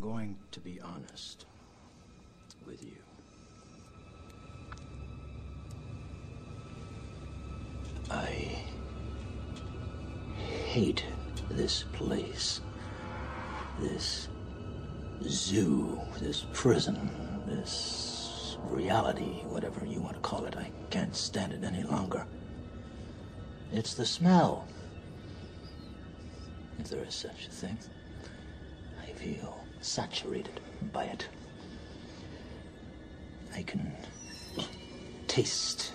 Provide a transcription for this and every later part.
going to be honest with you. I hate this place. This zoo, this prison, this reality, whatever you want to call it. I can't stand it any longer. It's the smell. If there is such a thing, I feel saturated by it. I can taste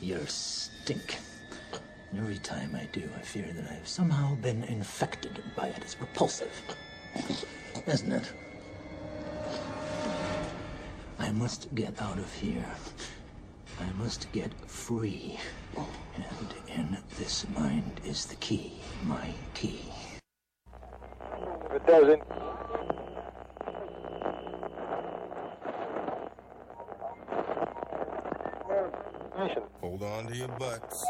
your stink. And every time I do, I fear that I've somehow been infected by it. It's repulsive, isn't it? I must get out of here. I must get free. And in this mind is the key, my key. It doesn't. Hold on to your butts.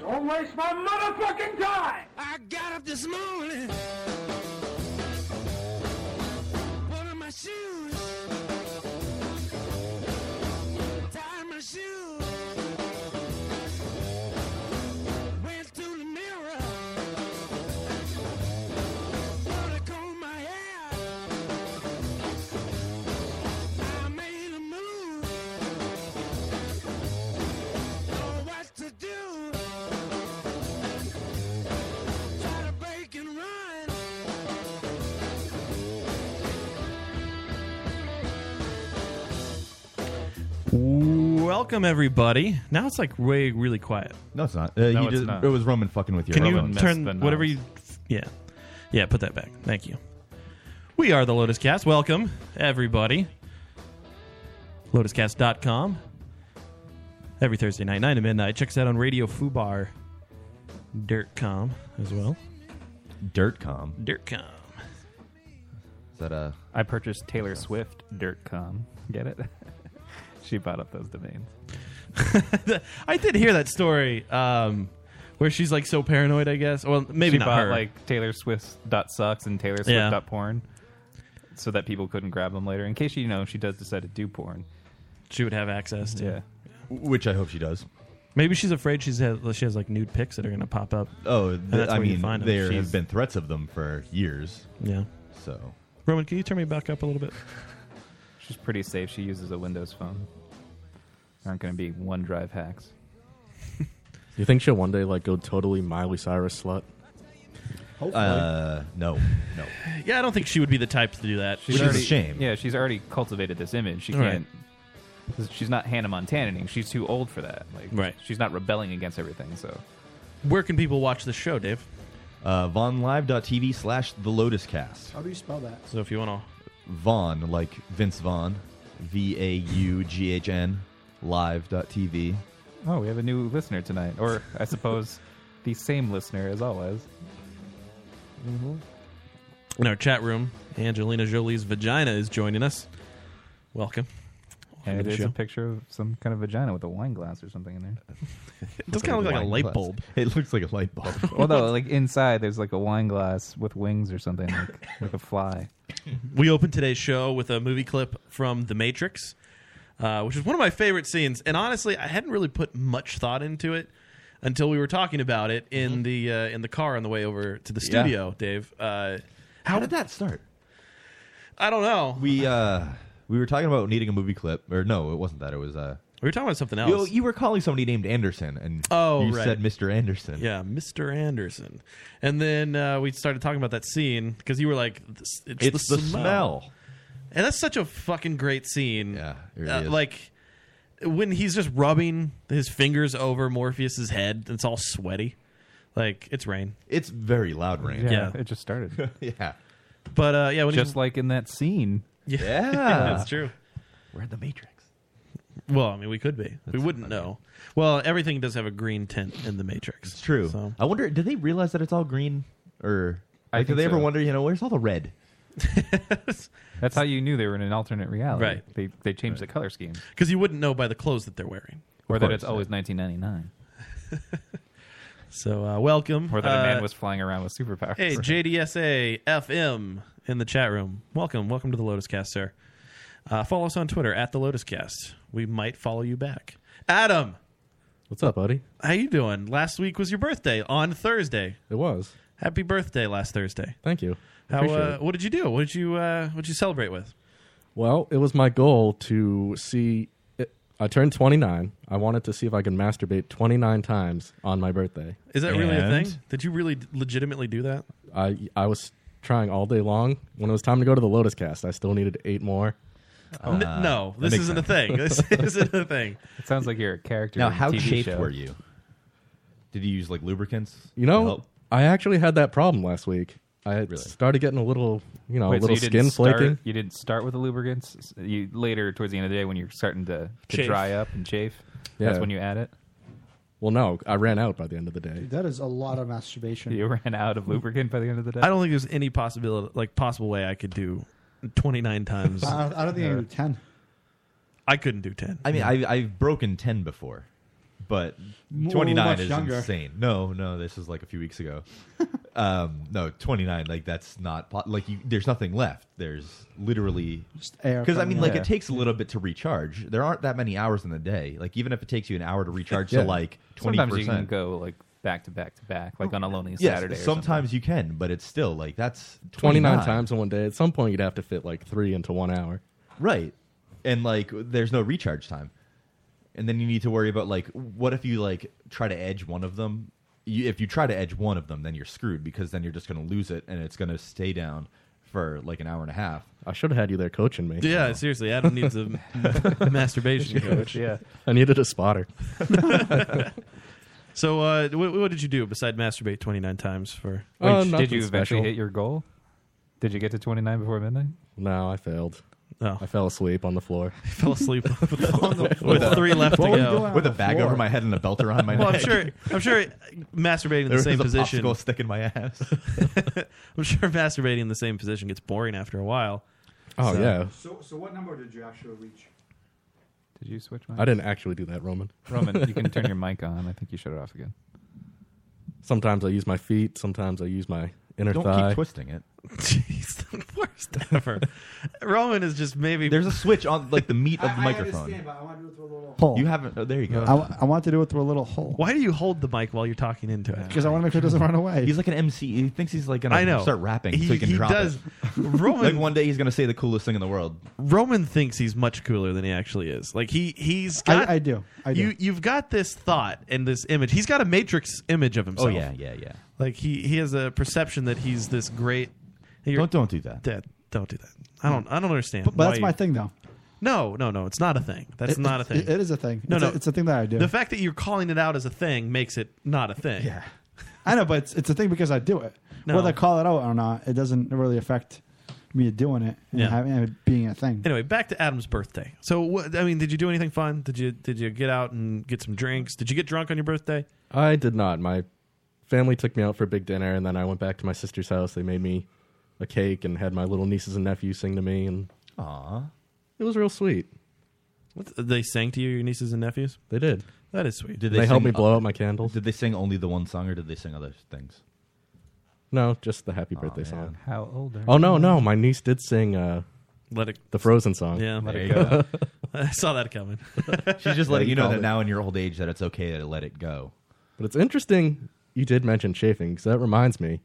Don't waste my motherfucking time! I got up this morning. Put on my shoes. Tied my shoes. Went to the mirror. Thought I combed my hair. I made a move. Know what to do. Try to break and run. Welcome everybody. Now it's like way really quiet. No, it's not. Uh, you it's just, not. It was Roman fucking with you. Can Roman you missed the turn mouse. whatever you? Yeah, yeah. Put that back. Thank you. We are the Lotus Cast. Welcome everybody. LotusCast.com. Every Thursday night, nine to midnight. Check us out on Radio Fubar. Dirtcom as well. Dirtcom. Dirtcom. Is that a I purchased Taylor Swift Dirtcom. Get it? she bought up those domains. I did hear that story um, where she's like so paranoid. I guess. Well, maybe she not bought her. like Taylor Swift's dot sucks and Taylor Swift Yeah. dot porn, so that people couldn't grab them later. In case you know she does decide to do porn. she would have access to. Yeah. which I hope she does. Maybe she's afraid she's had, she has like nude pics that are going to pop up. Oh, th- that's I where you mean, find 'em. there She's- have been threats of them for years. Yeah. So Roman, can you turn me back up a little bit? She's pretty safe. She uses a Windows phone. Aren't going to be OneDrive hacks. You think she'll one day like go totally Miley Cyrus slut? uh, no, no. Yeah, I don't think she would be the type to do that. Which is a shame. Yeah, she's already cultivated this image. She All right. can't. She's not Hannah Montanaing. She's too old for that. Like, Right. She's not rebelling against everything. So Where can people watch the show, Dave? Uh, VonLive.tv slash The Lotus Cast. How do you spell that? So if you want Vaughn, like Vince Vaughn. V A U G H N. Live.tv. Oh, we have a new listener tonight, or I suppose the same listener as always. Mm-hmm. to, in our chat room, Angelina Jolie's vagina is joining us. Welcome. And to it the is show. a picture of some kind of vagina with a wine glass or something in there. It does kind of look like a Wine light glass. bulb. It looks like a light bulb. Although, like inside, there's like a wine glass with wings or something, like, like a fly. We opened today's show with a movie clip from The Matrix, uh, which is one of my favorite scenes. And honestly, I hadn't really put much thought into it until we were talking about it in the uh, in the car on the way over to the Mm-hmm. Yeah. studio, Dave. Uh, How did that start? I don't know. We, We uh, we were talking about needing a movie clip, or no, it wasn't that. It was uh, were talking about something else. you, you were calling somebody named Anderson, and Oh, you right. said Mr. Anderson. Yeah, Mr. Anderson. And then uh, we started talking about that scene because you were like, "It's, it's It's the, the, smell. And that's such a fucking great scene. Yeah, it really Uh, is. like when he's just rubbing his fingers over Morpheus's head, it's all sweaty. Like it's rain. It's very loud rain. Yeah, Yeah. it just started, Yeah. Yeah. But uh, yeah, when just he's, like in that scene. that's true. We're in the Matrix. Well, I mean, we could be. we wouldn't know. Well, everything does have a green tint in the Matrix. It's true. So. I wonder, did they realize that it's all green? Or I like, do think they ever so. wonder, you know, where's all the red? That's how you knew they were in an alternate reality. Right. They they changed the color scheme, Because you wouldn't know by the clothes that they're wearing. or that it's course, always 1999. So uh, welcome. Or that a Uh, man was flying around with superpowers. Hey, JDSA FM in the chat room. Welcome. Welcome to the Lotus Cast, sir. Uh, follow us on Twitter at the Lotus Cast. We might follow you back. Adam, What's up, buddy? how you doing? Last week was your birthday on Thursday. It was. Happy birthday last Thursday. Thank you. I How appreciate uh, it. what did you do? What did you uh, what did you celebrate with? Well, it was my goal to see. It, I turned 29. I wanted to see if I could masturbate 29 times on my birthday. Is that really a And? thing? Did you really legitimately do that? I I was trying all day long. When it was time to go to the Lotus Cast, I still needed eight more. N- no, this Ah, makes isn't a thing. This isn't a thing. It sounds like you're a character. Now, in a how TV shaped show. were you? Did you use like lubricants? You to know, help? I actually had that problem last week. I had Really? started getting a little, you know, Wait, a so little you didn't skin start, flaking. You didn't start with the lubricants. S- You later, towards the end of the day, when you're starting to, to Chafe. dry up and chafe, that's Yeah. when you add it. Well, no, I ran out by the end of the day. That is a lot of masturbation. You ran out of lubricant by the end of the day. I don't think there's any possibility, like possible way I could do 29 times. Uh, I, don't- I don't think I can do ten. I couldn't do 10. I mean, I, I've broken 10 before, but Mu- 29 much is younger. insane. No, no, this is like a few weeks ago. um, no, 29, like that's not, po- like you, there's nothing left. There's literally, Just air because I coming mean, out. like Yeah. it takes a little bit to recharge. There aren't that many hours in the day. Like even if it takes you an hour to recharge Yeah. to like 20%. Sometimes you can go like back to back to back, like on a lonely Yes, Saturday. or sometimes you can, but it's still like that's 29 times in one day. At some point, you'd have to fit like three into one hour. Right. And like there's no recharge time. And then you need to worry about like what if you like try to edge one of them? You, if you try to edge one of them, then you're screwed because then you're just going to lose it and it's going to stay down for like an hour and a half. I should have had you there coaching me. Yeah, seriously, Adam needs a masturbation coach. something. yeah. I needed a spotter. So, uh, what, what did you do beside masturbate 29 times for? Wait, Uh, sh- nothing did you eventually special. hit your goal? Did you get to 29 before midnight? No, I failed. Oh, I fell asleep on the floor. I fell asleep with, On the floor. with three left to What were you go. doing on With a the bag floor? over my head and a belt around my Well, I'm neck. sure. I'm sure masturbating in There the same was a position. popsicle stick in my ass. I'm sure masturbating in the same position gets boring after a while. Oh, So- yeah. So, so what number did you actually reach? Did you switch mics? I didn't actually do that, Roman. Roman, you can turn your mic on. I think you shut it off again. Sometimes I use my feet. Sometimes I use my inner Don't thigh. keep twisting it. Jeez, the worst ever. Roman is just maybe. There's a switch on like the meat of the microphone. but I want to do it through a little You haven't. Oh, there you go. I, wa- I want to do it through a little hole Why do you hold the mic while you're talking into it? because I want to make sure it doesn't run away. He's like an MC. He thinks he's like gonna I know. start rapping so he can drop does. it. Like Roman one day he's gonna say the coolest thing in the world. Roman thinks he's much cooler than he actually is. Like he he's got I, I do. I do. You you've got this thought and this image. He's got a matrix image of himself. Oh yeah, yeah, yeah. Like he he has a perception that he's this great. You're- Don't don't do that. that- don't do that. I don't I don't understand. but that's why my you- thing, though. No, no, no. It's not a thing. That's It- not a it- thing. it is a thing. No, it's no. A, it's a thing that I do. the fact that you're calling it out as a thing makes it not a thing. yeah, I know, but it's, it's a thing because I do it. No. Whether I call it out or not, it doesn't really affect me doing it and Yeah. having it being a thing. Anyway, back to Adam's birthday. So, what, I mean, did you do anything fun? Did you did you get out and get some drinks? Did you get drunk on your birthday? I did not. My family took me out for a big dinner, and then I went back to my sister's house. They made me a cake and had my little nieces and nephews sing to me, and Aw. it was real sweet. What, they sang to you, your nieces and nephews. They did. That is sweet. Did They, helped me sing- blow out my candles. Did they sing only the one song, or did they sing other things? no, just the happy birthday man. song. How old are you? Oh no, no, my niece did sing uh, Let it. the Frozen song. Yeah, Let There it you go. I saw that coming. She's just letting you you know called that it. now in your old age that it's okay to let it go. But it's interesting you did mention chafing because that reminds me,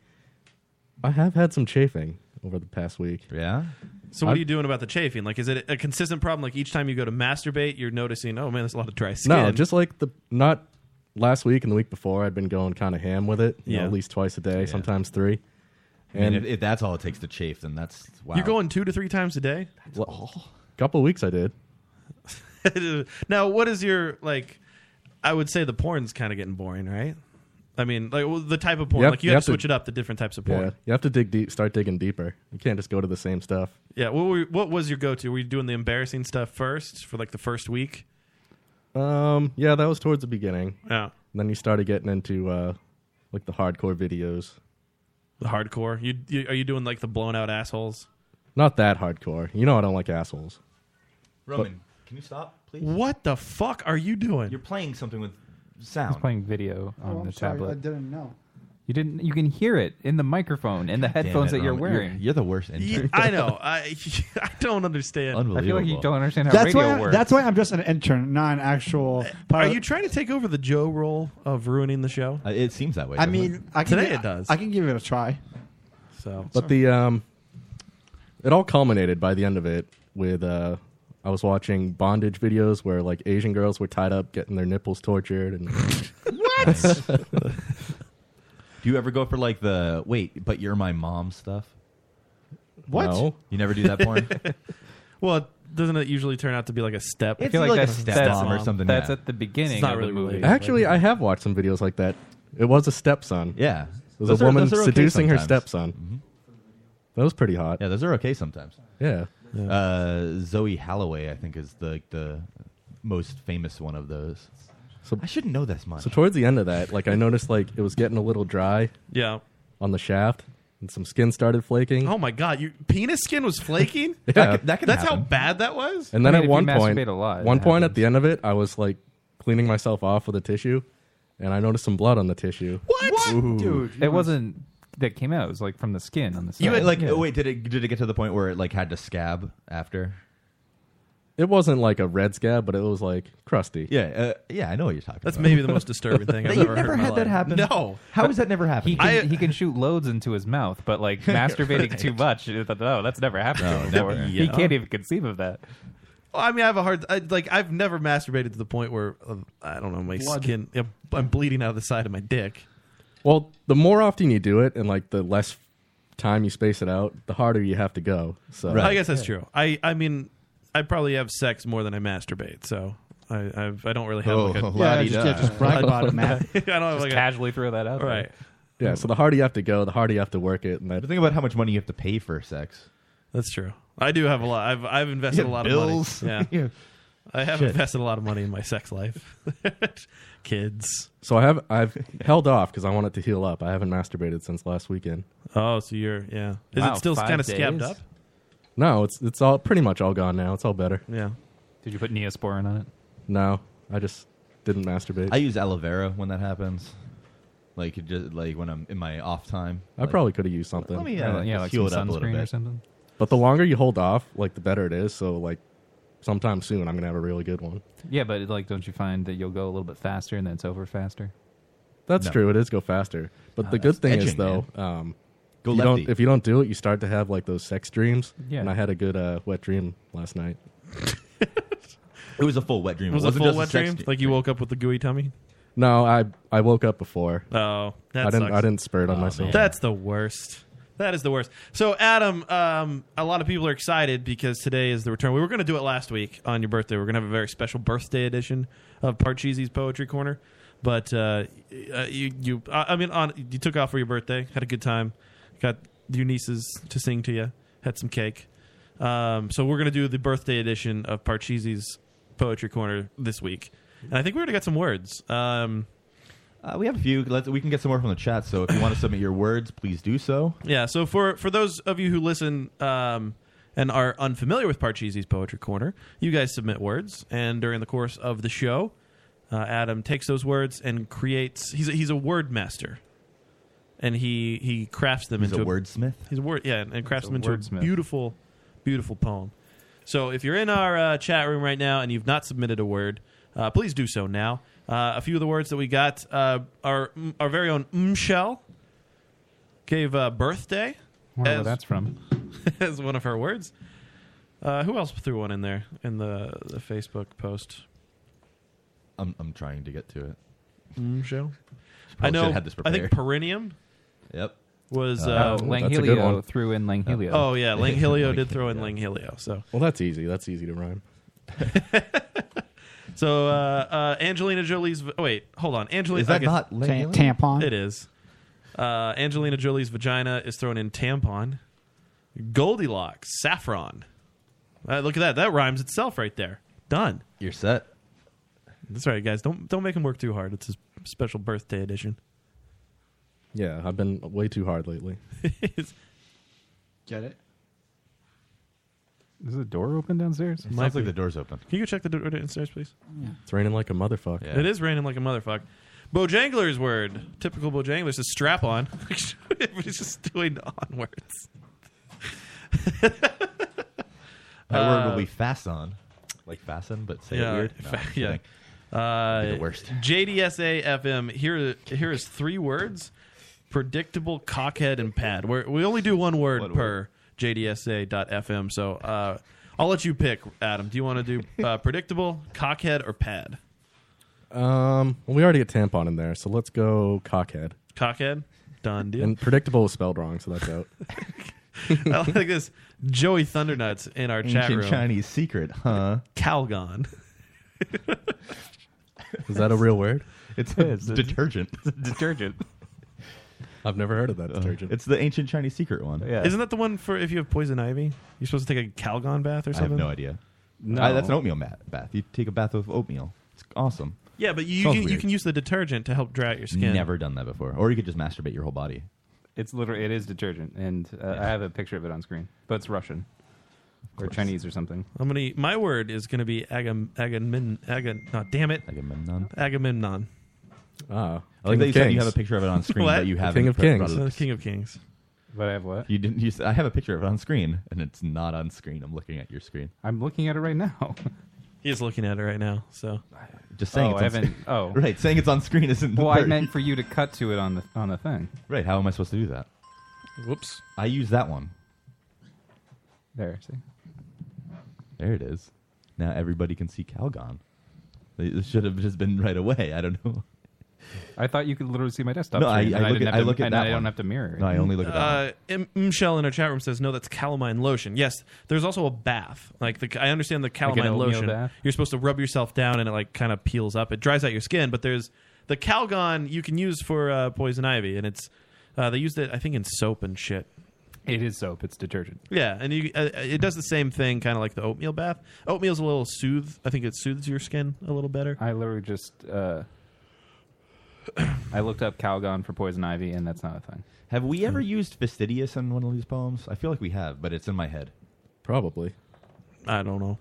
I have had some chafing over the past week. Yeah. So what I'm- are you doing about the chafing? Like, is it a consistent problem? Like each time you go to masturbate, you're noticing, oh man, there's a lot of dry skin. No, just like the not last week and the week before, I'd been going kind of ham with it. You know, Yeah. at least twice a day, sometimes three. And And if, if that's all it takes to chafe, then that's wow. you're going two to three times a day. a couple of weeks I did. now, what is your like? I would say the porn's kind of getting boring, right? I mean, like well, the type of porn. Yep, like you, you have, have to to- switch it up to different types of porn. Yeah, you have to dig deep, start digging deeper. You can't just go to the same stuff. Yeah. What were, what was your go to? Were you doing the embarrassing stuff first for like the first week? Um, yeah, that was towards the beginning. Yeah. And then you started getting into uh, like the hardcore videos. The hardcore. You, you are you doing like the blown out assholes? Not that hardcore. You know I don't like assholes. Roman, can you stop, please? What the fuck are you doing? You're playing something with sound. He's playing video on Oh, the I'm sorry. I tablet. didn't know. You didn't. You can hear it in the microphone and the Damn headphones it, that you're Ron, wearing. You're, the worst intern. Yeah, I know. I I don't understand. I feel Unbelievable. like you don't understand how That's radio why. I, works. that's why I'm just an intern, not an actual. Are Pilot. you trying to take over the Joe role of ruining the show? Uh, it seems that way. I doesn't it? mean, I can Today gi- it does. I can give it a try. Oh, So But the um, it all culminated by the end of it with uh, I was watching bondage videos where like Asian girls were tied up getting their nipples tortured and do you ever go for like the wait, but you're my mom stuff? What? No. You never do that porn? well, doesn't it usually turn out to be like a step? I feel like, that's, stepmom that's, or something, That's yeah. at the beginning It's not of really the movie. related. Actually, I have watched some videos like that. It was a stepson. Yeah. It was Those a are- woman those are okay seducing her sometimes. stepson. That was pretty hot. Mm-hmm. Yeah, those are okay sometimes. Yeah. Uh, Zoe Halloway, I think, is the the most famous one of those. So- I shouldn't know this much. So towards the end of that, like I noticed like it was getting a little dry Yeah. on the shaft and some skin started flaking. Oh my god, your penis skin was flaking. yeah. that can That's how happen. bad that was. and then I mean, if at you one point, masturbate a lot, it one point at happens. the end of it, I was like cleaning myself off with a tissue and I noticed some blood on the tissue. What? dude? you It wasn't that came out. It was like from the skin on the side. You had, like wait, did it did it get to the point where it like had to scab after? It wasn't like a red scab, but it was like crusty. Yeah, uh, yeah, I know what you're talking That's about. maybe the most disturbing thing I've You've ever never heard. in my had that life. happen. No. how has that never He happened? can, I- he can shoot loads into his mouth, but like masturbating too much, no, that's never happened. to him before. He yeah. can't even conceive of that. Well, I mean, I have a hard I, like. I've never masturbated to the point where uh, I don't know my skin. yeah, I'm bleeding out of the side of my dick. Well, the more often you do it and like the less time you space it out, the harder you have to go. So Right. I guess that's true. I I mean, I probably have sex more than I masturbate, so I I've, I don't really have like Oh, a. Yeah, just, yeah, just brag about it, man. I don't have like a, Casually throw that out. there. right. yeah, so the harder you have to go, the harder you have to work it and that But think about how much money you have to pay for sex. That's true. I do have a lot. I've I've invested a lot bills. of money. Yeah, I have invested a lot of money in my sex life, kids. So I have I've held off because I want it to heal up. I haven't masturbated since last weekend. Oh, so you're yeah. Is Wow, it still five kind of scabbed days? up? No, it's it's all pretty much all gone now. It's all better. Yeah. Did you put Neosporin on it? No, I just didn't masturbate. I I, use aloe vera when that happens. Like it just like when I'm in my off time. Like, probably could have used something. let me Or, uh, like, yeah, just like heal some it up a little sunscreen or bit. something. But the longer you hold off, like the better it is. So like sometime soon I'm gonna have a really good one. Yeah, but like, don't you find that you'll go a little bit faster and then it's over faster? That's No. true. It is go faster. But the good that's thing is edging, though, um, Go you lefty. don't, if you don't do it, you start to have like those sex dreams. Yeah. And I had a good uh, wet dream last night. it was a full wet dream. It was a wasn't full just wet sex dream. Like you woke up with a gooey tummy. No, I I woke up before. Oh, that I didn't sucks. I didn't spurt on Oh, myself. That's the worst. That is the worst. So, Adam, um, a lot of people are excited because today is the return. We were going to do it last week on your birthday. We are going to have a very special birthday edition of Parcheesi's Poetry Corner. But uh, uh, you, you, I I mean, on you took off for your birthday, had a good time, got your nieces to sing to you, had some cake. Um, so we're going to do the birthday edition of Parcheesi's Poetry Corner this week, and I think we already got some words. Um, Uh, we have a few. Let's, we can get some more from the chat. So if you want to submit your words, please do so. Yeah. So for for those of you who listen um, and are unfamiliar with Parcheesi's Poetry Corner, you guys submit words, and during the course of the show, uh, Adam takes those words and creates. He's a, he's a word master, and he he crafts them He's a into wordsmith. He's a word. Yeah, and, and crafts He's them a into a wordsmith. beautiful, beautiful poem. So if you're in our uh, chat room right now and you've not submitted a word, uh, please do so now. Uh, a few of the words that we got uh, are our very own Mshell gave uh, birthday Wonder where As- that's from. as one of her words. Uh, who else threw one in there in the, the Facebook post? I'm, I'm trying to get to it. Mshell, I know. should've had this I think prepared. perennium Yep. was. Oh, Uh, that's a good Langhilio one. threw in Langhilio. oh yeah, Langhilio did Langhilio, throw in yeah. Langhilio. So well, that's easy. That's easy to rhyme. So uh, uh, Angelina Jolie's. Oh, wait, hold on. Angelina. Is I that guess- not Ta- Langhilio? tampon. It is. Uh, Angelina Jolie's vagina is thrown in tampon. Goldilocks, saffron. Uh, look at that. That rhymes itself right there. Done. You're set. That's right, guys. Don't don't make him work too hard. It's his special birthday edition. Yeah, I've been way too hard lately. Get it? Is the door open downstairs? It sounds like the door's open. Can you go check the door downstairs, please? It's raining like a motherfucker. It is raining like a motherfucker. Bojangler's word. Typical Bojangler says strap on. Everybody's just doing onwards. That word Uh, will be fasten, like fasten, but say yeah, it weird. in No, fact, I'm yeah. kidding. Uh, Be the worst. JDSA FM. Here, here is three words: predictable, cockhead, and pad. We're, we only do one word One per JDSA.FM. So uh, I'll let you pick, Adam. Do you want to do uh, predictable, cockhead, or pad? Um, well, we already get tampon in there, so let's go cockhead. Cockhead. Done deal. And predictable was spelled wrong, so that's out. I like this. Joey Thundernuts in our chat Ancient room. Chinese secret, huh? Calgon. Is that a real word? It's a It's a- detergent. Uh, Detergent. I've never heard of that detergent. It's the ancient Chinese secret one. Yeah. Isn't that the one for if you have poison ivy? You're supposed to take a Calgon bath or I have something? no idea. No. I- that's an oatmeal mat, bath. You take a bath with oatmeal. It's awesome. Yeah, but you, Sounds you, you weird. can use the detergent to help dry out your skin. Never done that before. Or you could just masturbate your whole body. It's literally it is detergent, and uh, I have a picture of it on screen, but it's Russian or course. Chinese or something. I'm gonna. My word is gonna be agam agamin agam. No, damn it, Like a memnon. Agamemnon, ah, I King of like that you said you Kings. have a picture of it on screen, What? but you haven't. King of put- Kings. brought it son up. of King of Kings. But I have what? You didn't. You said, I have a picture of it on screen, and it's not on screen. I'm looking at your screen. I'm looking at it right now. He is looking at it right now. So Just saying. Oh, it's I on haven't- sc- oh. right. Saying it's on screen isn't. The well, I word. meant for you to cut to it on the on the thing. Right. How am I supposed to do that? whoops. I use that one. There, see. There it is. Now everybody can see Calgon. It should have just been right away. I don't know. I thought you could literally see my desktop. No, I, I screen, and look didn't have at I to- look at and that. I don't one. have to mirror it. No, I only look at that. one. Uh, M- Michelle in our chat room says no. That's calamine lotion. Yes, there's also a bath. Like the, I understand the calamine oatmeal lotion. bath? You're supposed to rub yourself down and it like kind of peels up. It dries out your skin. But there's the Calgon you can use for uh, poison ivy, and it's uh, they used it I think in soap and shit. It is soap. It's detergent. Yeah, and you, uh, it does the same thing, kind of like the oatmeal bath. Oatmeal's a little soothe. I think it soothes your skin a little better. I literally just uh, I looked up Calgon for poison ivy, and that's not a thing. have we ever used fastidious in one of these poems? I feel like we have, but it's in my head. probably. I don't know.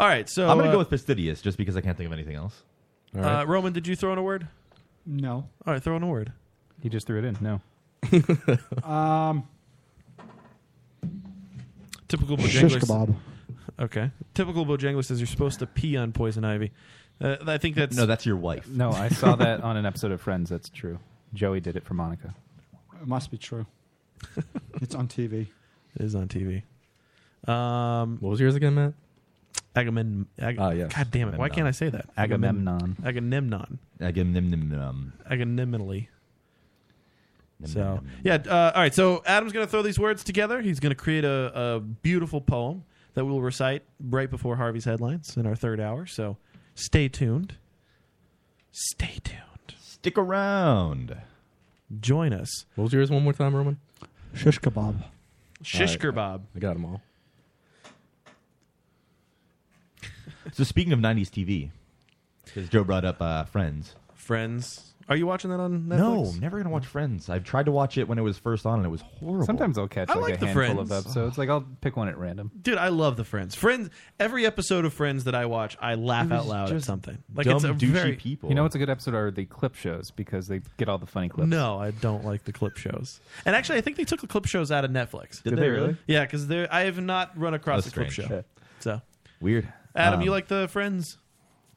All right, so I'm gonna uh, go with fastidious just because I can't think of anything else. All right. uh, Roman. Did you throw in a word? No. All right, throw in a word. He just threw it in. No, Um, Typical shish Bojangler. kebab. Okay. Typical Bojangler says you're supposed to pee on poison ivy. Uh, I think that's No, that's your wife. no. I saw that on an episode of Friends. That's true. Joey did it for Monica. It must be true. it's on TV. it is on TV. Um, What was yours again, Matt? Agamemnon. Ag- Ah, yes. God damn it! Why can't I say that? Agamemnon. Agamemnon. I give them them um, Agamemnonly. them, So them, them. yeah, uh, all right. So Adam's going to throw these words together. He's going to create a, a beautiful poem that we'll recite right before Harvey's headlines in our third hour. So stay tuned. Stay tuned. Stick around. Join us. What was yours one more time, Roman? Shish kebab. Shish All right. kebab. I got them all. So speaking of '90s TV, because Joe brought up uh, Friends. Friends. Are you watching that on Netflix? No, I'm never gonna watch Friends. I've tried to watch it when it was first on, and it was horrible. Sometimes I'll catch I like, like a the handful Friends. of episodes. Like I'll pick one at random. Dude, I love the Friends. Friends. Every episode of Friends that I watch, I laugh It was out loud at just something. Like dumb, it's a douchey very. people. You know what's a good episode are the clip shows because they get all the funny clips. No, I don't like the clip shows. And actually, I think they took the clip shows out of Netflix. Did Did they they really? Yeah, because I have not run across That's a clip strange. show. So, Weird. Adam, you Um, like the Friends?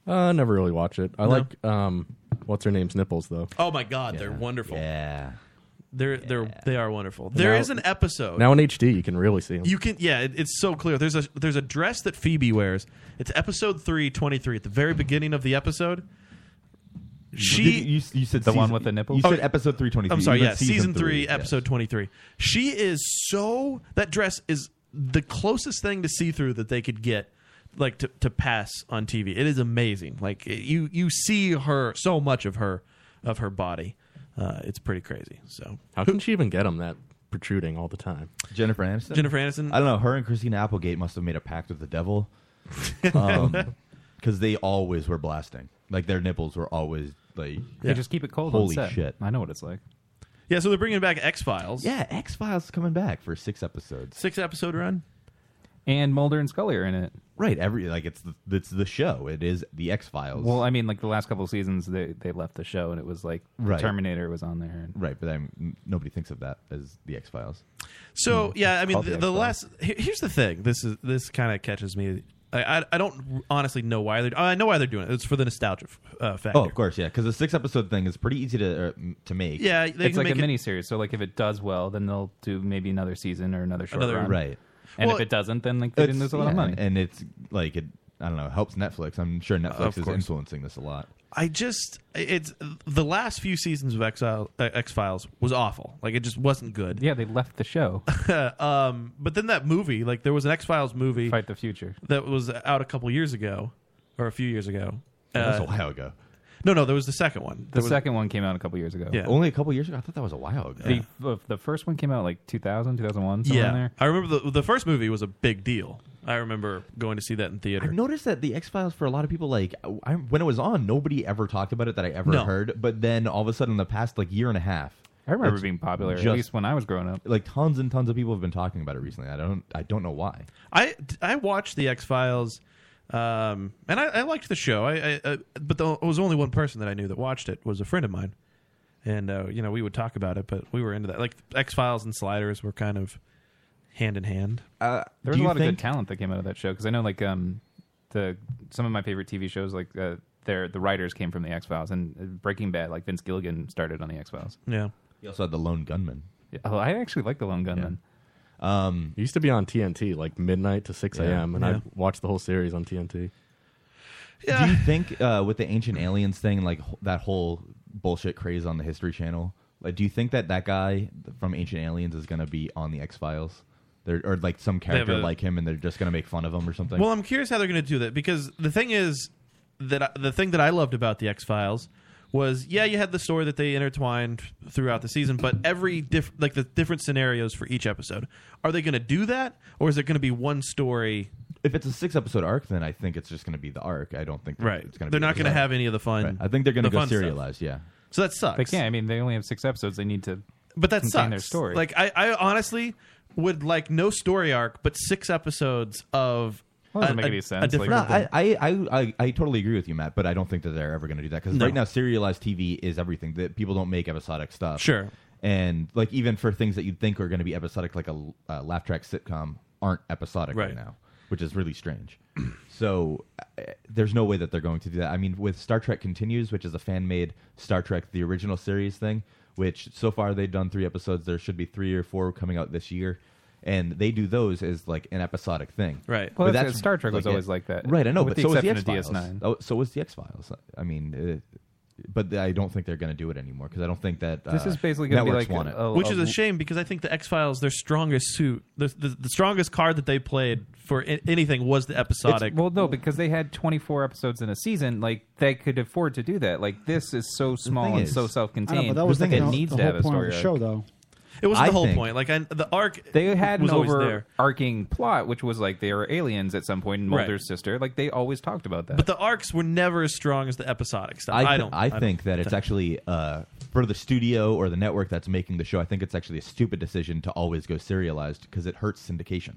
Uh, never really watch it. I No. like um, what's her name's nipples though. Oh my God, they're yeah. wonderful. Yeah. They're they're they are wonderful. There Now- is an episode Now in HD, you can really see them. you can yeah, it, it's so clear. There's a there's a dress that Phoebe wears. It's episode three twenty three at the very beginning of the episode. She Did you, you said The one season- with the nipples? You said Oh, episode three twenty three. I'm sorry, yeah, season, three, episode twenty three. She is so that dress is the closest thing to see through that they could get, like to, to pass on TV. It is amazing. Like it- you you see her so much of her of her body. Uh, it's pretty crazy. So How can she even get them that protruding all the time? Jennifer Aniston. Jennifer Aniston. I don't know. Her and Christina Applegate must have made a pact with the devil, because they always were blasting. Like their nipples were always like. They just keep it cold on Holy set. shit. I know what it's like. yeah, so they're bringing back X Files. Yeah, X Files coming back for six episodes. six episode run. and Mulder and Scully are in it. Right, every like it's the, it's the show. It is the X Files. Well, I mean, like the last couple of seasons, they they left the show, and it was like Right. Terminator was on there. right, but I'm, nobody thinks of that as the X Files. So yeah, I mean Hmm, called the, the the X-Files. last. here- Here's the thing. This is this kind of catches me. I, I I don't honestly know why they're. I know why they're doing it. It's for the nostalgia uh, factor. Oh, of course, yeah, because the six episode thing is pretty easy to uh, m- to make. Yeah, they it's like can a make it- mini series. So like if it does well, then they'll do maybe another season or another short Another- run. right. And Well, if it doesn't, then like they didn't lose It's- a lot of yeah, money. and it's like it. I don't know. Helps Netflix. I'm sure Netflix is course. influencing this a lot. I just it's the last few seasons of Exile uh, X Files was awful. Like it just wasn't good. yeah, they left the show. um, but then that movie, like there was an X Files movie Fight the future. that was out a couple years ago, or a few years ago. that Uh, was a while ago. Oh, no, no, there was the second one. The There was- second one came out a couple years ago. Yeah. Only a couple years ago. I thought that was a while ago. The, the- the first one came out like 2000, 2001, somewhere in yeah, there. I remember the the first movie was a big deal. I remember going to see that in theater. I've noticed that the X Files for a lot of people, like I, when it was on, nobody ever talked about it that I ever No. heard. But then all of a sudden, in the past like year and a half, I remember it's being popular, at just- least when I was growing up. like tons and tons of people have been talking about it recently. I don't, I don't know why. I I watched the X Files, um, and I, I liked the show. I, I, I but the, it was only one person that I knew that watched it was a friend of mine, and uh, you know we would talk about it, but we were into that. Like X Files and Sliders were kind of hand in hand. Uh, There do was a you lot of think- good talent that came out of that show because I know like um the some of my favorite TV shows like uh, their the writers came from the X Files and uh, Breaking Bad like Vince Gilligan started on the X Files. Yeah, You also had the Lone Gunman. Yeah. Oh, I actually like the Lone Gunman. Um, It used to be on TNT like midnight to 6 a.m. and Mm. Yeah. I watched the whole series on TNT. Do yeah. you think uh, with the ancient aliens thing, like wh- that whole bullshit craze on the History Channel, like do you think that that guy from Ancient Aliens is gonna be on the X Files? Or like some have character a- like him, and they're just gonna make fun of him or something. Well, I'm curious how they're going to do that because the thing is that I, the thing that I loved about the X Files was yeah, you had the story that they intertwined throughout the season, but every diff- like the different scenarios for each episode. Are they going to do that, or is it going to be one story? if it's a six episode arc, then I think it's just going to be the arc. I don't think that Right. it's going to. They're be not the going to same. have any of the fun. Right. I think they're going to the go fun stuff. serialized. Yeah. So that sucks. They can't. I mean, they only have six episodes. They need to. But that contain sucks. their story. Like I, I honestly would like no story arc, but six episodes of. Well, doesn't a- make a- any a sense, different- No, I, I, I, I, I totally agree with you, Matt. But I don't think that they're ever going to do that because No. right now serialized TV is everything. That people don't make episodic stuff. Sure. And like even for things that you'd think are going to be episodic, like a uh, laugh track sitcom, aren't episodic right, Right. now, which is really strange. so uh, there's no way that they're going to do that. I mean, with Star Trek Continues, which is a fan made Star Trek the original series thing, which so far they've done three episodes. There should be three or four coming out this year. And they do those as like an episodic thing, Right. Well, But that's- Star Trek was it. always like that. right? I know, With but the so was the X exception of Files. DS9. Oh, so was the X Files. I mean, uh but I don't think they're going to do it anymore because I don't think that uh, This is basically going to be networks like, want it. a- which is a shame because I think the X Files, their strongest suit, the, the the strongest card that they played for a- anything was the It's- episodic. well, no, because they had 24 episodes in a season. Like they could afford to do that. Like this is so small and is- so I know, self-contained. but that was it the, the, needs the to whole have a point story of the arc. show, though. it was the I whole think- point. Like I, the arc, They had was an always there. overarching plot, which was like they were aliens at some point. and Right. Mulder's sister, like they always talked about that. But the arcs were never as strong as the episodic stuff. I, I, th- don't. I, think that it's actually uh, for the studio or the network that's making the show. I think it's actually a stupid decision to always go serialized because it hurts syndication.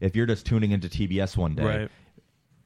If you're just tuning into TBS one day, Right.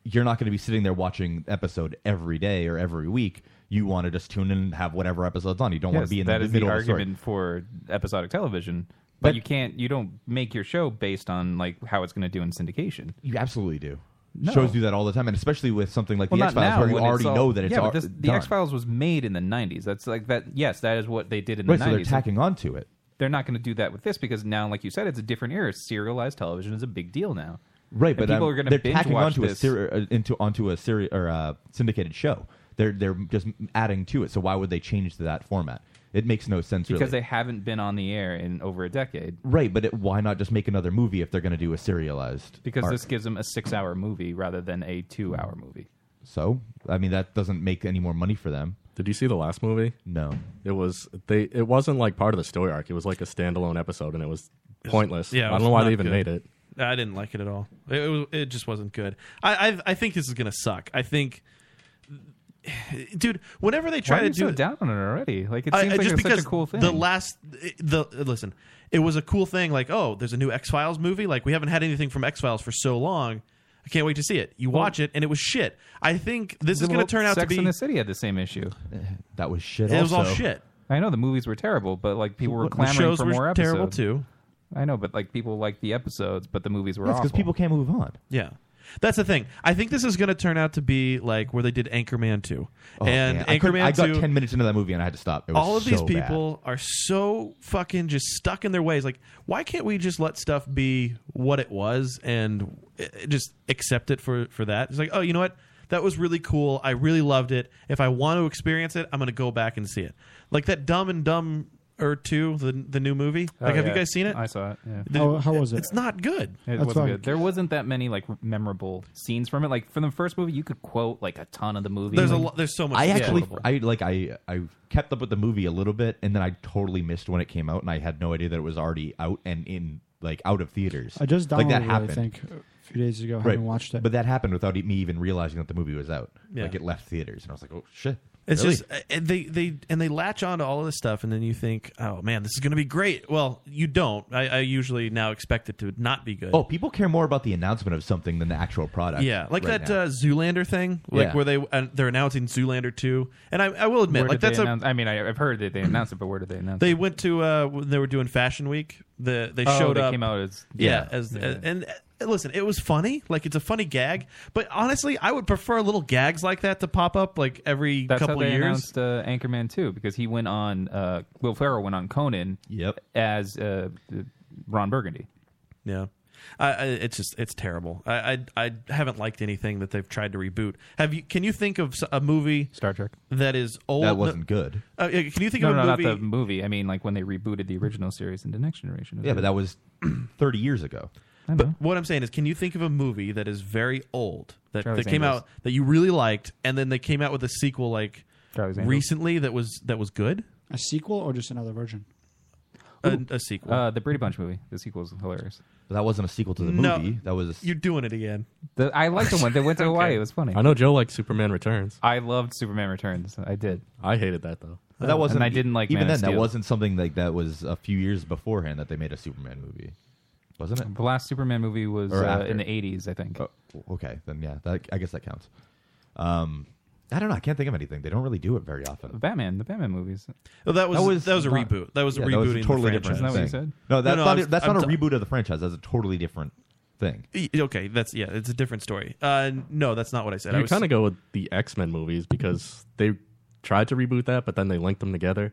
you're not going to be sitting there watching episode every day or every week. You want to just tune in and have whatever episode's on. You don't want Yes, to be in that the is middle the of the story. argument for episodic television. But, But- you can't. You don't make your show based on like how it's going to do in syndication. You absolutely do. No. Shows do that all the time, and especially with something like Well, the not X Files, now. where you when it's already all- know that it's yeah, but al- this, the done. X Files was made in the '90s. That's like that. Yes, that is what they did in Right, the so '90s. they're tacking onto it. They're not going to do that with this because now, like you said, it's a different era. Serialized television is a big deal now. Right, And but people um, are going to they're binge tacking watch onto this. a seri- uh, into onto a seri- or uh, syndicated show. They're they're just adding to it. So why would they change to that format? It makes no sense. because really. they haven't been on the air in over a decade. right, but it, why not just make another movie if they're going to do a serialized? Because arc? this gives them a six-hour movie rather than a two-hour movie. so I mean that doesn't make any more money for them. Did you see the last movie? No, It was they. It wasn't like part of the story arc. It was like a standalone episode, and it was pointless. yeah, it I don't was know why not they even good. made it. I didn't like it at all. It, it, was- it just wasn't good. I, I I think this is gonna suck. I think dude. Whenever they Why try are to you do so down on it already? Like it I- seems I- like just it's because such a cool thing. the last the listen, it was a cool thing. Like, oh, there's a new X Files movie. Like, we haven't had anything from X Files for so long. I can't wait to see it. You watch it, and it was shit. I think this is The going to little turn out to Sex be. in the City had the same issue. That was shit. It was all also. shit. I know the movies were terrible, but like people were The clamoring shows for were more episodes. terrible too. I know, but like people liked the episodes, but the movies were That's awful. because people can't move on. Yeah. That's the thing. I think this is going to turn out to be like where they did Anchorman 2. Oh, and man. I, couldn't- Anchorman I 2 got ten minutes into that movie and I had to stop. It was all of so these bad. people are so fucking just stuck in their ways. Like, why can't we just let stuff be what it was and uh, just accept it for for that? It's like, oh, you know what? That was really cool. I really loved it. If I want to experience it, I'm going to go back and see it. Like that Dumb and Dumb or Two, the the new movie. Oh, Like, have yeah. you guys seen it? I saw it. Yeah. How- how was it? It's not good. It That's wasn't why- good. There wasn't that many like memorable scenes from it. Like from the first movie, you could quote like a ton of the movie. There's a Like, lo- there's so much. I that's actually, quotable. I like, I I kept up with the movie a little bit, and then I totally missed when it came out, and I had no idea that it was already out and in like out of theaters. I just downloaded like that it, happened. I think, a few days ago. Right, Haven't watched it. but that happened without e-, me even realizing that the movie was out. Yeah. Like it left theaters, and I was like, "Oh shit!" It's Really? just uh, and they they and they latch on to all of this stuff, and then you think, oh man, this is going to be great. Well, you don't. I, I usually now expect it to not be good. oh, people care more about the announcement of something than the actual product. uh, yeah, like right that now. uh, Zoolander thing, like Yeah. where they uh, they're announcing Zoolander two, and I, I will admit, where like did that's they a announce- I mean, I, I've heard that they announced it, but where did they announce? they it? went to uh, when they were doing Fashion Week. The they oh, showed they up. came out as yeah, as and. uh, Listen, it was funny. Like it's a funny gag, but honestly, I would prefer little gags like that to pop up like every That's couple how they years. announced uh, Anchorman 2 because he went on. Uh, Will Ferrell went on Conan. Yep. As uh, Ron Burgundy. Yeah. I, I, it's just it's terrible. I, I I haven't liked anything that they've tried to reboot. Have you? Can you think of s- a movie Star Trek. that is old? that wasn't good. Uh, yeah, can you think No, of no, a not movie? the movie. I mean, like when they rebooted the original series into Next Generation. Yeah, but that was thirty years ago. I know. But what I'm saying is, can you think of a movie that is very old that, Charlie's that came Angels. out that you really liked, and then they came out with a sequel like Charlie's Angels. recently that was that was good? a sequel or just another version? A, a sequel. Uh, the Brady Bunch movie. The sequel is hilarious. But that wasn't a sequel to the No. movie. That was a, You're doing it again. The, I liked the one. They went to Hawaii. It was funny. I know Joe likes Superman Returns. I loved Superman Returns. I did. I hated that though. but uh, that wasn't. and I didn't like Man even of then. That Steel. wasn't something like that was a few years beforehand that they made a Superman movie, wasn't it? The last Superman movie was Or uh, after. in the 80s, I think. Oh, okay, then yeah, that, I guess that counts. Um, I don't know. I can't think of anything. They don't really do it very often. Batman, the Batman movies. Well, that was that was, a not- reboot. That was Yeah, a rebooting. that was a the totally franchise. different. Isn't that what you thing. said? No, No, that's no, not. I a- was- that's I'm not a t- reboot of the franchise. That's a totally different thing. Y- Okay, that's yeah, it's a different story. Uh, no, that's not what I said. I You was kind of go with the X Men movies because they tried to reboot that, but then they linked them together.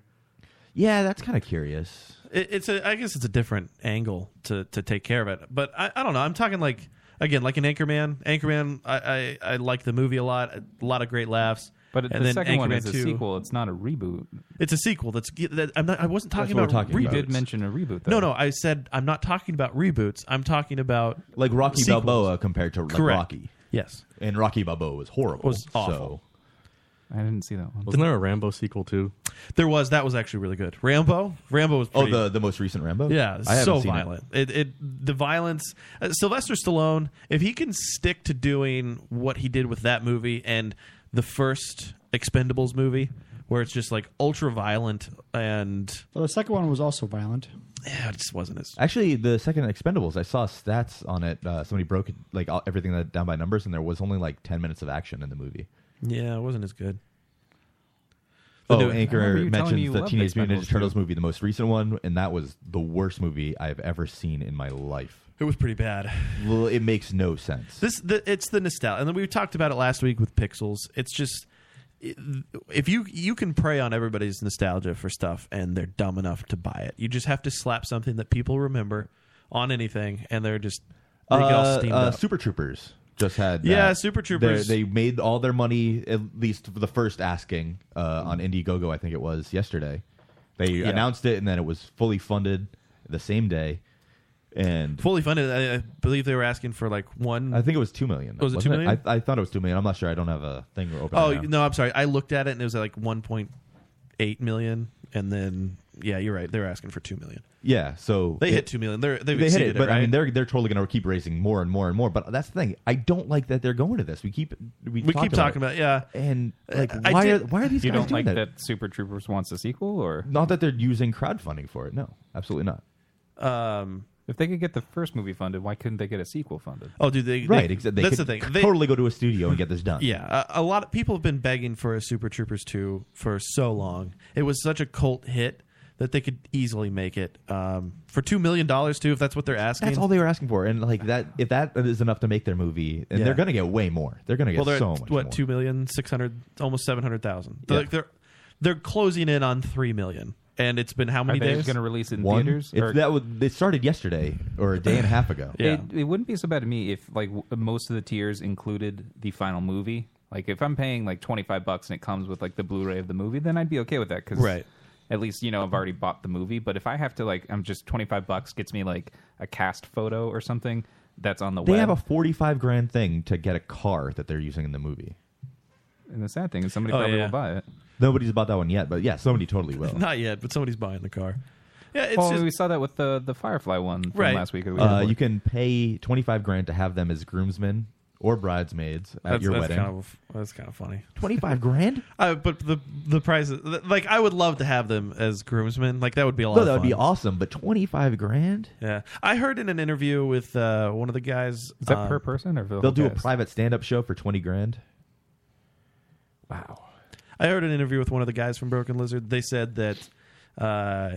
Yeah, that's kind of curious. it, it's a I guess it's a different angle to to take care of it. But I, I don't know. I'm talking like again like an Anchorman. Anchorman. I I, I like the movie a lot. A lot of great laughs. But and the then second Anchorman one is a 2. sequel. It's not a reboot. It's a sequel. That's that, I'm not. I wasn't talking what about we're talking reboots. about. You did mention a reboot, though. No, no. I said I'm not talking about reboots. I'm talking about Like Rocky Sequels. Balboa compared to like, Correct. Rocky, yes. and Rocky Balboa was horrible. Was awful. I didn't see that one. Wasn't there a Rambo sequel too? There was that was actually really good. Rambo. Rambo was So. Oh, pretty, the the most recent Rambo. Yeah, I haven't so seen it. violent. It. It, the violence. Uh, Sylvester Stallone, if he can stick to doing what he did with that movie and the first Expendables movie, where it's just like ultra violent and Well, the second one was also violent. yeah, it just wasn't as Actually, the second Expendables, I saw stats on it. Uh, somebody broke it, like all- everything that down by numbers, and there was only like ten minutes of action in the movie. yeah, it wasn't as good. Oh, new- I remember Anchor you telling me you mentions the loved Teenage Mutant Expendables Ninja Turtles too. movie, the most recent one, and that was the worst movie I've ever seen in my life. It was pretty bad. Well, it makes no sense. This the, it's the nostalgia, and then we talked about it last week with Pixels. It's just it- if you you can prey on everybody's nostalgia for stuff, and they're dumb enough to buy it. You just have to slap something that people remember on anything, and they're just they get all Uh, steamed uh, up. Super Troopers just had Yeah, that. Super They're- Troopers. They made all their money, at least for the first asking uh, on Indiegogo, I think it was yesterday. They announced it, and then it was fully funded the same day. And Fully funded. I, I believe they were asking for like one. I think it was two million. Was it wasn't two million? I, I thought it was two million. I'm not sure. I don't have a thing open. oh right now. no, I'm sorry. I looked at it and it was like one point eight million, and then yeah, you're right. They're asking for two million. Yeah, so They hit two million. They're, they've they hit exceeded it, but I right? mean, they're they're totally going to keep raising more and more and more. But that's the thing. I don't like that they're going to this. We keep we, we keep talking about, yeah. and like I why are, did- why are these You guys don't doing like that? Super Troopers wants a sequel, or Not that they're using crowdfunding for it. No, absolutely not. Um, if they could get the first movie funded, why couldn't they get a sequel funded? oh, dude, they, Right, they- exactly. That's the thing. They, totally go to a studio and get this done. Yeah, a, a lot of people have been begging for a Super Troopers 2 for so long. It was such a cult hit that they could easily make it um, for two million dollars too, if that's what they're asking. That's all they were asking for, and like that. If that is enough to make their movie, and Yeah. they're gonna get way more. They're gonna get well, they're so at, much. what more. two million six hundred, almost seven hundred thousand. Yeah. Like they're they're closing in on three million, and it's been how Are many they days? going to release it in One? theaters? If Or- that was, it started yesterday or a day and a half ago. Yeah. It, it wouldn't be so bad to me if like w- most of the tiers included the final movie. Like if I'm paying like 25 bucks and it comes with like the Blu-ray of the movie, then I'd be okay with that cuz Right. at least you know I've already bought the movie, but if I have to like I'm just 25 bucks gets me like a cast photo or something that's on the They web. have a forty-five grand thing to get a car that they're using in the movie. and the sad thing is somebody Oh, probably yeah. will buy it. Nobody's bought that one yet, but yeah, somebody totally will. Not yet, but somebody's buying the car. Yeah, it's well, just, we saw that with the the Firefly one from Right. last week. or the week Uh, before. you can pay twenty-five grand to have them as groomsmen or bridesmaids at that's, your that's wedding. kind of that's kind of funny. Twenty-five grand? Uh, but the the prices, like I would love to have them as groomsmen. Like that would be a lot. No, of that would fun. be awesome. But twenty-five grand? Yeah, I heard in an interview with uh, one of the guys. is that um, per person or for the They'll whole do a cast? private stand-up show for twenty grand. Wow. I heard an interview with one of the guys from Broken Lizard. They said that uh,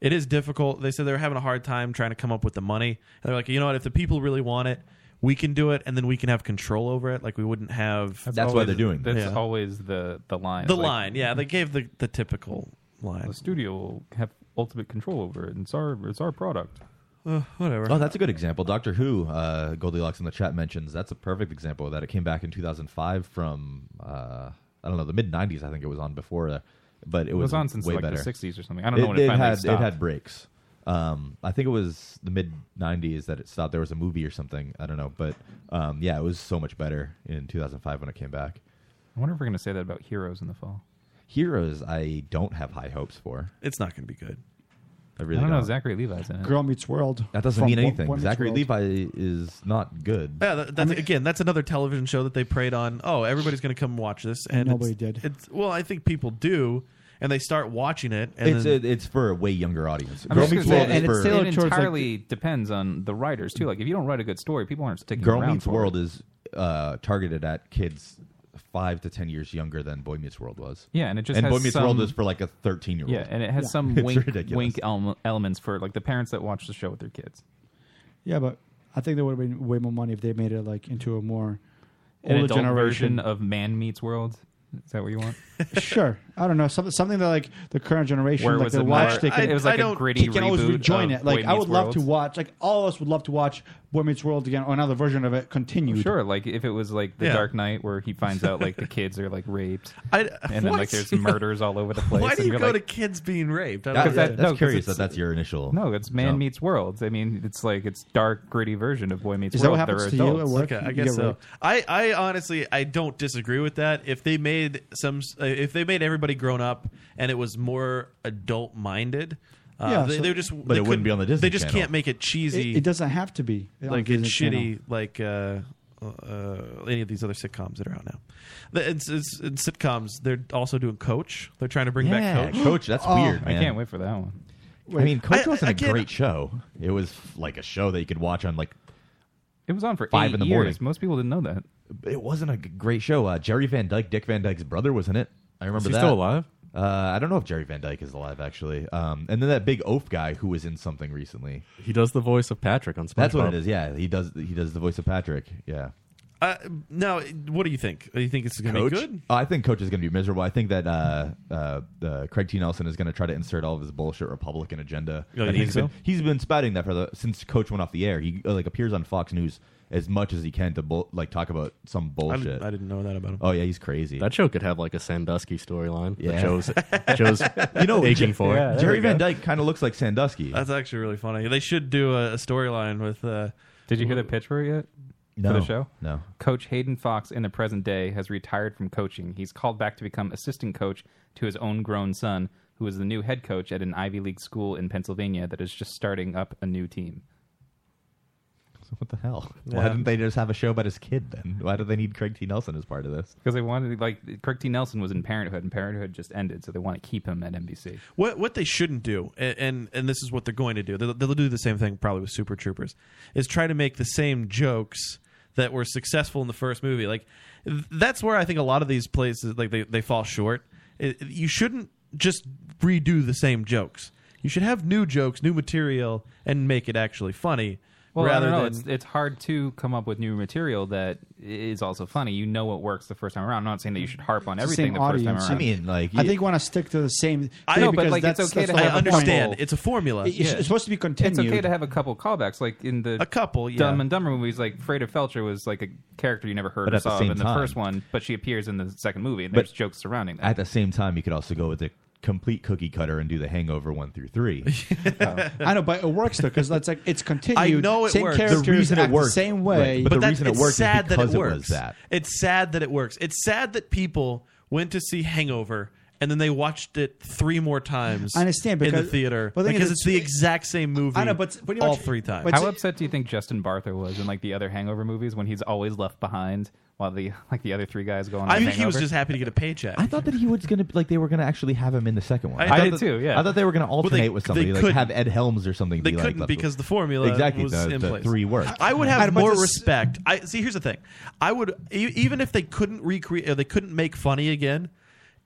it is difficult. They said they were having a hard time trying to come up with the money. And they're like, you know what? If the people really want it, we can do it, and then we can have control over it. Like we wouldn't have That's why they're doing Mhm. that. That's Yeah. always the the line. the It's like, line. Yeah, they gave the the typical line. the studio will have ultimate control over it. And it's our it's our product. Eh, Uh, whatever. Oh, that's a good example. Doctor Who, uh, Goldilocks in the chat mentions that's a perfect example of that. It came back in 2005 from uh, I don't know the mid 90s. I think it was on before, uh, but it, It was on since way like better. the '60s or something. I don't know it, when it, it finally had stopped. it had breaks. Um, I think it was the mid '90s that it stopped. There was a movie or something. I don't know, but um, yeah, it was so much better in 2005 when it came back. I wonder if we're gonna say that about Heroes in the fall. Heroes, I don't have high hopes for. It's not going to be good. I really I don't know. don't. Zachary Levi's in it. Girl Meets World. That doesn't from mean Boy- anything. Boy Meets Zachary World. Levi is not good. Yeah, that, that's again. That's another television show that they preyed on. Oh, everybody's going to come watch this, and Nobody it's- did. It's well, I think people do, and they start watching it, and It's then, it, it's for a way younger audience. I'm just Girl Meets gonna say, World is and for- it's still, it Taylor Short's like- entirely depends on the writers too. Like if you don't write a good story, people aren't sticking Girl around. Meets for World it. is uh, targeted at kids five to ten years younger than Boy Meets World was. Yeah, and it just and has Boy Meets some- World is for like a thirteen year old. yeah, and it has Yeah. some It's wink ridiculous. wink ele- elements for like the parents that watch the show with their kids. Yeah, but I think there would have been way more money if they made it like into a more An older adult version generation. of Man Meets World. Is that what you want? sure, I don't know something something that like the current generation Where like was they it? watch. more- They it can, was I like a don't- gritty they can reboot. always rejoin of it. Like Boy I would Meets love World. to watch. Like all of us would love to watch Boy Meets World again or another version of it Oh, continued. Sure, like if it was like The Yeah. Dark Knight, where he finds out like the kids are like raped, I- and then what? like there's murders all over the place. Why do and you you're go to like, kids being raped? I That- don't that- that's no, 'cause curious it's- that that's your initial. No, it's man jump. meets worlds. I mean, it's like it's dark, gritty version of Boy Meets Is that World. what happens They're to you adults. at work? Okay, I You guess get so. raped. I, I honestly, I don't disagree with that. If they made some, uh, if they made everybody grown up and it was more adult minded, uh, Yeah, they, so- they just, But they it wouldn't couldn't- be on the Disney They just Channel. can't make it cheesy, It, it doesn't have to be on like and Disney Channel. shitty, like uh, uh, any of these other sitcoms that are out now. The, it's, it's, in sitcoms, they're also doing Coach. They're trying to bring Yeah, back Coach. Coach. that's weird. I Man. can't wait for that one. I mean, Coach I- wasn't I a can't- great show. It was like a show that you could watch on like. It was on for Five eight in the years. morning. Most people didn't know that. It wasn't a g- great show. Uh, Jerry Van Dyke, Dick Van Dyke's brother, was in it. I remember Is he that. still alive? Uh, I don't know if Jerry Van Dyke is alive actually. Um, and then that big oaf guy who was in something recently. He does the voice of Patrick on SpongeBob. That's what it is. Yeah, he does. He does the voice of Patrick. Yeah, Uh, now, what do you think? Do you think it's going to be good? Oh, I think Coach is going to be miserable. I think that uh, uh, uh, Craig T. Nelson is going to try to insert all of his bullshit Republican agenda. Oh, you and think he's been so? he's been spouting that for the since Coach went off the air. He uh, like appears on Fox News as much as he can to bull, like talk about some I, bullshit. didn't- I didn't know that about him. oh yeah, he's crazy. That show could have like a Sandusky storyline. Yeah. Yeah. Joe's, Joe's you know, aching for. yeah. there Jerry we Van go. Dyke kind of looks like Sandusky. That's actually really funny. They should do a, a storyline with. Uh, Did you hear the pitch for it yet? no, for the show? No. Coach Hayden Fox in the present day has retired from coaching. He's called back to become assistant coach to his own grown son, who is the new head coach at an Ivy League school in Pennsylvania that is just starting up a new team. So what the hell? Why Yeah. didn't they just have a show about his kid then? Why do they need Craig T. Nelson as part of this? Because they wanted, like, Craig T. Nelson was in Parenthood, and Parenthood just ended, so they want to keep him at NBC. What what they shouldn't do, and and, and this is what they're going to do. They'll, they'll do the same thing probably with Super Troopers, is try to make the same jokes that were successful in the first movie. Like th- that's where I think a lot of these places like they they fall short. It- it- you shouldn't just redo the same jokes. You should have new jokes, new material, and make it actually funny. Well, I rather don't know. than It's, it's hard to come up with new material that is also funny. You know what works the first time around. I'm not saying that you should harp on It's the everything same the, first time audience. around. I mean, I think want to stick to the same. I thing know, but, because like, it's that's- okay that's to the have whole a point. understand. It's a formula. It's Yeah. supposed to be continued. It's okay to have a couple callbacks, like in the a couple. Yeah. Dumb and Dumber movies. Like Freda Felcher was like a character you never heard But or at the saw of same in the time- first one, but she appears in the second movie, and But- there's jokes surrounding that. At the same time, you could also go with the complete cookie cutter and do the Hangover one through three. I know, but it works though because that's like it's continued. know it same works. The Characters reason it act works- the same way. right, but the that- reason it it's works is sad because that it it works. was that. It's sad that it works. It's sad that people went to see Hangover and then they watched it three more times. I understand, in the because- theater but the thing because is, it's the it's- exact same movie. I know, but pretty all much- three times. but- How upset do you think Justin Bartha was in like the other Hangover movies when he's always left behind while the like the other three guys go on? I the think he was Hangover? just happy to get a paycheck. I thought that he was gonna like they were gonna actually have him in the second one. I- thought I did that- too, yeah. I thought they were gonna they- alternate with they somebody, like couldn't. have Ed Helms or something. They be like, couldn't "Let's- because the formula exactly was the, in the place. three words. I would I have don't know, but more this- respect. I see. Here's the thing. I would e- even if they couldn't recreate, or they couldn't make funny again.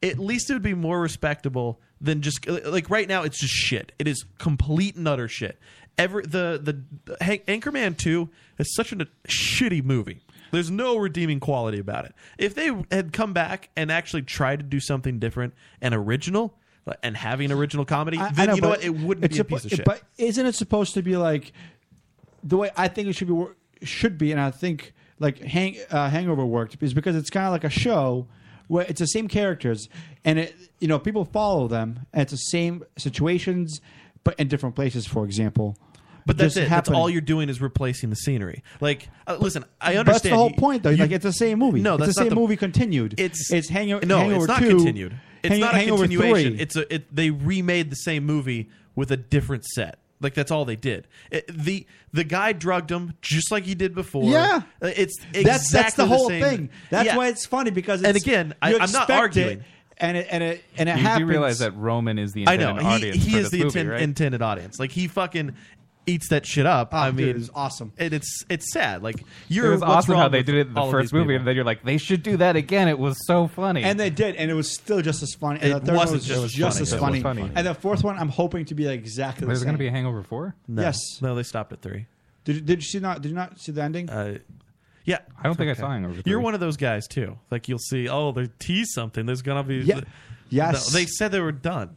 At least it would be more respectable than just uh, like right now. It's just shit. It is complete and utter shit. Every the the, the Hank, Anchorman Two is such a shitty movie. There's no redeeming quality about it. If they had come back and actually tried to do something different and original, like, and having an original comedy, I- I then know, you know but what? It wouldn't it's be a suppo- piece of shit. But isn't it supposed to be like the way I think it should be? wor- Should be, and I think like hang, uh, Hangover worked is because it's kind of like a show where it's the same characters, and it you know people follow them, and it's the same situations, but in different places. For example, But that's Just it. That's happening. all you're doing is replacing the scenery. Like, uh, listen, I understand. But that's the whole you- point, though. you- like it's the same movie. No, it's that's the not same the- movie continued. It's it's Hangover. No, Hangover it's not 2, continued. It's Hang- not a Hangover continuation. 3. It's a. It, they remade the same movie with a different set. Like that's all they did. It- the the guy drugged him just like he did before. Yeah. Uh, it's exactly that's that's the whole same- thing. That's Yeah. why it's funny because it's, And again, I- you I'm not expect arguing. It, and it and it and it You happens. do realize that Roman is the I intended know he, audience he for this is the movie, inten- right? intended audience. Like he fucking eats that shit up. Oh, I mean, dude, it's awesome. And it's it's sad. Like you're it was what's awesome wrong how they with did it in all the of first these movie, people? and then you're like, they should do that again. It was so funny. And they did, and it was still just as funny. And It the third wasn't one was just as funny. as It was funny. funny. And the fourth one, I'm hoping to be like exactly there's the going same. to be a Hangover Four. No. Yes. no, they stopped at three. did, did you see not? Did you not see the ending? Uh, yeah, I don't think I saw Hangover. 3. You're one of those guys too. Like you'll see, oh, they tease something. There's gonna be Yeah. Yes. No, they said they were done.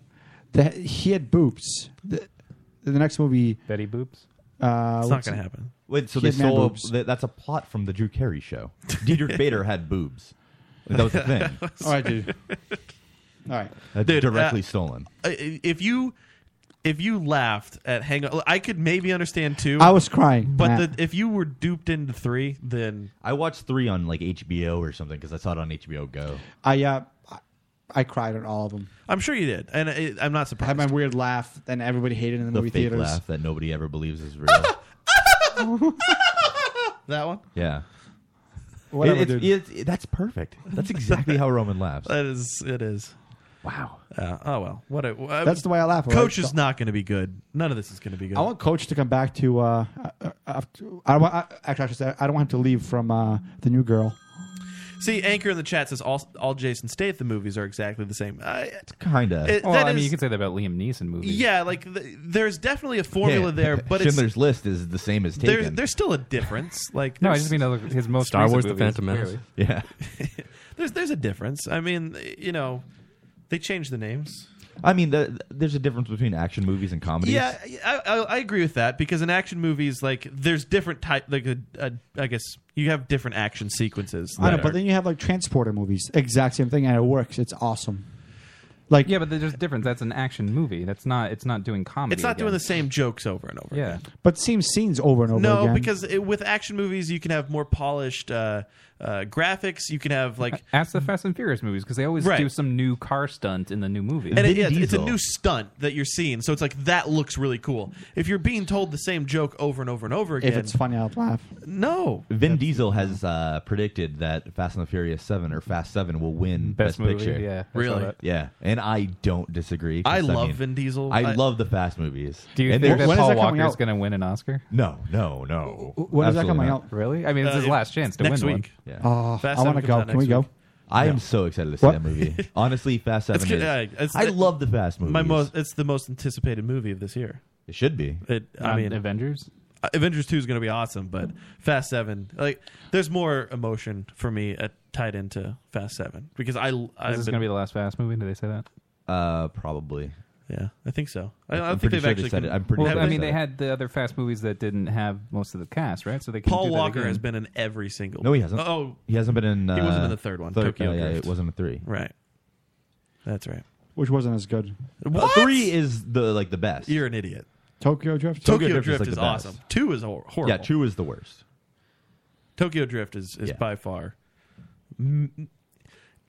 The- he had boobs. The, the next movie. Betty Boops. Uh, It's not what's- gonna happen. Wait, so He they had man stole boobs. that, that's a plot from the Drew Carey show. Diedrich Bader had boobs. Like, that was the thing. All right, dude. All right. That's Dude, directly uh, stolen. I- If you if you laughed at Hang, I could maybe understand two. I was crying, but Matt. the, if you were duped into three, then I watched three on like HBO or something because I saw it on HBO Go. I uh, I- I cried on all of them. I'm sure you did, and I, I'm not I surprised. had my weird laugh, and everybody hated it in the, The movie fake theaters. laugh that nobody ever believes is real. that one. yeah, Whatever, It- it's- dude. it's- it- that's perfect. That's exactly how Roman laughs. That is, it is. Wow. Uh, oh well, what? A, uh, That's the way I laugh. all right? Coach is not going to be good. None of this is going to be good. I want Coach to come back to. Uh, uh, after, I, want- I, actually, actually, I don't want him to leave from uh, the new girl. See, anchor in the chat says all all Jason Statham movies are exactly the same. I, Kinda. it- Well, that I mean, is- you can say that about Liam Neeson movies. yeah, like th- there's definitely a formula there, but it's Schindler's List is the same as there's Taken. there's still a difference. Like No, I there's- just mean uh, his most Star recent Wars: The movies, Phantom Menace. clearly. yeah. there's there's a difference. I mean, you know, they changed the names. I mean, the, there's a difference between action movies and comedies. Yeah, I, I, I agree with that because in action movies, like there's different type. Like a, a, I guess you have different action sequences. I know, that but are- then you have like transporter movies, exact same thing, and it works. It's awesome. Like yeah, but there's a difference. That's an action movie. That's not. It's not doing comedy. It's not doing again. the same jokes over and over. Yeah. but same scenes over and over No, again. because it, with action movies, you can have more polished uh, uh, graphics. You can have like, Ask the Fast and Furious movies because they always Right. do some new car stunt in the new movie. and it, Vin yeah, it's- it's a Diesel. new stunt that you're seeing. So it's like that looks really cool. If you're being told the same joke over and over and over again, if it's funny, I'll laugh. no, Vin Diesel has uh, predicted that Fast and the Furious Seven or Fast Seven will win Best, Best movie. Picture. Yeah. I saw Really? that. Yeah, and I don't disagree. 'cause, I love mean, Vin Diesel. I, love the fast movies. Do you And think there's- that when is Paul that coming Walker is out? going to win an Oscar? No, no, no. When is that Absolutely coming not. out? Really? I mean, it's Uh, his it- last chance to next win week. Yeah. Oh, Fast I Seven want to comes go. out Can we next go? week. I am so excited to see What? that movie. Honestly, Fast Seven. It's good- is- yeah, it's- I it- love the Fast movies. My most, it's the most anticipated movie of this year. It should be. It, one. I Um, mean, uh, Avengers. Avengers Two is going to be awesome, but Fast Seven, like, there's more emotion for me at, tied into Fast Seven because I, Is I've this been- going to be the last Fast movie? Did they say that? Uh, probably. yeah, I think so. I, I I'm don't think pretty they've sure they actually. said con- it. I'm pretty Well, sure I mean, said they it. had the other Fast movies that didn't have most of the cast, right? So they can Paul do that Walker again. has been in every single. No, he hasn't. Oh, He hasn't been in. Uh, He wasn't in the third one, Tokyo uh, yeah, Drift. it wasn't a three. right. That's right. Which wasn't as good. Uh, three is the like the best. You're an idiot. Tokyo Drift. Tokyo, Drift is, Drift like, is, the best. awesome. Two is hor- horrible. yeah, two is the worst. Tokyo Drift is, is Yeah. by far. m-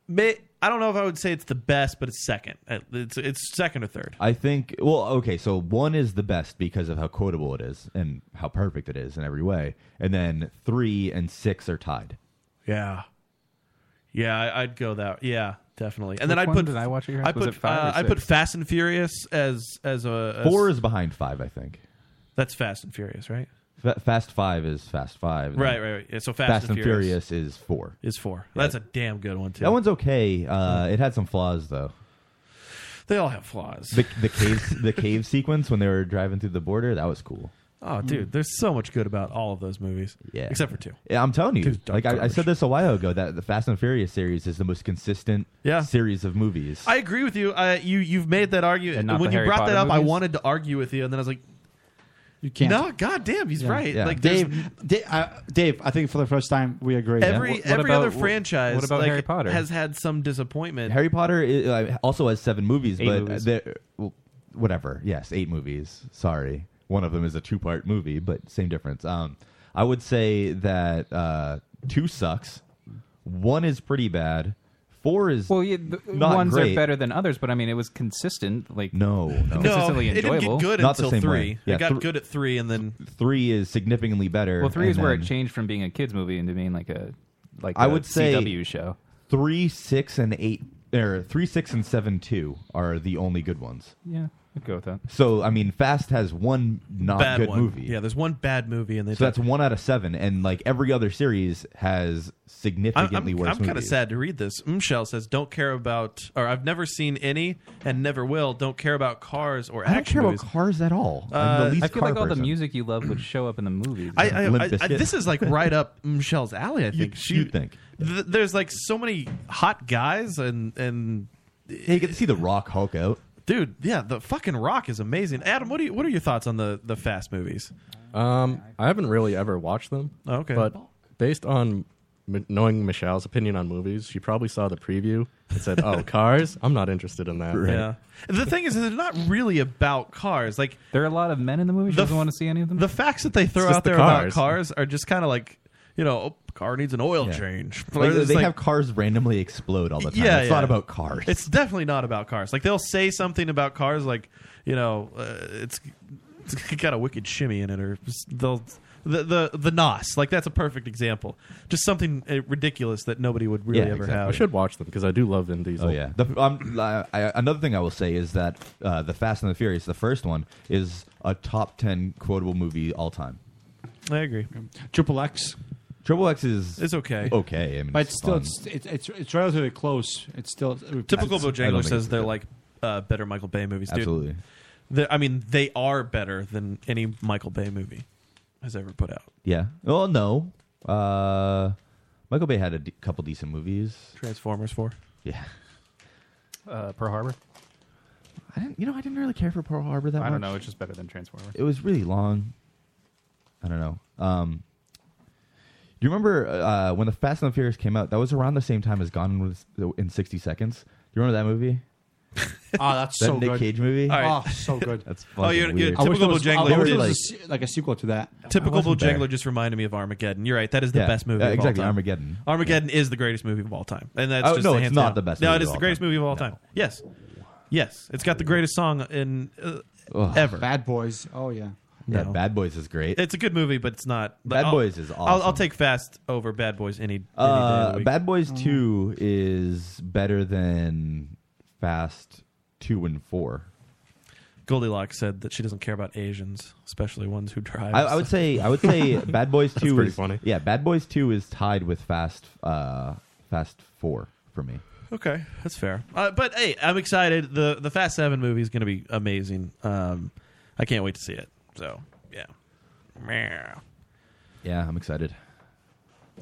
May, I don't know if I would say it's the best, but it's second. Uh, It's it's second or third. I think. Well, okay, so one is the best because of how quotable it is and how perfect it is in every way, and then three and six are tied. Yeah, yeah, I, I'd go that. Yeah, definitely. And then Which I'd one put. did I watch it here? I Was put. it five or uh, I put six? Fast and Furious as as a as- Four is behind five, I think. That's Fast and Furious, right? Fa Fast Five is Fast Five. and Right, right, right. Yeah, so Fast, Fast and Furious is four. is four. That's a damn good one too. That one's okay. Uh, it had some flaws though. They all have flaws. The the cave the cave sequence when they were driving through the border that was cool. oh, dude, there's so much good about all of those movies. Yeah. except for two. Yeah, I'm telling you, Dude, like I, I garbage. said this a while ago, that the Fast and Furious series is the most consistent Yeah. series of movies. I agree with you. I, you you've made that And argument. not When you the Harry brought that Potter up, I movies? wanted to argue with you, and then I was like, You can't. no, goddamn, he's right. Yeah. Like there's- Dave. Da- uh, Dave. I think for the first time we agree. every What- what every about- other what- franchise, what about like, Harry Potter? has had some disappointment. Harry Potter i uh, also has seven movies, Eight but movies. they're- well, whatever. Yes, eight movies. Sorry, one of them is a two part movie, but same difference. Um, I would say that uh, two sucks. One is pretty bad. Four is Well, yeah, the, not ones great. are better than others, but I mean, it was consistent. Like No, no. no, consistently it didn't enjoyable. get good Not the until same three. way. Yeah, it got thr- good at three, and then Three is significantly better. Well, three and is where it then changed from being a kids movie into being like a like I a would say- CW show. Three, six, and eight, or three, six, and seven, two are the only good ones. Yeah, I'd go with that. So I mean, Fast has one not bad good one. movie. Yeah, there's one bad movie, and they. So that's one out of seven, and like every other series has I'm, significantly I'm, worse. I'm kind of movies. sad to read this. Michelle says, "Don't care about, or I've never seen any, and never will. Don't care about cars or I don't action care movies. about cars at all. Uh, I'm the least I feel car like all the person. music you love would show up in the movies. I, I, Limp I- I- Bizkit. this is like right up Michelle's alley. I think You'd- she you'd think. th- there's like so many hot guys and and Hey, you get to see the Rock Hulk out. dude, yeah, the fucking Rock is amazing. Adam, what do you what are your thoughts on the the Fast movies? Uh, Um, I haven't really ever watched them. Oh, Okay. But based on m- knowing Michelle's opinion on movies, she probably saw the preview and said, "Oh, cars? I'm not interested in that." Yeah, the thing is, they're not really about cars. Like there are a lot of men in the movie. She The doesn't f- want to see any of them. the facts that they throw just out the there about cars. cars are just kind of like you know, oh, car needs an oil Yeah. change. Like, It's they like- have cars randomly explode all the time. Yeah, it's yeah. not about cars. It's definitely not about cars. Like they'll say something about cars, like you know, uh, it's, it's got a wicked shimmy in it, or they'll the the the nos. Like that's a perfect example. Just something uh, ridiculous that nobody would really Yeah, ever exactly. I have. should watch them because I do love Vin Diesel. Oh yeah. The, um, I, I, another thing I will say is that uh, the Fast and the Furious, the first one, is a top ten quotable movie all time. I agree. Triple X. Triple X is It's okay. Okay, I mean, But it's still, fun. it's, it's it's it's relatively close. It's still Typical I don't Bojangler think says it's they're good. like uh, better Michael Bay movies. Dude, absolutely. They're- I mean, they are better than any Michael Bay movie has ever put out. Yeah. Well, no. Uh, Michael Bay had a d- couple decent movies. Transformers Four. Yeah. uh, Pearl Harbor. I didn't. You know, I didn't really care for Pearl Harbor that I much. don't know. It's just better than Transformer. It was really long. I don't know. Um, do you remember uh, when the Fast and the Furious came out? That was around the same time as Gone in, in sixty seconds. Do you remember that movie? Oh, that's That so Nick good. Cage movie? All right. Oh, so good. That's fucking Oh, you're- you're weird. I wish there Typical was, I Bojangles wish there is- was a se- like a sequel to that. Typical wasn't there. Bojangler just reminded me of Armageddon. You're right. That is the Yeah. best movie. Yeah, of all exactly, time. Armageddon. Armageddon is the greatest movie of all time, and that's Oh, just no, a it's hands not down. the best No, movie it of is the all greatest time. movie of all No. time. Yes, yes, it's got the greatest song in uh, Ugh. ever. Bad Boys. Oh yeah. Yeah, No. Bad Boys is great. It's a good movie, but it's not. but Bad I'll- Boys is I'll, I'll awesome. take Fast over Bad Boys any, any day of the Uh, week. Bad Boys Mm. Two is better than Fast Two and Four. Goldilocks said that she doesn't care about Asians, especially ones who drive. I, I would say I would say Bad Boys Two pretty is funny. Yeah, Bad Boys Two is tied with Fast uh, Fast Four for me. Okay, that's fair. Uh, but hey, I'm excited. the The Fast Seven movie is going to be amazing. Um, I can't wait to see it. So yeah, Meow. Yeah, I'm excited.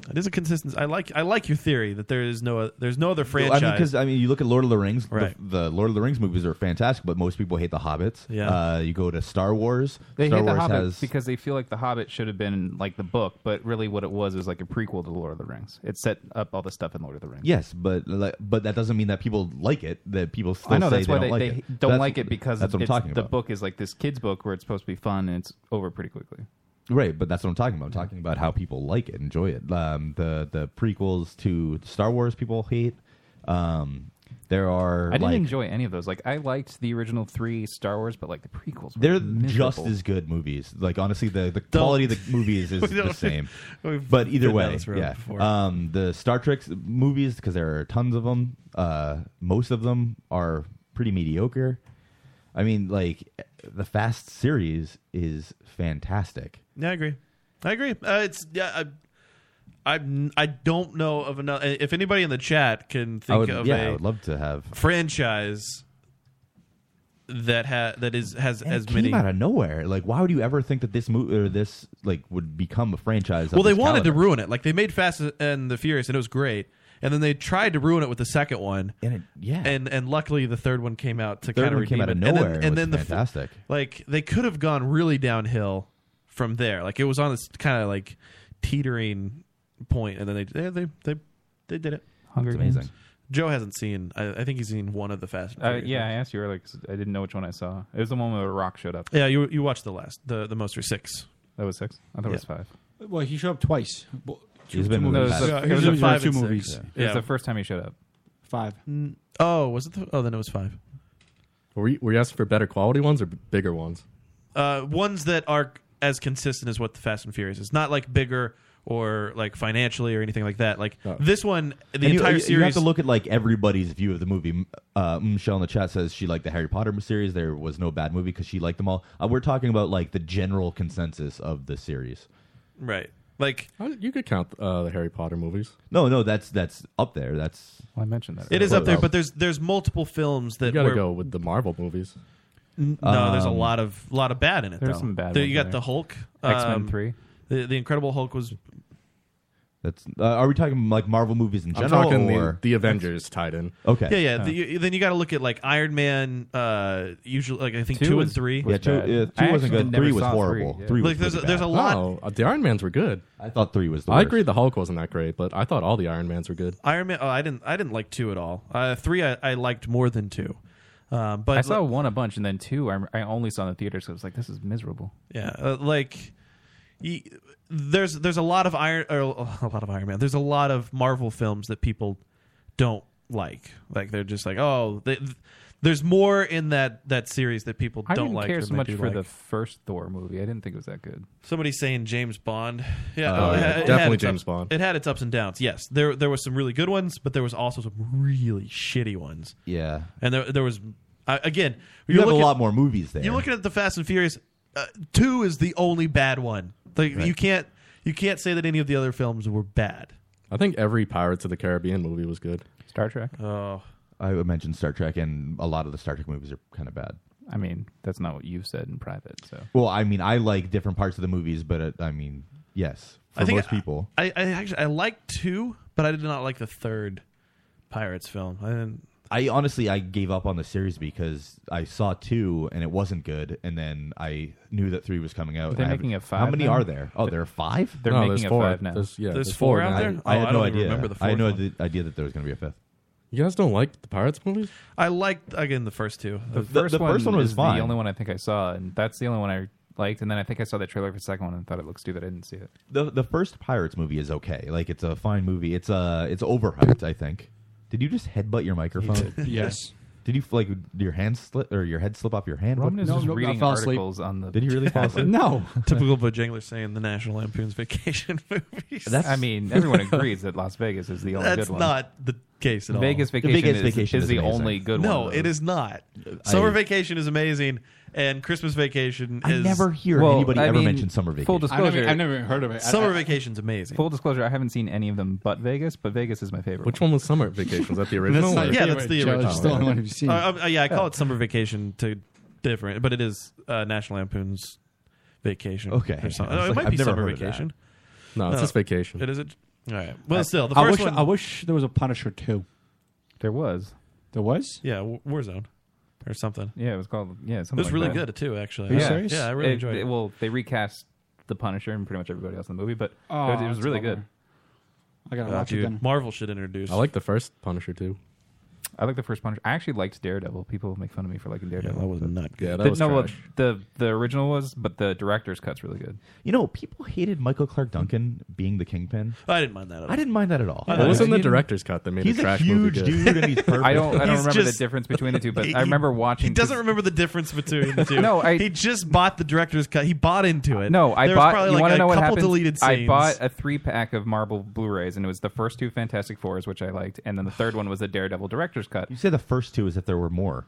it is a consistency. I like I like your theory that there is no there's no other Well, franchise. I mean, because I mean, you look at Lord of the Rings. the- Right. The, Lord of the Rings movies are fantastic, but most people hate the Hobbits. Yeah. Uh, you go to Star Wars. They Star hate Wars the Hobbit has because they feel like the Hobbit should have been like the book, but really what it was is like a prequel to Lord of the Rings. It set up all the stuff in Lord of the Rings. yes, but like, but that doesn't mean that people like it. That people still I know say that's they why don't they, like they don't it. That's- like it because that's what I'm it's- talking the about. book is like this kid's book where it's supposed to be fun and it's over pretty quickly. Right, but that's what I'm talking about. I'm talking about how people like it, enjoy it. Um, the the prequels to Star Wars people hate. Um, there are I didn't like, enjoy any of those. Like I liked the original three Star Wars, but like the prequels, were They're just miserable. as good movies. Like honestly, the, the quality of the movies is don't- the same. We've But been either down way, this road yeah. before. Um, the Star Trek movies, because there are tons of them. Uh, most of them are pretty mediocre. I mean, like the Fast series is fantastic. yeah, I agree. I agree. Uh, it's yeah. I, I I don't know of another. If anybody in the chat can think I would, of yeah, a I would love to have. franchise that ha- that is has And as it came many. out of nowhere. Like, why would you ever think that this movie or this like would become a franchise? of Well, they this wanted to caliber? ruin it. Like they made Fast and the Furious, and it was great. And then they tried to ruin it with the second one. And it- yeah. And and luckily the third one came out to Third kind of one came out of nowhere And and then, then was the f- fantastic. like they could have gone really downhill from there. Like it was on this kind of like teetering point, and then they they they they, they did it. Hunger It's Games. amazing. Joe hasn't seen. I, I think he's seen one of the Fast. And Uh, Furious yeah, I ones. asked you earlier because I didn't know which one I saw. It was the one where The Rock showed up. yeah. You you watched the last the the most or six. That was six. I thought it was Yeah. five. Well, he showed up twice. Well, two- He's been two in the movies. past. No, it was a- He it was was a in five two and six. movies. It Yeah. was the first time he showed up. Five. Oh, was it? The, oh, then it was five. Were you, were you asking for better quality ones or b- bigger ones? uh, ones that are as consistent as what the Fast and Furious is. Not like bigger or like financially or anything like that. Like Oh. this one, the And you- entire you, series. You have to look at like everybody's view of the movie. Uh, Michelle in the chat says she liked the Harry Potter series. There was no bad movie because she liked them all. Uh, we're talking about like the general consensus of the series. right. Like Uh, You could count uh, the Harry Potter movies. No, no, that's that's up there. That's Well, I mentioned that. it is up there, Close. but there's there's multiple films that You gotta were, go with the Marvel movies. n- no. there's a Um, lot of lot of bad in it. There's though. some bad There, ones you in got the there. Hulk, X Men um, Three. The, the Incredible Hulk was that's. Uh, are we talking like Marvel movies in I'm general? talking the, or- the Avengers tied in. okay. yeah yeah. The, you, then you got to look at like Iron Man. Uh, usually like I think two, Two and is- three. Yeah, was two, bad. uh, I two wasn't actually good. never Three was saw horrible. three, Three, yeah. was Like there's a, really there's a bad. lot. Oh, uh, the Iron Mans were good. I thought three was the I worst. agree the Hulk wasn't that great, but I thought all the Iron Mans were good. Iron Man. Oh, I didn't I didn't like two at all. Uh, three I, I liked more than two. Um, but I saw one a bunch, and then two I, I only saw in the theater, so I was like, "This is miserable." Yeah, uh, like y there's there's a lot of Iron or a lot of Iron Man. There's a lot of Marvel films that people don't like. Like they're just like, oh, they, th- there's more in that that series that people I don't didn't like. care than so they much do for like. the first Thor movie. I didn't think it was that good. Somebody's saying James Bond. Yeah, Oh, it yeah, had- it had definitely its James ups- Bond. It had its ups and downs. Yes, there there was some really good ones, but there was also some really shitty ones. Yeah, And there there was I again, you have a lot more movies there. You're looking at the Fast and Furious. Uh, two is the only bad one. Like you can't you can't say that any of the other films were bad. I think every Pirates of the Caribbean movie was good. Star Trek. Oh, I mentioned Star Trek, and a lot of the Star Trek movies are kind of bad. I mean, that's not what you've said in private. So Well, I mean, I like different parts of the movies, but it, I mean, yes, for I think most people. I, I actually I liked two, but I did not like the third Pirates film. I didn't. I honestly, I gave up on the series because I saw two and it wasn't good, and then I knew that three was coming out. They're I haven't- making a five How many now? are there? Oh, there are five. they're no, making there's a four. five now. There's, yeah, There's four out now. there? I Oh, had I no don't even idea. remember the I had fourth no one. idea that there was going to be a fifth. You guys don't like the Pirates movies? I liked again the first two. The Uh, first, the first one was is fine. The only one I think I saw, and that's the only one I liked. And then I think I saw the trailer for the second one and thought it looked stupid. I didn't see it. the the first Pirates movie is okay. Like it's a fine movie. It's uh it's overhyped. I think. Did you just headbutt your microphone? did. Yes. you like did your hand slip or your head slip off your hand? Roman What- is no, just no, I reading fell asleep. articles on the. Did you really fall asleep? no. typical Bojangler saying the National Lampoon's Vacation movies. That's- I mean, everyone agrees that Las Vegas is the only That's good one. not the case at all. Vegas vacation, Vegas is, Vacation is is the amazing. only good one. No, of it those. is not. Summer Vacation is amazing, and Christmas Vacation I is never hear Well, anybody I ever mean, mention summer vacation. Full I've disclosure, never, I've never even heard of it. I- Summer I- Vacation's amazing. full disclosure, I haven't seen any of them but Vegas, but Vegas is my favorite. Which one was Summer Vacation? Was that the That's original? not or- your Yeah, that's the favorite, Joe. original. It's the only one you've seen. Uh, um, uh, yeah, I call it Summer Vacation to different, but it is uh, National Lampoon's Vacation. Okay. or something. I Oh, was it like, might I've be never Summer heard of that. Vacation. no, it's No. just Vacation. It is it. All right. Well, still the I first wish, one. I wish there was a Punisher too. There was. There was. yeah, W- Warzone or something. Yeah, it was called. Yeah, It something was like really that. good too, actually. you yeah. serious? Yeah, I really It- enjoyed it. it- Well, they recast the Punisher and pretty much everybody else in the movie, but Oh, it was, it was that's really bummer. good. I gotta Oh, watch it dude, then. Marvel should introduce. I like the first Punisher too. I like the first Punisher. I actually liked Daredevil. People make fun of me for liking Yeah, Daredevil. that was not good. Yeah, that The- was no, well, trash. the the original was, but the director's cut's really good. You know, people hated Michael Clark Duncan being the kingpin. I didn't mind that. At all. I didn't mind that at all. I It Well, wasn't the He didn't- director's cut that made He's a a trash huge movie good. dude, and he's perfect. I don't I don't He's remember just- the difference between the two, but He- I remember watching. He doesn't remember the difference between the two. No, I- he just bought the director's cut. He bought into it. No, I there bought. Was probably you like want a to know what couple happened? Deleted scenes. I bought a three pack of Marvel Blu-rays, and it was the first two Fantastic Fours, which I liked, and then the third one was the Daredevil director's cut. You say the first two as if there were more.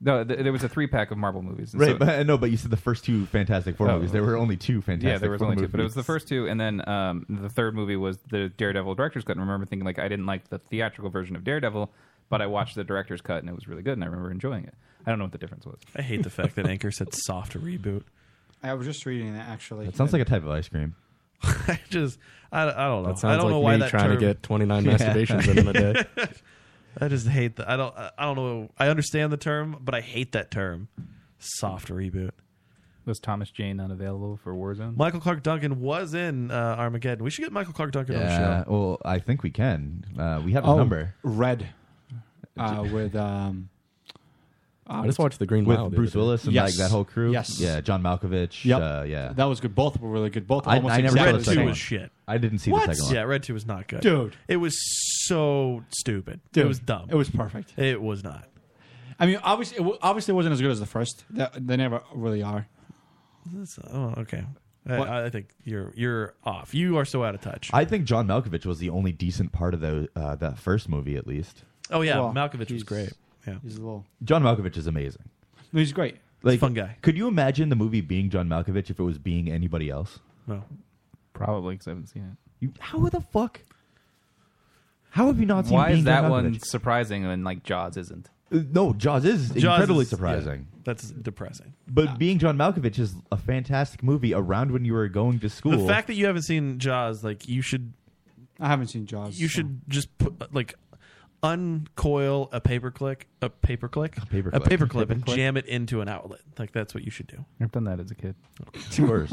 No, th- there was a three pack of Marvel movies, and Right, so- but no, but you said the first two Fantastic Four Oh. movies. There were only two Fantastic yeah, there was Four only two, movies. but it was the first two, and then um, the third movie was the Daredevil director's cut. And I remember thinking like I didn't like the theatrical version of Daredevil, but I watched the director's cut, and it was really good, and I remember enjoying it. I don't know what the difference was. I hate the fact that Anchor said soft reboot. I was just reading that actually. It sounds like a type of ice cream. I just, I, I don't know. That sounds I don't like know why me that trying term, to get 29 masturbations in, in a day. I just hate that. I don't. I I don't know. I understand the term, but I hate that term. Soft reboot. Was Thomas Jane unavailable for Warzone? Michael Clark Duncan was in uh, Armageddon. We should get Michael Clark Duncan on Yeah, well, I think we can. Uh, we have his oh, number Red, uh, with um, uh, I just watched The Green with Mile. the Bruce other day. Willis and Yes. like that whole crew. Yes. yeah, John Malkovich. Yep. Uh, yeah, that was good. Both were really good. Both I- almost I never the show. Yeah, exactly Red the Two the same. second was one. shit. I didn't see What? the second one. Yeah, Red Two was not good, Dude. It was so stupid. Dude, it was dumb. It was perfect. It was not. I mean, obviously, it w- obviously, it wasn't as good as the first. That, they never really are. That's, oh, okay. What? I, I think you're you're off. You are so out of touch. I think John Malkovich was the only decent part of the uh, that first movie, at least. oh yeah, Well, Malkovich was he's- great. Yeah, He's a little. John Malkovich is amazing. No, he's great. Like fun guy. Could you imagine the movie being John Malkovich if it was being anybody else? no. Probably because I haven't seen it. You, how the fuck? How have you not seen? Why being is that John one Malkovich? surprising and like Jaws isn't? Uh, No, Jaws is Jaws incredibly is- surprising. yeah, that's depressing. But being John Malkovich is a fantastic movie. Around when you were going to school, The fact that you haven't seen Jaws, like you should, I haven't seen Jaws. you so- should just put like uncoil a paper click, a paper click, a paperclip. a paper clip, and Paperclip. jam it into an outlet. Like that's what you should do. I've done that as a kid. it's worse.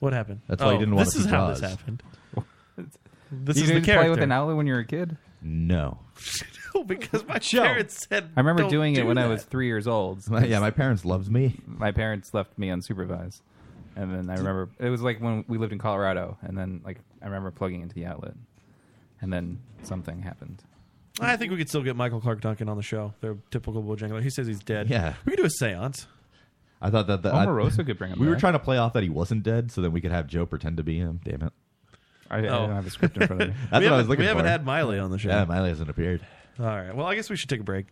What happened? Oh, That's why you didn't wanna This is see how Jaws. this happened. This you is the didn't play with character. an outlet when you were a kid. No, No, because my Joe. parents said. I remember "Don't doing it do when I that." was three years old. My- yeah, my parents loved me. my parents left me unsupervised. And then I remember it was like when we lived in Colorado, and then like I remember plugging into the outlet, and then something happened. I think we could still get Michael Clark Duncan on the show. They're typical Bojangler. He says he's dead. Yeah. we could do a séance. I thought that the, Omarosa I, could bring him We were back. trying to play off that he wasn't dead, so then we could have Joe pretend to be him. Damn it! I, I Oh. don't have a script in front of me. we That's what I haven't- was looking We for. haven't had Miley on the show. yeah, Miley hasn't appeared. All right. Well, I guess we should take a break.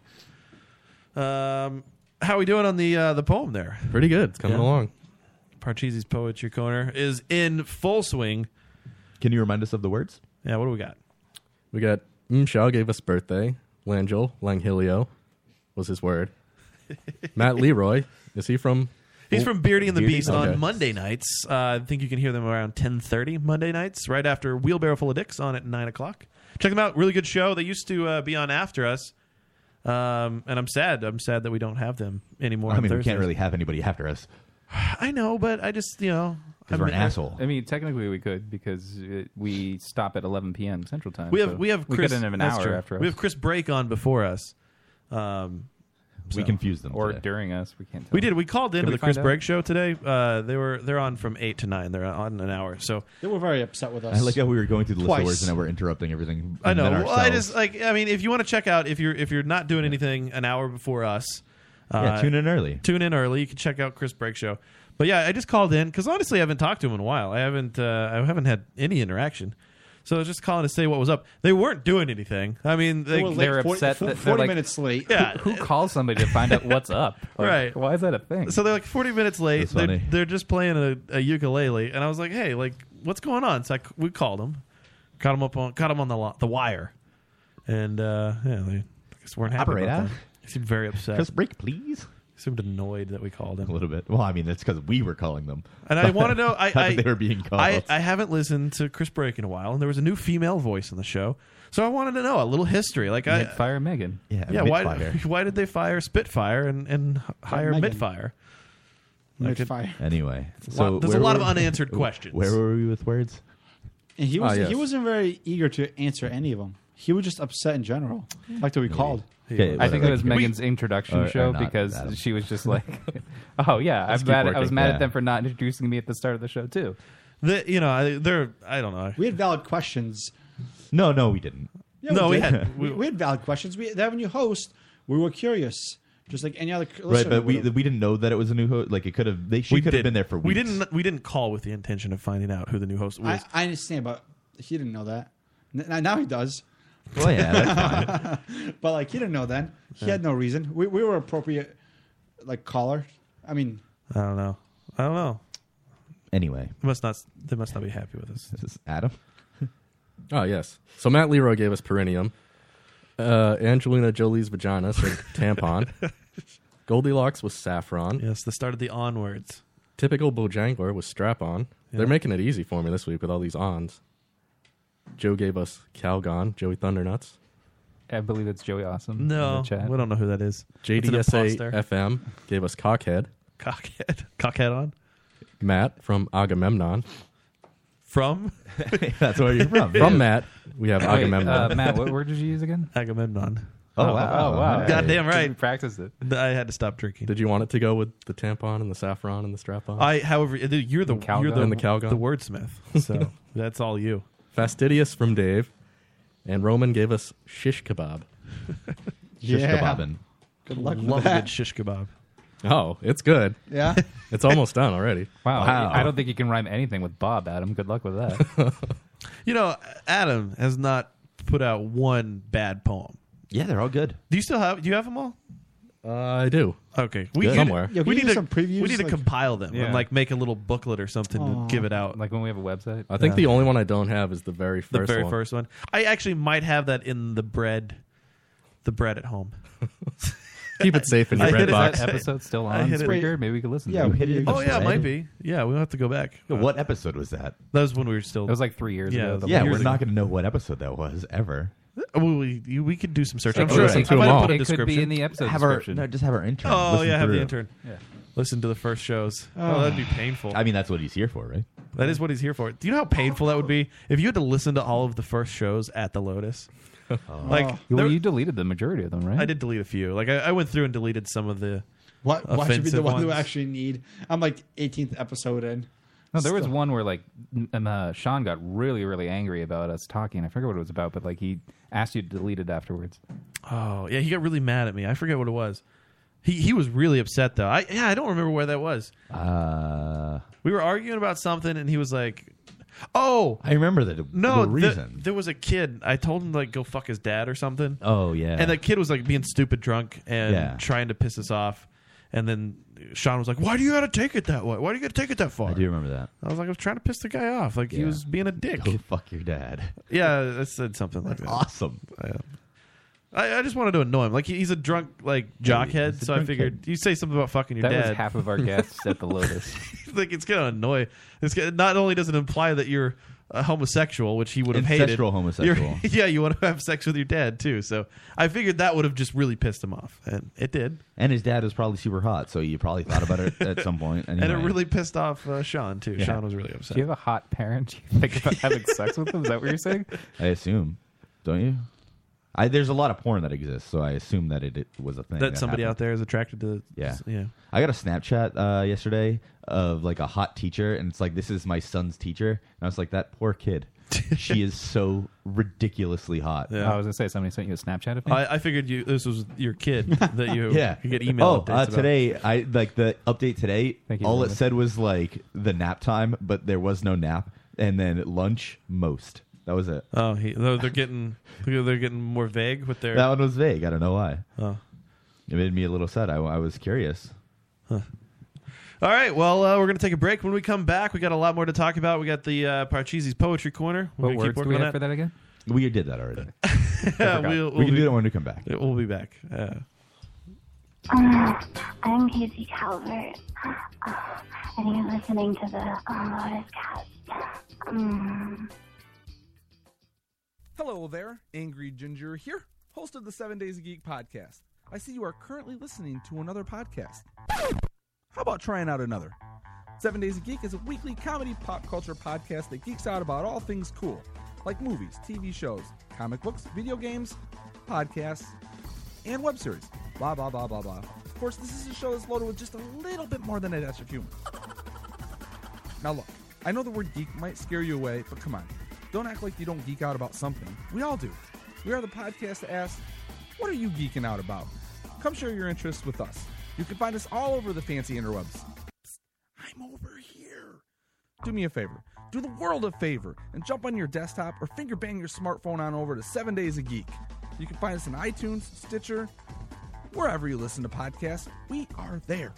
Um, how we doing on the uh, the poem there? Pretty good. It's coming Yeah. along. Parcheesi's poetry corner is in full swing. Can you remind us of the words? Yeah, what do we got? We got Mm Shaw gave us birthday. Langel, Langhilio was his word. Matt Leroy, is he from? He's from Beardy and the Beardy? Beast Okay. on Monday nights. Uh, I think you can hear them around ten thirty Monday nights, right after Wheelbarrow Full of Dicks on at nine o'clock. Check them out. Really good show. They used to uh, be on after us, um, and I'm sad. I'm sad that we don't have them anymore. I on mean, we Thursdays. can't really have anybody after us. I know, but I just you know because we're an I mean, asshole. I mean, technically we could because it, we stop at 11 p.m. Central Time. We have so we have Chris. get in an that's hour true. after we us. have Chris Brake on before us. Um, we so- confuse them. or today. during us. We can't. Tell We did. We called Did into we the Chris find out? Brake show today. Uh, they were they're on from eight to nine. They're on an hour. So They were very upset with us. I like how we were going through the list Twice. of words and now we're interrupting everything. I and know. then Well, I ourselves. just like. I mean, if you want to check out, if you're if you're not doing anything an hour before us, uh, yeah, tune in early. tune in early. You can check out Chris Brake show. But yeah, I just called in because honestly, I haven't talked to him in a while. I haven't uh, I haven't had any interaction. So I was just calling to say what was up. They weren't doing anything. I mean, they, were they're late 40, upset that they're 40 like- minutes late. yeah. Who calls somebody to find out what's up? Like, Right. Why is that a thing? So they're like 40 minutes late. That's They're, funny. they're just playing a, a ukulele, and I was like, "Hey, like, what's going on?" So I, c- we called them, caught them up on, caught them on the lo- the wire, and uh, yeah, they I guess weren't happy. About Operator? that. They seemed very upset. Chris, break, please. They seemed annoyed that we called A them. little bit. Well, I mean, that's because we were calling them. And I want to know. I, Not that I they were being called. I, I haven't listened to Chris Brake in a while, and there was a new female voice in the show, so I wanted to know a little history. Like, I, Fire Megan. yeah, yeah, why Bitfire. why did they fire Spitfire and and hire Megan. Midfire? Mid-fire. Anyway, lot- so there's a where lot of were- unanswered questions. Where were we with words? And he was Ah, yes. he wasn't very eager to answer any of them. He was just upset in general. Like that we called. Okay, I think whatever, it was I don't care. Megan's introduction Or- or show not, because Adam. she was just like, "Oh yeah, I'm keep mad. I was working. mad Yeah. at them for not introducing me at the start of the show too." The, you know, I, they're I don't know. We had valid questions. No, no, we didn't. no, we did. had We, we had valid questions. We that when you host, we were curious, just like any other. Right, listener but we would've. we didn't know that it was a new host. Like it could have. They she could have did- been there for weeks. We didn't. We didn't call with the intention of finding out who the new host was. I, I understand, but he didn't know that. N- Now, now he does, Well, yeah, that's fine. but like he didn't know then. He had no reason. We we were appropriate, like caller. I mean, I, don't know. I don't know. anyway, They must not. They must not be happy with us. this is Adam. Oh yes. So Matt Leroy gave us perineum. Uh, Angelina Jolie's vagina said tampon. Goldilocks was saffron. Yes, the start of the onwards. Typical Bojangler was strap on. They're making it easy for me this week with all these ons. Joe gave us Calgon, Joey Thundernuts. I believe it's Joey Awesome. No, in the chat. we don't know who that is. That's an JDSA imposter. FM gave us Cockhead. cockhead. Cockhead on Matt from Agamemnon. from That's where you're from. From Matt, we have Wait, Agamemnon. uh, Matt, what word did you use again? Agamemnon. Oh wow! Oh wow! Alright. Goddamn right. Didn't practice it. I had to stop drinking. Did you want it to go with the tampon and the saffron and the strap on? I, however, dude, you're the Calgon. you're the, And the Calgon. the wordsmith. So that's all you. Fastidious from Dave. And Roman gave us shish kebab. Shish yeah. kebabbin'. Good luck with Love a good that. shish kebab. Oh, it's good. Yeah, It's almost done already. Wow. Wow. I don't think you can rhyme anything with Bob, Adam. Good luck with that. You know, Adam has not put out one bad poem. Yeah, they're all good. Do you still have? Do you have them all? Uh, I do. Okay, we Good. need- Somewhere. Yeah, can we you need do to, some previews, We need to like- compile them Yeah. and like make a little booklet or something to give it out. like when we have a website. I think the only one I don't have is the very first the very one. first one. I actually might have that in the bread, the bread at home. Keep it safe in your I hit bread it- box. that episode still I on hit it. Spreaker. Maybe we could listen. yeah. to it. hit it we- in Oh yeah, it bread? might be. Yeah, we'll have to go back. Uh, What episode was that? That was when we were still. It was like three years Yeah, ago. Yeah, Years we're ago. not going to know what episode that was ever. we, we, we could do some search. I'm could sure listen to I might them have all. put a It could description. be in the episode Have our description. no, just have our intern. oh listen yeah, have through. the intern. Yeah. Listen to the first shows. Oh, that'd be painful. I mean, that's what he's here for, right? that is what he's here for. Do you know how painful that would be if you had to listen to all of the first shows at the Lotus? Like Oh. Well, there- you deleted the majority of them, right? I did delete a few. Like I, I went through and deleted some of the. what what should be the Offensive one who ones. actually need? I'm like 18th episode in. No, there was one where like n- um, uh, Sean got really, really angry about us talking. I forget what it was about, but like he asked you to delete it afterwards. Oh yeah, he got really mad at me. I forget what it was. He he was really upset though. I yeah, I don't remember where that was. Uh, We were arguing about something, and he was like, "Oh I remember the no, the the- reason. there was a kid. I told him like go fuck his dad or something." oh yeah, And the kid was like being stupid drunk and Yeah. trying to piss us off. And then Sean was like, "Why do you gotta take it that way? Why do you gotta take it that far?" I do remember that. I was like, "I was trying to piss the guy off. Like he Yeah. was being a dick." Go fuck your dad. Yeah, I said something like that. Awesome. I, I just wanted to annoy him. Like he, he's a drunk like jockhead, he's a so I drunk figured you say something about fucking your That dad. was half of our guests at the Lotus. like it's gonna annoy. It's gonna, not only does it imply that you're a homosexual, which he would have hated. Ancestral homosexual. You're- yeah, you want to have sex with your dad too. So I figured that would have just really pissed him off, and it did. And his dad is probably super hot, so you probably thought about it at some point. And it anyway. really pissed off uh, Sean too. Yeah. Sean was really upset. Do you have a hot parent? Do you think about having sex with them? Is that what you're saying? I assume, don't you? I, there's a lot of porn that exists, so I assume that it, it was a thing. that somebody out there is attracted to. Yeah. yeah. I got a Snapchat uh, yesterday of like a hot teacher, and it's like, this is my son's teacher. And I was like, that poor kid. she is so ridiculously hot. Yeah. Oh, I was gonna say somebody sent you a Snapchat of me. I, I figured you. This was your kid that you. Yeah. you get email. Oh, updates uh, about. today I like the update today. Thank you all very it much. said was like the nap time, but there was no nap, and then lunch most. That was it. Oh, he, though they're getting they're getting more vague with their. That one was vague. I don't know why. Oh. It made me a little sad. I, I was curious. All right. Well, uh, we're going to take a break. When we come back, we got a lot more to talk about. We got the uh, Parcheesi's Poetry Corner. We're what gonna words keep do we working have on for that again? We did that already. Yeah, we'll, we we'll can be, do that when we come back. We'll be back. Uh, I'm Casey Calvert, uh, and you're listening to the uh, Unloaded Cast. Mm. Hello there, Angry Ginger here, host of the Seven Days of Geek podcast. I see you are currently listening to another podcast. How about trying out another? Seven Days of Geek is a weekly comedy pop culture podcast that geeks out about all things cool, like movies, TV shows, comic books, video games, podcasts, and web series. Blah, blah, blah, blah, blah. Of course, this is a show that's loaded with just a little bit more than a dash of humor. Now look, I know the word geek might scare you away, but come on. Don't act like you don't geek out about something. We all do. We are the podcast that asks, what are you geeking out about? Come share your interests with us. You can find us all over the fancy interwebs. Psst, I'm over here. Do me a favor. Do the world a favor and jump on your desktop or finger bang your smartphone on over to 7 Days a Geek. You can find us on iTunes, Stitcher, wherever you listen to podcasts. We are there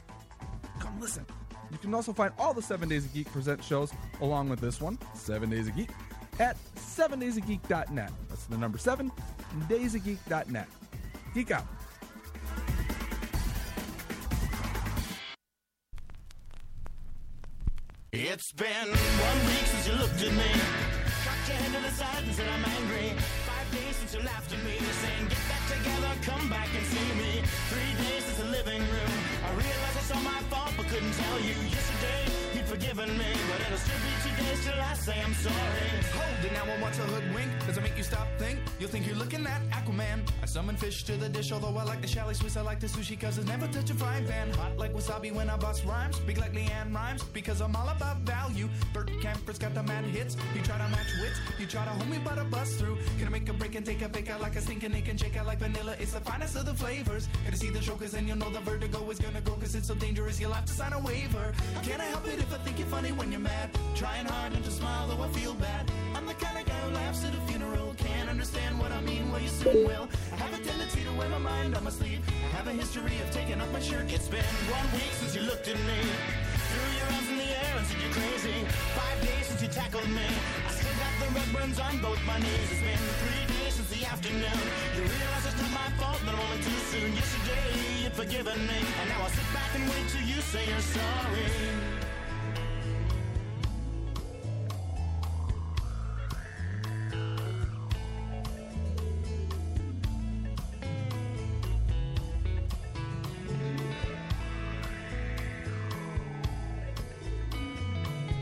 come listen. You can also find all the Seven Days of Geek present shows along with this one, Seven Days of Geek, at 7daysofgeek.net. That's the number seven, daysofgeek.net. Geek out. It's been one week since you looked at me. Cocked your head to the side and said I'm angry. Five days since you laughed at me, saying get back together, come back and see me. Three days since the living room. I realized it's all my fault but couldn't tell you. Yesterday you'd forgiven me, but it'll still be two days till I say I'm sorry. Hold it now, I want to hoodwink. Does it make you stop think? You'll think you're looking at Aquaman. I summon fish to the dish, although I like the chalet Swiss, I like the sushi cause it's never touch a frying pan. Hot like wasabi when I bust rhymes. Big like Leanne rhymes because I'm all about value. Bert Camper's got the mad hits. You try to match wits, you try to hold me but I bust through. Gonna make a break and take a pick out like a stinking ink and shake out like vanilla. It's the finest of the flavors. Gonna see the show cause then you'll know the vertigo is gonna go cause it's so dangerous. You'll have to sign a waiver. Can I help it if I think you're funny when you're mad? Trying hard not to smile though I feel bad. I'm the kind of guy who laughs at a funeral. Can't understand what I mean, well you soon will. I have a tendency to wear my mind on my sleeve. I have a history of taking off my shirt. It's been one week since you looked at me. Threw your arms in the air and said you're crazy. Five days since you tackled me. I still got the red burns on both my knees. It's been three days since the afternoon. You realize it's not my fault, but I'm only too soon. Yesterday you'd forgiven me. And now I'll sit back and wait till you say you're sorry.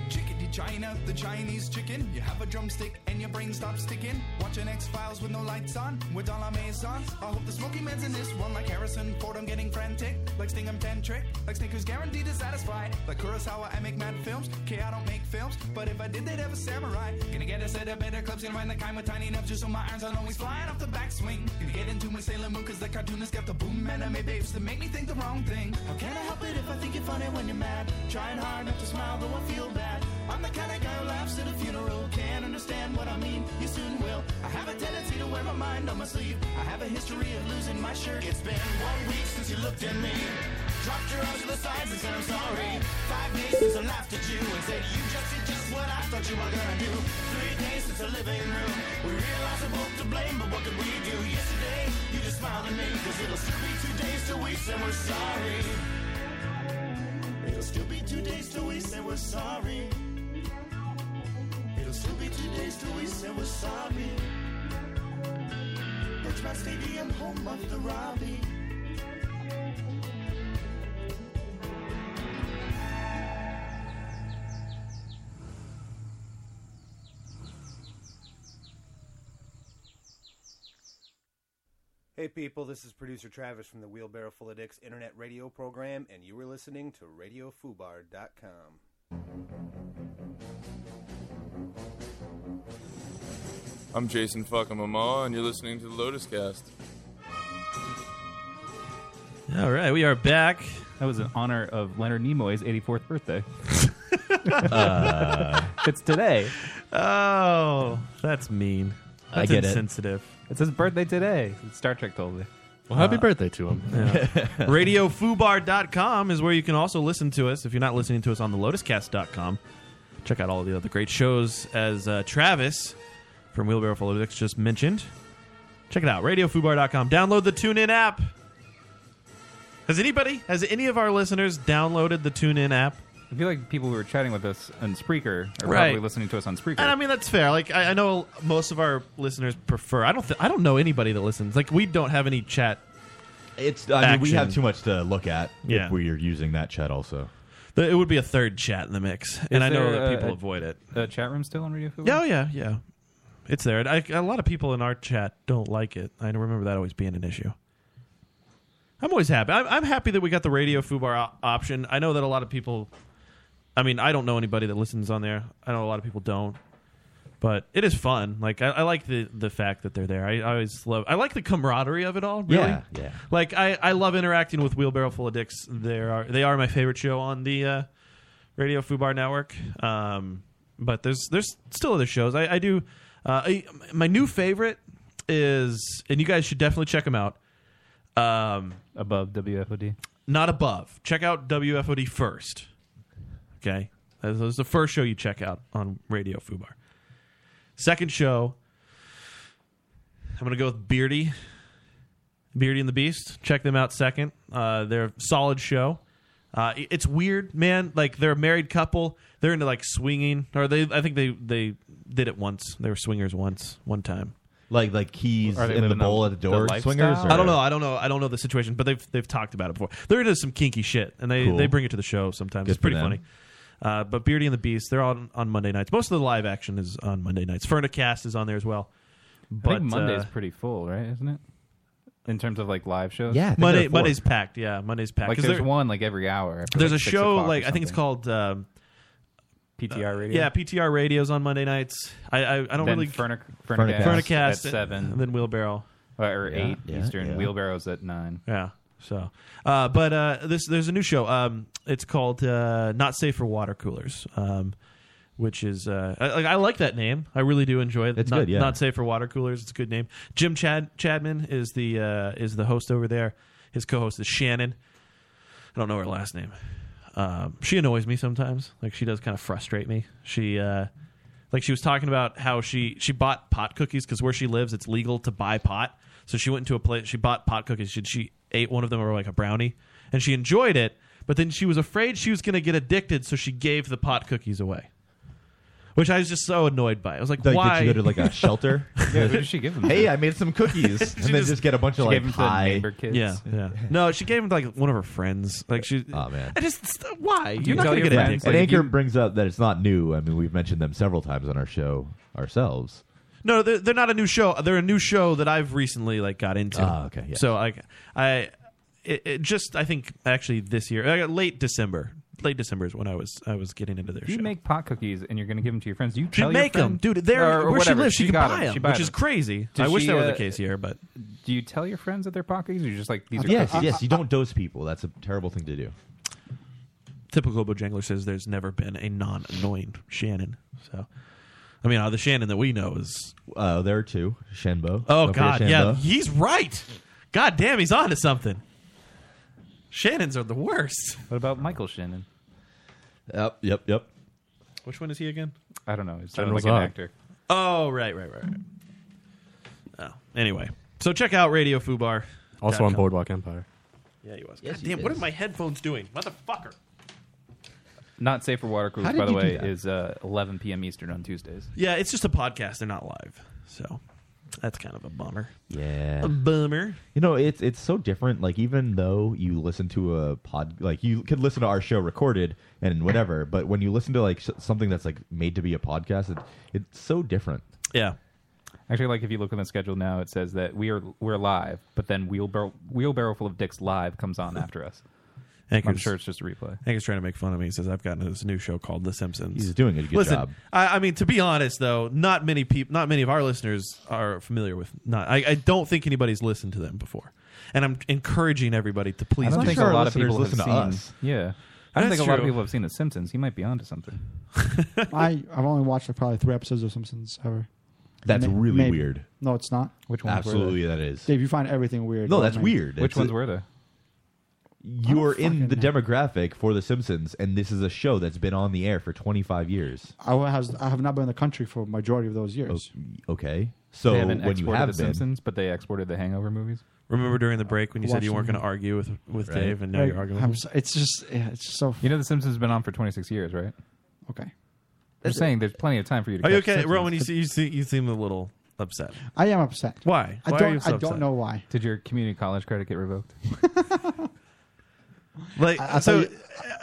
Chickadee China, the Chinese chicken. You have a drumstick and your brain stops ticking. Watching X Files with no lights on, with all our maisons. I hope the Smoky Man's in this one, like Harrison Ford. I'm getting frantic, like Sting I'm tantric, like Snickers guaranteed to satisfy. Like Kurosawa, I make mad films. Okay, I don't make films, but if I did, they'd have a samurai. Gonna get a set of better clips, gonna find the kind with tiny nubs just so my irons aren't always flying off the backswing. Gonna get into my Sailor Moon, cause the cartoonist got the boom anime babes that make me think the wrong thing. How can I help it if I think you're funny when you're mad? Trying hard not to smile, though I feel bad. I'm the kind of guy who laughs at a funeral. Can't understand what I mean, you soon will. I have a tendency to wear my mind on my sleeve. I have a history of losing my shirt. It's been one week since you looked at me. Dropped your arms to the sides and said I'm sorry. Five days since I laughed at you and said you just did just what I thought you were gonna do. Three days since the living room. We realized we're both to blame, but what could we do? Yesterday, you just smiled at me, cause it'll still be two days till we say we're sorry. It'll still be two days till we say we're sorry. It'll still be two Roosevelt Stadium, home of the Robbie. Hey people, this is producer Travis from the Wheelbarrow Full of Dicks internet radio program, and you are listening to RadioFubar.com. I'm Jason Fuckamama, and you're listening to the Lotus Cast. All right, we are back. That was in honor of Leonard Nimoy's 84th birthday. it's today. Uh. Oh, that's mean. I That's get it. insensitive. It's his birthday today. Star Trek told me. Uh, Well, happy birthday to him. Yeah. RadioFubar.com is where you can also listen to us. If you're not listening to us on the lotuscast.com, check out all the other great shows as uh, Travis from Wheelbarrow Full of Dicks just mentioned. Check it out, RadioFubar.com. Download the TuneIn app. Has anybody, has any of our listeners downloaded the TuneIn app? I feel like people who are chatting with us on Spreaker are probably Right. listening to us on Spreaker. And I mean that's fair. Like I, I know most of our listeners prefer. I don't. Th- I don't know anybody that listens. Like we don't have any chat. It's. I mean, we have too much to look at Yeah. if we are using that chat also. It would be a third chat in the mix, and Is I know there that a- people a- avoid it. A chat room still on Radio Fubar? Yeah, oh, yeah, yeah. It's there. And I, a lot of people in our chat don't like it. I remember that always being an issue. I'm always happy. I'm, I'm happy that we got the radio fubar op- option. I know that a lot of people. I mean, I don't know anybody that listens on there. I know a lot of people don't, but it is fun. Like I, I like the the fact that they're there. I, I always love. I like the camaraderie of it all. Really. Yeah, yeah. Like I, I love interacting with Wheelbarrow Full of Dicks. They are they are my favorite show on the uh, Radio Fubar Network. Um, but there's there's still other shows. I, I do. Uh, I, my new favorite is, and you guys should definitely check them out. Um, above WFOD. Not above. Check out WFOD first. Okay, that was the first show you check out on Radio Fubar. Second show, I'm gonna go with Beardy, Beardy and the Beast. Check them out second. Uh, they're a solid show. Uh, i- it's weird, man. Like they're a married couple. They're into like swinging, or they. I think they they did it once. They were swingers once, one time. Like like keys in the bowl at the door swingers. Or? I don't know. I don't know. I don't know the situation, but they've they've talked about it before. They're into some kinky shit, and they, Cool. they bring it to the show sometimes. Good it's for pretty them. funny. Uh, but Beardy and the Beast, they're on on Monday nights. Most of the live action is on Monday nights. Furnicast is on there as well. But I think Monday's uh, pretty full, right? Isn't it? In terms of like live shows. Monday Monday's packed. Yeah, Monday's packed. Like 'Cause there's there- one like every hour. after, There's like, a six show o'clock or like I think it's something. called um, uh, PTR Radio. yeah PTR Radio's on Monday nights. I I, I don't Then really Furnic- Furnicast Furnicast at seven. and then Wheelbarrow or Yeah, eight yeah, Eastern. yeah. Wheelbarrows at nine. Yeah. So, uh, but uh, this there's a new show. Um, it's called uh, Not Safe for Water Coolers, um, which is uh, I, like- I like that name. I really do enjoy it. It's not, good, yeah. Not Safe for Water Coolers. It's a good name. Jim Chad Chadman is the uh, is the host over there. His co-host is Shannon. I don't know her last name. Um, she annoys me sometimes. Like she does kind of frustrate me. She uh, like she was talking about how she she bought pot cookies because where she lives it's legal to buy pot. So she went into a place. She bought pot cookies. She she ate one of them or like a brownie, and she enjoyed it. But then she was afraid she was going to get addicted, so she gave the pot cookies away. Which I was just so annoyed by. I was like, Like, why? did you go to like a shelter? Yeah, who did she give them? Hey, to? I made some cookies, and She then just, get a bunch she of like gave them to the pie. neighbor kids. Yeah, yeah. No, she gave him like one of her friends. Like she. Oh man. I just why Do you're you not tell going to your get friends, addicted. And Anchor brings up that it's not new. I mean, we've mentioned them several times on our show ourselves. No, they're, they're not a new show. They're a new show that I've recently like got into. Ah, okay, yeah. So like I, it, it just I think actually this year, uh, late December, late December is when I was I was getting into their You show. make pot cookies and you're going to give them to your friends. You She tell make your 'em. friend, Dude, there- or- or where she whatever. lives, she can got buy 'em, She bought which is crazy. Does I wish she, that were the uh, case here, but do you tell your friends that they're pot cookies? Or you just like these are yes, cookies? yes. You don't dose people. That's a terrible thing to do. typical Bojangler says there's never been a non-annoying Shannon. So, I mean, uh, the Shannon that we know is. Uh, there are two. Shanbo. Oh Don't forget God, yeah, Shanbo. he's right. God damn, he's onto something. Shannons are the worst. What about Michael Shannon? Yep, yep, yep. Which one is he again? I don't know. He's General like an Zod. actor. Oh, right, right, right. right. Oh, anyway. So check out Radio Fubar. Also on Boardwalk Empire. Yeah, he was. Yes, God he damn, what is. are my headphones doing? Motherfucker. Not safe for water coolers, How did by the you do way, that? is uh, 11 p.m. Eastern on Tuesdays. Yeah, it's just a podcast. They're not live. So That's kind of a bummer. Yeah. A bummer. You know, it's it's so different. Like even though you listen to a pod, like you could listen to our show recorded and whatever, but when you listen to like s something that's like made to be a podcast, it, it's so different. Yeah. Actually, like if you look on the schedule now, it says that we are we're live, but then wheelbarrow wheelbarrow full of dicks live comes on after us. I'm Anchor's- sure it's just a replay. Hank is trying to make fun of me. He says I've gotten this new show called The Simpsons. He's doing a good Listen, job. I, I mean, to be honest, though, not many people, not many of our listeners are familiar with. Not, I, I don't think anybody's listened to them before, and I'm encouraging everybody to please. I don't do think a so. lot of people have seen. Yeah, I don't That's think a lot of true. people have seen The Simpsons. He might be onto something. I I've only watched like, probably three episodes of Simpsons ever. That's really maybe. weird. No, it's not. Which ones were Absolutely they? that is. Dave, you find everything weird. No, don't that's you? weird. It's- You're in the demographic for The Simpsons, and this is a show that's been on the air for 25 years. I has I have not been in the country for a majority of those years. Okay, so they haven't when you exported have The been, Simpsons, but they exported the Hangover movies. Remember during the break when you said you weren't Watching- going to argue with with Right. Dave, and now Right. you're arguing. I'm with so- it's just yeah, it's just so. You know, The Simpsons has been on for 26 years, right? Okay. I'm just saying there's plenty of time for you him. to. Are you catch okay, Simpsons. Rowan? You see, you see, you seem a little upset. I am upset. Why? I Why are don't. you so I don't upset? know why. Did your community college credit get revoked? Like I- I so, thought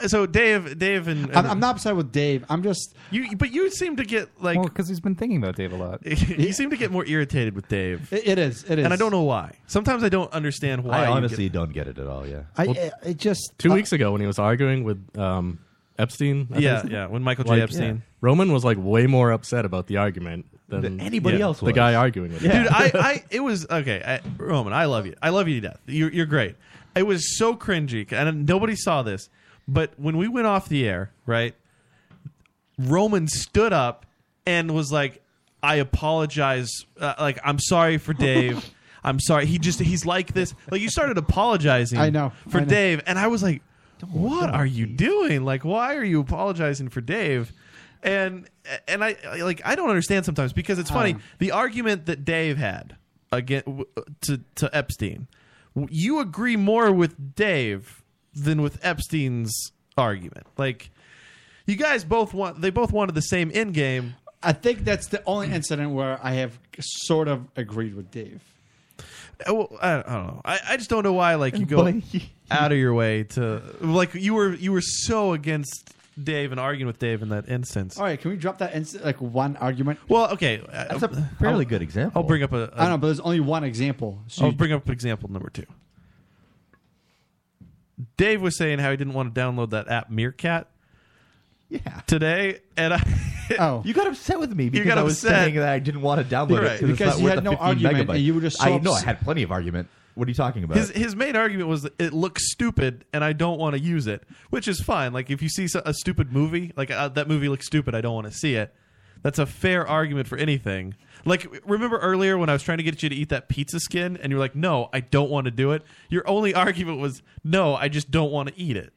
uh, so Dave, Dave, and, and I'm, I'm not upset with Dave. I'm just you. But you seem to get like because he's been thinking about Dave a lot. you seem to get more irritated with Dave. It- it is. It is. and I don't know why. Sometimes I don't understand why. I you honestly get- don't get it at all. Yeah, I it, it just two uh, weeks ago when he was arguing with um, Epstein. I Yeah, think. yeah, when Michael J. Like, Epstein. Roman was like way more upset about the argument than Yeah. The guy arguing with him. Dude, I, I, it was okay. I, Roman, I love you. I love you to death. You're, you're great. It was so cringy, and nobody saw this. But when we went off the air, right? Roman stood up and was like, "I apologize. Uh, like, I'm sorry for Dave. I'm sorry. He just he's like this. Like, you started apologizing. I know, for I know. Dave, and I was like, "What are you doing? Like, why are you apologizing for Dave?" And and I I- like I don't understand sometimes because it's funny Uh. the argument that Dave had again w- to to Epstein. w- You agree more with Dave than with Epstein's argument. Like you guys both want they both wanted the same end game. I think that's the only incident where I have sort of agreed with Dave. Uh, well, I, I don't know. I, I just don't know why like you go But out of your way to like you were you were so against Dave and arguing with Dave in that instance. All right, can we drop that inc- like one argument? Well, okay, uh, that's a fairly good example. I'll bring up a. a I don't know, but there's only one example. So I'll you- bring up example number two. Dave was saying how he didn't want to download that app Meerkat. Yeah. Today, and I. oh, you got upset with me You because got I was upset. saying that I didn't want to download Right. it it's Because not you worth had the no 15 argument megabytes. and you were just so I know I upset. had plenty of argument. What are you talking about? His his main argument was that it looks stupid and I don't want to use it, which is fine. Like if you see so- a stupid movie, like uh, that movie looks stupid, I don't want to see it. That's a fair argument for anything. Like remember earlier when I was trying to get you to eat that pizza skin and you're like, "No, I don't want to do it." Your only argument was, "No, I just don't want to eat it."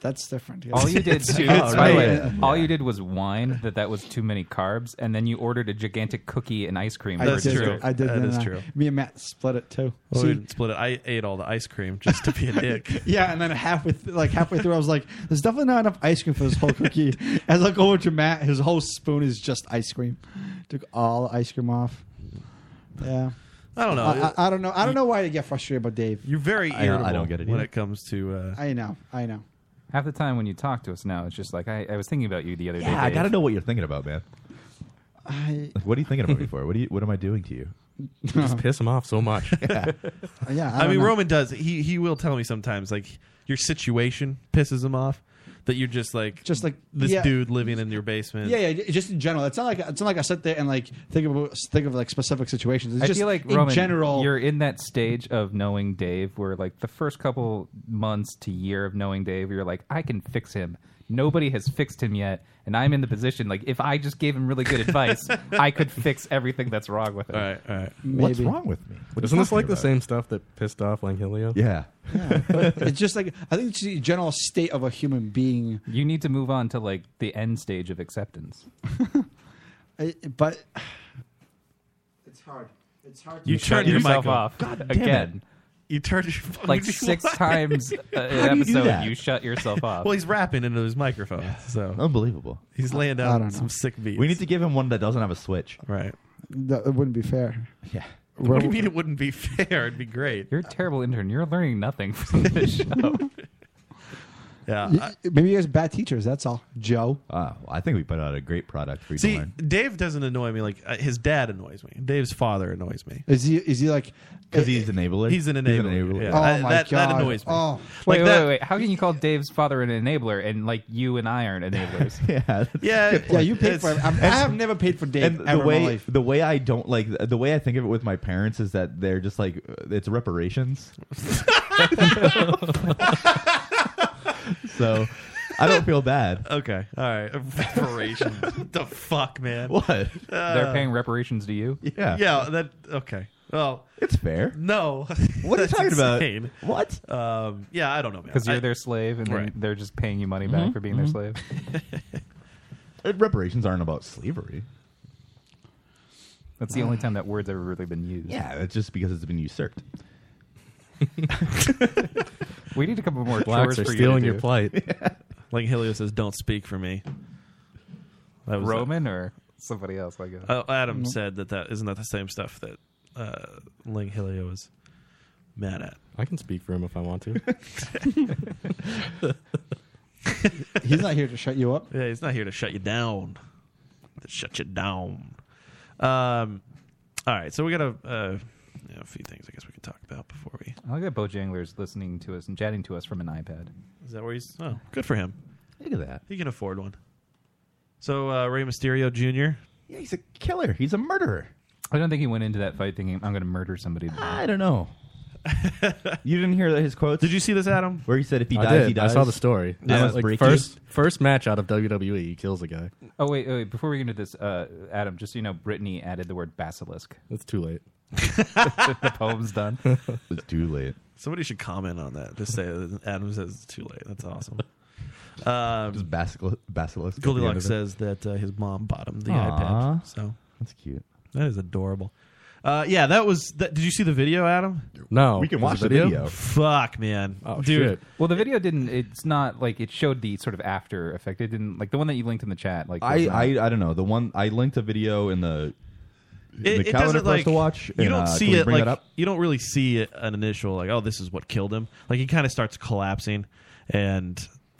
That's different. yeah. All you did, It's- too, it's by the way, really- all you did was whine that that was too many carbs, and then you ordered a gigantic cookie and ice cream. I for did, dessert. I did. That no, is no, no. true. Me and Matt split it too. Oh, Well, See, we split it. I ate all the ice cream just to be a dick. yeah, and then halfway, th- like halfway through, I was like, "There's definitely not enough ice cream for this whole cookie." As I go over to Matt, his whole spoon is just ice cream. Took all the ice cream off. Yeah, I don't know. I, I, I don't know. I don't know why they get frustrated about Dave. You're very I- I irritable don't get it when either. it comes to. Uh, I know. I know. Half the time when you talk to us now, it's just like I, I was thinking about you the other day. yeah, I Dave. gotta know what you're thinking about, man. I Like, what are you thinking about me for? What do you? What am I doing to you? You just piss him off so much. yeah, I, mean, Roman does. He he will tell me sometimes like your situation pisses him off that you're just like Just like- this yeah. dude living in your basement. Yeah, yeah. Just in general, it's not like it's not like I sit there and like think of think of like specific situations. It's I just feel like in Roman, general. you're in that stage of knowing Dave, where like the first couple months to year of knowing Dave, you're like, I can fix him. Nobody has fixed him yet, and I'm in the position like if I just gave him really good advice, I could fix everything that's wrong with him. All right, all right. What's wrong with me? What are you Isn't this talking like the about? same stuff that pissed off Langhelio? Yeah. Yeah, but it's just like I think it's the general state of a human being. You need to move on to like the end stage of acceptance. I, but it's hard. It's hard. You turn shut your yourself mic off. off God damn again. You turned your phone like six times uh, an How do you do episode. that? You, shut yourself off. Well, he's rapping into his microphone, so Unbelievable. He's laying down some sick beats. We need to give him one that doesn't have a switch. Right. That, that wouldn't be fair. Yeah. What do you mean it wouldn't be fair? It'd be great. You're a terrible intern. You're learning nothing from this show. yeah. maybe you guys are bad teachers. That's all, Joe. Wow, I think we put out a great product for you. See, to learn. Dave doesn't annoy me like uh, his dad annoys me. Dave's father annoys me. Is he? Is he like? 'Cause he's enabler? He's an He's an enabler. enabler. Yeah. Oh I- my that, that God. annoys me. Oh. Wait, like wait, that. wait, How can you call Dave's father an enabler and like you and I aren't enablers? yeah, yeah, yeah. You paid for. I'm, I have never paid for Dave And ever the in my way life. the way I don't like the way I think of it with my parents is that they're just like uh, it's reparations. so I don't feel bad. Okay, all right. Reparations. What the fuck, man. Uh, What? They're paying reparations to you? Yeah. Yeah. That. Okay. Well, it's fair. No. What are you That's talking about? insane. What? Um, yeah, I don't know, man. Because I- you're their slave and then Right. they're just paying you money back Mm-hmm. Mhm, for being mhm. their slave. Uh, Reparations aren't about slavery. That's the only time that word's ever really been used. Yeah, it's just because it's been usurped. We need a couple more Blacks chores are for stealing you to do. your plight. Like Helio says, "Don't speak for me." That was Roman or somebody else, I guess. Oh, Adam Mm-hmm. Mhm. said that that isn't that the same stuff that uh, Ling Helio was mad at. I can speak for him if I want to. he's not here to shut you up. Yeah, he's not here to shut you down. To shut you down. Um, all right, so we got a, uh, you know, a few things I guess we can talk about before we. I like that Bojangler's listening to us and chatting to us from an iPad. Is that where he's? Oh, good for him. Look at that. He can afford one. So uh, Ray Mysterio Jr. Yeah, he's a killer. He's a murderer. I don't think he went into that fight thinking, I'm going to murder somebody. I don't know. you didn't hear his quotes? Did you see this, Adam? Where he said, "If he I dies, did. he dies." I saw the story. I Yeah. must Like, break you. first first match out of WWE, he kills a guy. Oh, wait, wait. Before we get into this, uh, Adam, just so you know, Brittany added the word basilisk. It's too late. the poem's done. It's too late. Somebody should comment on that. Just say Adam says it's too late. That's awesome. Um, Just basilisk. basilisk at the end Goldilocks of it. says that uh, his mom bought him the Aw. iPad. So that's cute. That is adorable. Uh, yeah, that was. That, did you see the video, Adam? No. We can There's watch a the video? video. Fuck, man. Oh, Dude, Well, the video didn't. It's not like it showed the sort of after effect. It didn't like the one that you linked in the chat. Like I, was not- I I don't know. The one I linked a video in the in It, the it calendar doesn't for us like to watch. You and, don't uh, can see we it bring that like up? you don't really see it, an initial like oh this is what killed him. Like he kind of starts collapsing, and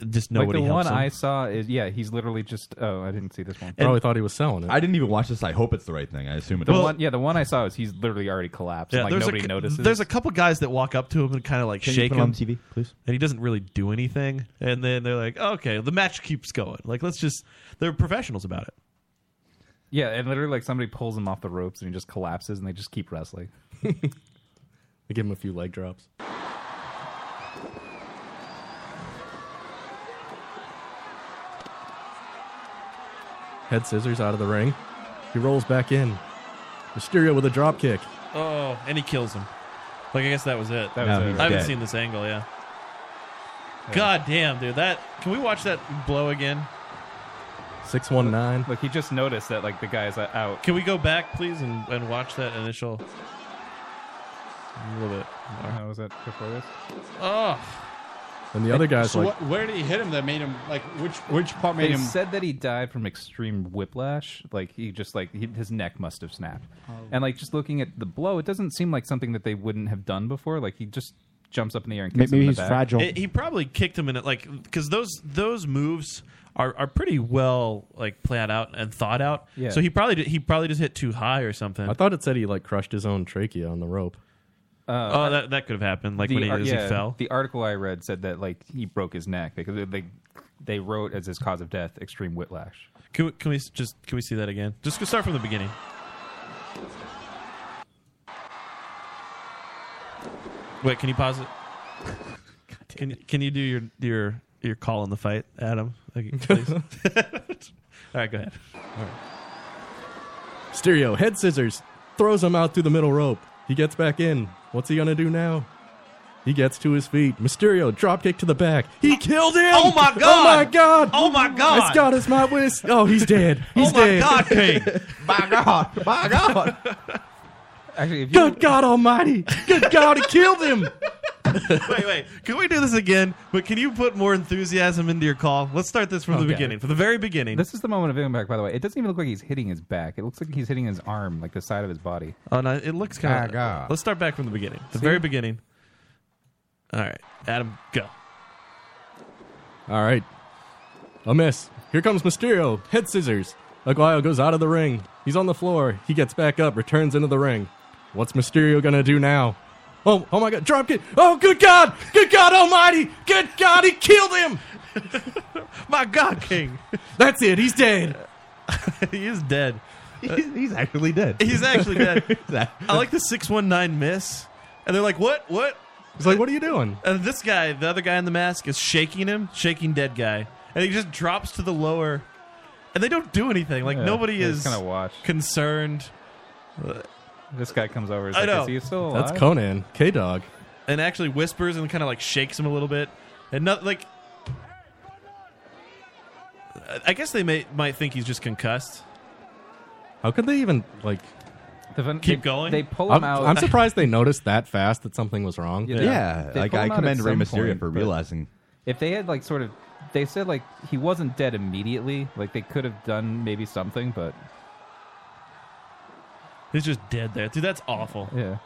just like nobody the helps one him. I saw is yeah. He's literally just. Oh, I didn't see this one. Probably thought he was selling it. I didn't even watch this. I hope it's the right thing. I assume it. The is. one, yeah, the one I saw is he's literally already collapsed. and, like there's nobody a, cou- notices. There's a couple guys that walk up to him and kind of like Can you shake put it him on TV, please. And he doesn't really do anything. And then they're like, okay, the match keeps going. Like let's just they're professionals about it. yeah, and literally like somebody pulls him off the ropes and he just collapses and they just keep wrestling. I give him a few leg drops. Head scissors out of the ring. He rolls back in. Mysterio with a drop kick. Oh, and he kills him. Like I guess that was it. That was No, it. he's I haven't dead. seen this angle. Yeah. God damn, dude. That can we watch that blow again? Six one nine. Look, he just noticed that like the guy's uh, out. Can we go back, please, and, and watch that initial? A little bit. How Uh-huh, was that before this? Oh. And the other guy's So like, what, where did he hit him that made him like which which part made they him? said that he died from extreme whiplash. Like he just like he, his neck must have snapped. Oh. And like just looking at the blow, it doesn't seem like something that they wouldn't have done before. Like he just jumps up in the air and kicks him in the back. It- he probably kicked him in it, like because those those moves are, are pretty well like planned out and thought out. Yeah. So he probably did- he probably just hit too high or something. I thought it said he like crushed his own trachea on the rope. oh, that that could have happened. Like Uh, the when he, ar- as yeah, he fell. The article I read said that like he broke his neck because they, they they wrote as his cause of death extreme whiplash. Can we, can we s- just can we see that again? Just go start from the beginning. Wait, can you pause it? Can you, can you do your your your call in the fight, Adam? Like, please. All right, go ahead. All right. Mysterio head scissors throws him out through the middle rope. He gets back in. What's he gonna do now? He gets to his feet. Mysterio dropkick to the back. He killed him. Oh my Oh my God! god! Oh my God! It's God is my wish. Oh, he's dead. He's Oh my dead. God, Kane. my God! My God! Actually, if you Good God Almighty! Good God, he killed him. wait, wait. Can we do this again? But can you put more enthusiasm into your call? Let's start this from the Okay. beginning, from the very beginning. This is the moment of impact, by the way. It doesn't even look like he's hitting his back. It looks like he's hitting his arm, like the side of his body. Oh no, it looks kind of. Let's start back from the beginning. The See? very beginning. All right, Adam, go. All right. A miss. Here comes Mysterio. Head scissors. Aguayo goes out of the ring. He's on the floor. He gets back up, returns into the ring. What's Mysterio going to do now? Oh, oh my God. Dropkick. Oh, good God. Good God Almighty. Good God. He killed him. my God, King. That's it. He's dead. he is dead. He's, he's actually dead. He's actually dead. I like the six one nine miss, and they're like, "What? What?" He's like, "What are you doing?" And this guy, the other guy in the mask, is shaking him, shaking dead guy, and he just drops to the lower, and they don't do anything. Like Yeah, nobody they is just kinda watch. concerned. This guy comes over. I like, know "Is he still That's Conan. K Dog. and actually whispers and kind of like shakes him a little bit, and not like. I guess they may might think he's just concussed. How could they even, like. Keep they- going? they pull I'm, him out- I'm surprised they noticed that fast that something was wrong. You know, they pull him out at some point, but If they had like sort of, they said like he wasn't dead immediately. Like they could have done maybe something, but he's just dead there, dude. That's awful. Yeah,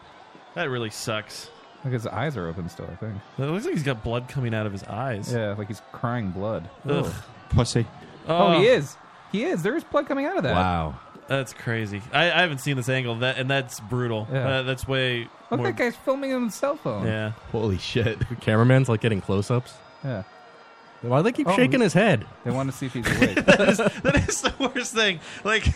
that really sucks. Like his eyes are open still. I think it looks like he's got blood coming out of his eyes. Yeah, like he's crying blood. Ugh. Pussy. Oh, Oh. he is. He is. There is blood coming out of that. that's crazy. I, I haven't seen this angle, that and that's brutal. Yeah. Uh, that's way. Look, more- that guy's filming on his cell phone. Yeah. Holy shit. The cameraman's like getting close ups. Yeah. Why do they keep Oh, shaking he- his head? They want to see if he's awake. that, is, that is the worst thing. Like,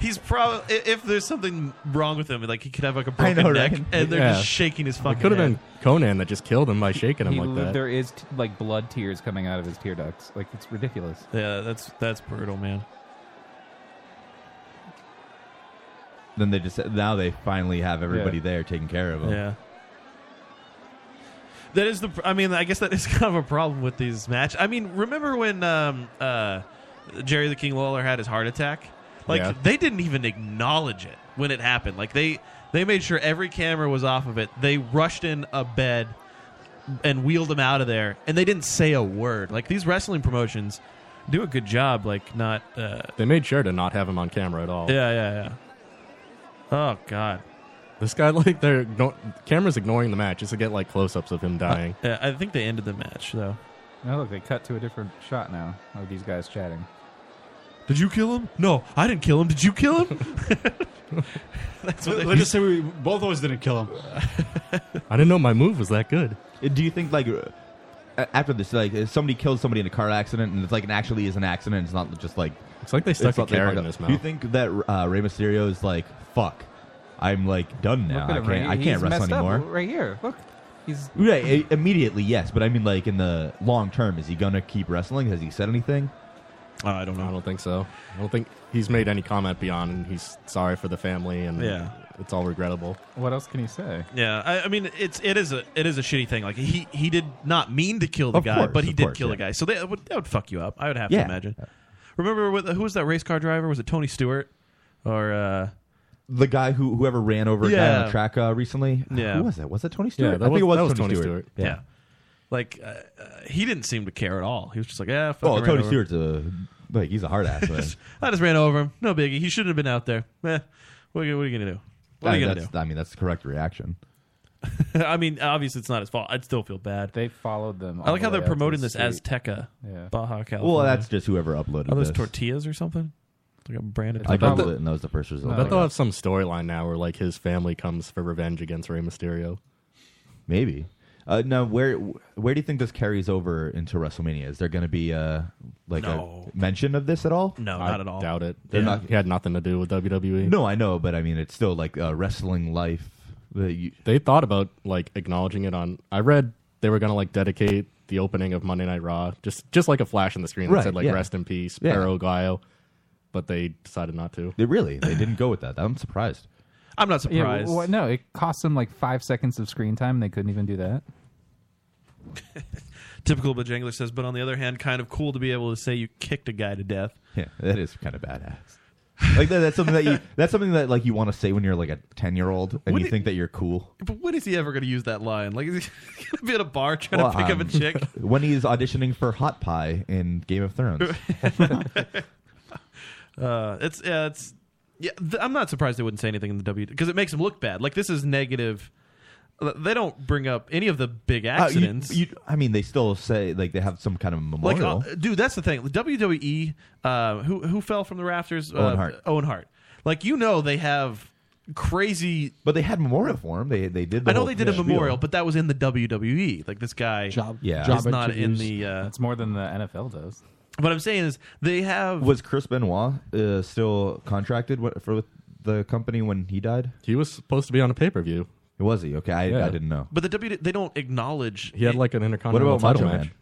he's probably if there's something wrong with him, like he could have like a I broken know, neck, right? and they're Yeah. just shaking his It fucking. could have head. been Conan that just killed him by shaking him He like li- that. There is t- like blood tears coming out of his tear ducts. Like it's ridiculous. Yeah, that's that's brutal, man. Then they just now they finally have everybody Yeah. there taking care of them. Yeah. That is the. pr- I mean, I guess that is kind of a problem with these match. I mean, remember when um, uh, Jerry the King Lawler had his heart attack? Like Yeah. they didn't even acknowledge it when it happened. Like they they made sure every camera was off of it. They rushed in a bed and wheeled him out of there, and they didn't say a word. Like these wrestling promotions do a good job. Like not. Uh, They made sure to not have him on camera at all. yeah, yeah, yeah. Oh God. This guy, like, they're igno- cameras ignoring the match just to get like close-ups of him dying. Yeah, Uh, I think they ended the match though. Oh, look, they cut to a different shot now of these guys chatting. Did you kill him? No, I didn't kill him. Did you kill him? That's what they- Let's just say we both of us didn't kill him. I didn't know my move was that good. Do you think like uh, a- after this, like if somebody kills somebody in a car accident, and it's like it actually is an accident. It's not just like it's like they stuck a not- they carrot fucked in up. his Do you mouth. think that uh, Rey Mysterio is like fuck? I'm like done now. Look I at can't. him right I he- can't he's wrestle messed up anymore. right here. Look, he's Right, i- immediately, yes, but I mean, like in the long term, is he gonna keep wrestling? Has he said anything? Uh, I don't know. I don't think so. I don't think he's made any comment beyond and he's sorry for the family and Yeah. it's all regrettable. What else can he say? Yeah, I, I mean it's it is a it is a shitty thing. Like he he did not mean to kill the Of guy, course, but he of did course, kill the yeah. guy. So that would that would fuck you up. I would have Yeah. Uh, to imagine. Remember with, who was that race car driver? Was it Tony Stewart or uh, The guy who whoever ran over a guy on Yeah. the track uh, recently. yeah? who was that? Was that Tony Stewart? I think it was, Tony, Stewart. Yeah. Like uh, uh, he didn't seem to care at all. He was just like, yeah. fuck, I Oh, ran Tony over. Stewart's a like he's a hard ass. man. I just ran over him. No biggie. He shouldn't have been out there. Eh, what, are you, what are you gonna do? What are I, you gonna Ah, that's, I mean, that's the correct reaction. do? I mean, obviously it's not his fault. I'd still feel bad. They followed them. I all like the how way they're out to the promoting this street. Azteca, Yeah. Baja California. Well, that's just whoever uploaded Are those this. tortillas or something? Like a branded. I googled it, and that was the first result. I Oh, bet they'll have some storyline now where like his family comes for revenge against Rey Mysterio. Maybe. Uh, now, where where do you think this carries over into WrestleMania? Is there going to be uh, like No. a mention of this at all? No, I not at all. Doubt it. They're Yeah. not- He had nothing to do with WWE. No, I know, but I mean, it's still like uh, wrestling life. that you- they thought about like acknowledging it on. I read they were gonna like dedicate the opening of Monday Night Raw just just like a flash on the screen that Right, said like yeah. rest in peace, Yeah. Pero Aguayo, but they decided not to. They really they didn't go with that. I'm surprised. I'm not Yeah, w- w- no, it cost them like five seconds of screen time, and they couldn't even do that. Typical Bajangler says, but on the other hand, kind of cool to be able to say you kicked a guy to death. Yeah, that is kind of badass. Like that, that's something that you that's something that like you want to say when you're like a ten year old and you think that you're cool. But when is he ever going to use that line? Like, is he going to be at a bar trying to pick up a um, chick? when he's auditioning for Hot Pie in Game of Thrones. Uh, it's yeah, it's yeah. Th- I'm not surprised they wouldn't say anything in the W because it makes them look bad. Like this is negative. Uh, They don't bring up any of the big Uh, you- accidents. you- I mean, they still say like they have some kind of like, memorial. uh, dude, that's the thing. The WWE, uh, who who fell from the rafters? Owen Uh, Hart. Owen Hart. Like you know, they have crazy. But they had memorial for him. They they did. The I know whole they did a spiel. memorial, but that was in the WWE. Like this guy, job, yeah. is job not interviews. in the. Uh, That's more than the NFL does. What I'm saying is they have Was Chris Benoit uh, still contracted wi- for with the company when he died? He was supposed to be on a pay per view. Was he? Okay, I, Yeah. I didn't know. But the W they don't acknowledge. He had like an intercontinental What about title Macho match. Man?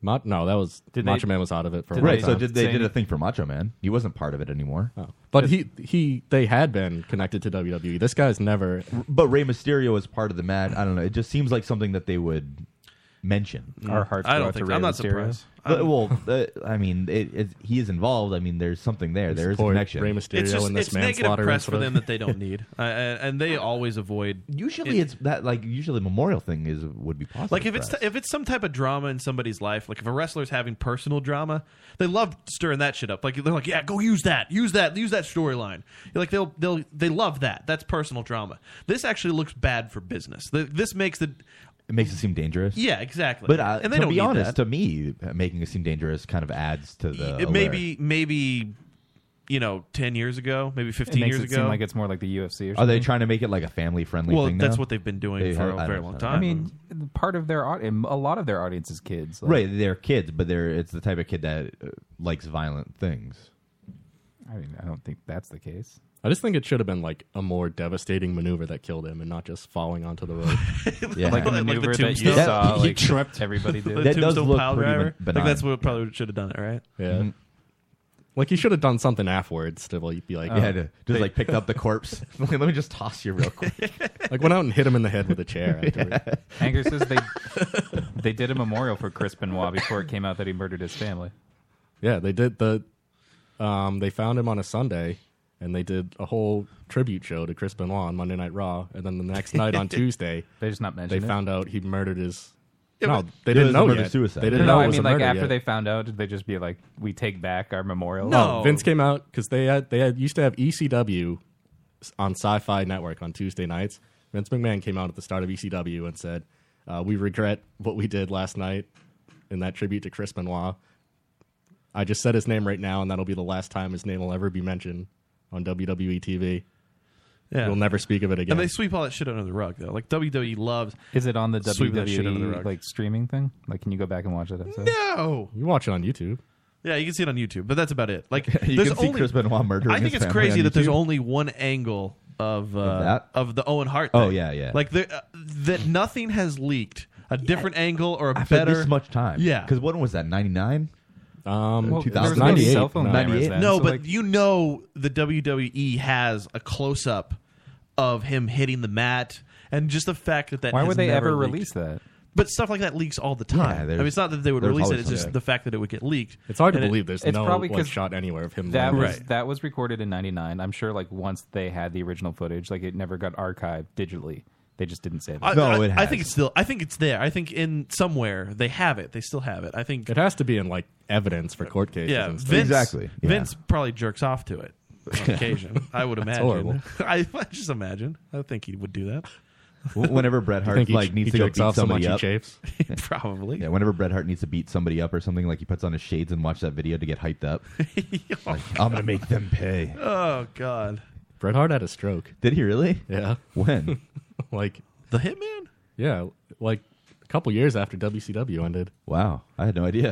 Ma- no, that was Did Macho they- Man was out of it for a long right. So time. did they did a thing for Macho Man? He wasn't part of it anymore. Oh. But he he they had been connected to WWE. This guy's never. But Rey Mysterio was part of the match. I don't know. It just seems like something that they would mention. Mm. Our hearts I go don't out to think- Rey I'm not Mysterio. surprised. But, I'm- well, uh, I mean, it, it, he is involved. I mean, there's something there. There is a Poor connection. Rey Mysterio It's just- in this it's negative manslaughter press for them incident. that they don't need, uh, and they always avoid. Usually, it's that like usually memorial thing is would be possible. like if it's if it's some type of drama in somebody's life, like if a wrestler's having personal drama, they love stirring that shit up. Like they're like, yeah, go use that, use that, use that storyline. Like they'll they'll they love that. That's personal drama. This actually looks bad for business. Th- This makes the it makes it seem dangerous. Yeah, exactly. But uh, And they to don't be need honest, that. to me, making it seem dangerous kind of adds to the. it maybe maybe you know ten years ago, maybe fifteen makes years it ago, seem like it's more like the UFC or Are they something. trying to make it like a family friendly? Well, thing that's now? what they've been doing They for have- a I very don't long know. time. I mean, part of their audience, a lot of their audience is kids. Like, right? They're kids, but they're it's the type of kid that uh, likes violent things. I mean, I don't think that's the case. I just think it should have been like a more devastating maneuver that killed him, and not just falling onto the rope. Yeah. Like the Like the maneuver that you tombstone- saw, He like, tripped. everybody did. The That does tombstone look pile pretty driver. ben- Like that's benign. what probably should have done it, right? Yeah. Mm-hmm. Like he should have done something afterwards to like be like "Oh, Yeah, to- just, like, picked up the corpse. Let me just toss you real quick. like went out and hit him in the head with a chair. Afterward. Anger says they they did a memorial for Chris Benoit before it came out that he murdered his family. Yeah, they did the. Um, they found him on a Sunday, and they did a whole tribute show to Chris Benoit on Monday Night Raw, and then the next night on Tuesday, They just not They mentioned it? found out he murdered his. It no, was- they It didn't was know a yet. murder-suicide. They didn't No, know. I it was mean, a like murder after yet. they found out, did they just be like, "We take back our memorial"? No, Oh, Vince came out because they had they had used to have ECW s- on Sci-Fi Network on Tuesday nights. Vince McMahon came out at the start of ECW and said, uh, "We regret what we did last night in that tribute to Chris Benoit. I just said his name right now, and that'll be the last time his name will ever be mentioned on E WWE TV. Yeah. We'll never speak of it again." And they sweep all that shit under the rug though. Like WWE loves. Is it on the sweeping that shit under the E, WWE rug? like streaming thing? Like, can you go back and watch that episode? No, you watch it on YouTube. Yeah, you can see it on YouTube, but that's about it. Like You there's can see only, Chris Benoit murdering I think his it's family crazy on that there's YouTube. only one angle of uh, that? of the Owen Hart. Thing. Oh, yeah, yeah. Like there, uh, that nothing has leaked. A different angle or a After better this much time, Yeah, because when was that? Ninety nine. Um, Well, 2000? there was no 98. cell phone No. cameras 98. then, No, but you know the WWE has a close up of him hitting the mat, and just the fact that that Why has would they never ever leaked. release that? But stuff like that leaks all the Yeah, time. I there's- mean, it's not that they would there's release it; always it's just something. the fact that it would get leaked. And it- It's probably 'cause That was, Right. that was recorded in '99. I'm sure, like once they had the original footage, like it never got archived digitally. They just didn't say that. I, I, I think it's still. I think it's there. I think in somewhere they have it. They still have it. I think It has to be in like evidence for court cases. Yeah, and stuff. Vince, Vince probably jerks off to it on occasion. I would That's imagine. horrible. I, I just imagine. I think he would do that. W- Whenever Bret You Hart think he- like needs he to go jerks beat off so somebody much he up, chafes? probably. Yeah, whenever Bret Hart needs to beat somebody up or something, like he puts on his shades and watch that video to get hyped up. Like, I'm gonna make them pay. Oh God. Bret Hart had a stroke. Did he really? Yeah. When? like the Hitman? Yeah, like a couple years after WCW ended. Wow, I had no idea.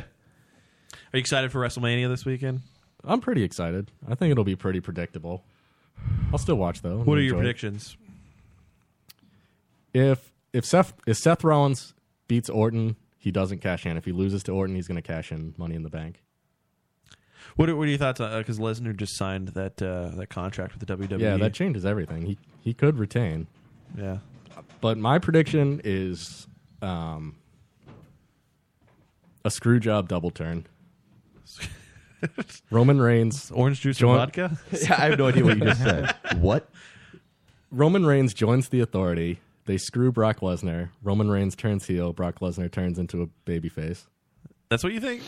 Are you excited for WrestleMania this weekend? I'm pretty excited. I think it'll be pretty predictable. I'll still watch though. and What are your enjoy it. predictions? If if Seth if Seth Rollins beats Orton, he doesn't cash in. If he loses to Orton, he's going to cash in Money in the Bank. What are, what are your thoughts on because Lesnar just signed that uh, that contract with the WWE? Yeah, that changes everything. He he could retain. Yeah. But my prediction is um, a screw job double turn. Roman Reigns. Orange juice join- and vodka? Yeah, I have no idea what you just said. What? Roman Reigns joins the authority. They screw Brock Lesnar. Roman Reigns turns heel. Brock Lesnar turns into a babyface. That's what you think?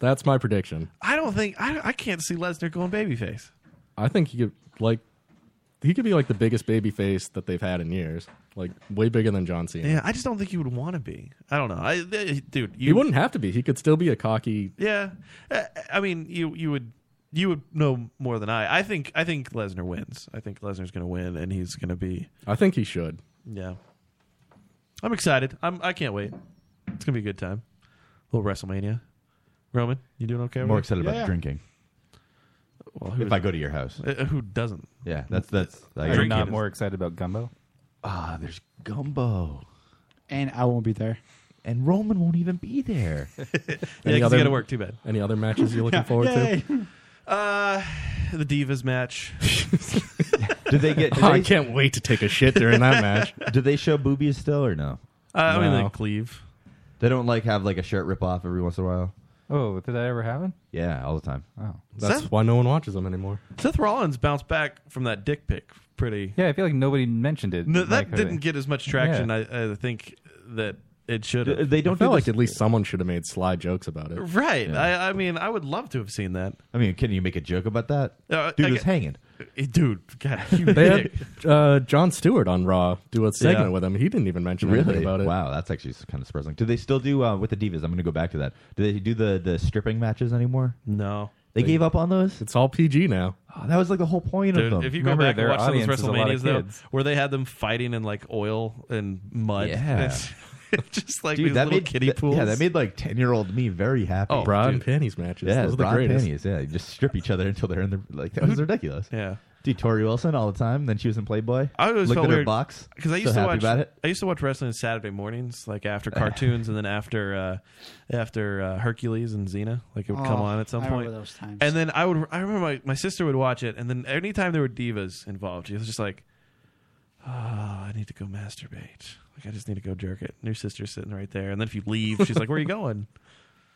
That's my prediction. I don't think I, I can't see Lesnar going babyface. I think he could like he could be like the biggest babyface that they've had in years. Like way bigger than John Cena. Yeah, I just don't think you would want to be. I don't know. I th- dude, you he wouldn't have to be. He could still be a cocky. Yeah, Uh, I mean, you you would you would know more than I. I think I think Lesnar wins. I think Lesnar's going to win, and he's going to be. I think he should. Yeah, I'm excited. I'm I can't wait. It's going to be a good time. A little WrestleMania. Roman, you doing okay? over More there? excited about drinking. Well, who if is- I go to your house, Uh, who doesn't? Yeah, that's that's. Are you not more excited about gumbo? Ah, there's gumbo. And I won't be there. Oh. And Roman won't even be there. Yeah, 'cause you got to work. Too bad. Any other matches you're looking forward to? Uh, the Divas match. Did they get? Did I they- can't wait to take a shit during that match. Did they show boobies still or no? Uh, I mean, they No. cleave. They don't like have like a shirt rip off every once in a while. Oh, did that ever happen? Yeah, all the time. Oh, That's why no one watches them anymore. Seth Rollins bounced back from that dick pic pretty. Yeah, I feel like nobody mentioned it. No, Like, that didn't get as much traction. I, I think that it should. have. I felt like at least someone should have made sly jokes about it. Right. I, I mean, I would love to have seen that. I mean, can you make a joke about that? Uh, Dude I was gu- hanging. Eh, Dude, God, huge They dick. had uh, John Stewart on Raw do a segment Yeah. with him. He didn't even mention Really? anything about it. Wow, that's actually kind of surprising. Do they still do uh, with the divas? I'm going to go back to that. Do they do the the stripping matches anymore? No, they, gave up on those. It's all PG now. Oh, that was like the whole point Dude, of them. if you go back and watch some of those WrestleManias, though, where they had them fighting in like oil and mud, Yeah. it's just like Dude, these that little made- kiddie that- pools. Yeah, that made like ten year old me very happy. Oh, Bra and dude. panties matches. Yeah, Those are the bra and greatest. panties. Yeah, you just strip each other until they're in the like that was ridiculous. Yeah. Dude, Tori Wilson all the time. Then she was in Playboy. I always looked felt at weird her box because I used so to happy watch. about it. I used to watch wrestling Saturday mornings, like after cartoons, and then after uh, after uh, Hercules and Xena, like it would come Oh, on at some I point. remember those times. And then I would. I remember my, my sister would watch it, and then anytime there were divas involved, she was just like, "Oh, I need to go masturbate. Like I just need to go jerk it." And your sister's sitting right there, and then if you leave, she's like, "Where are you going?"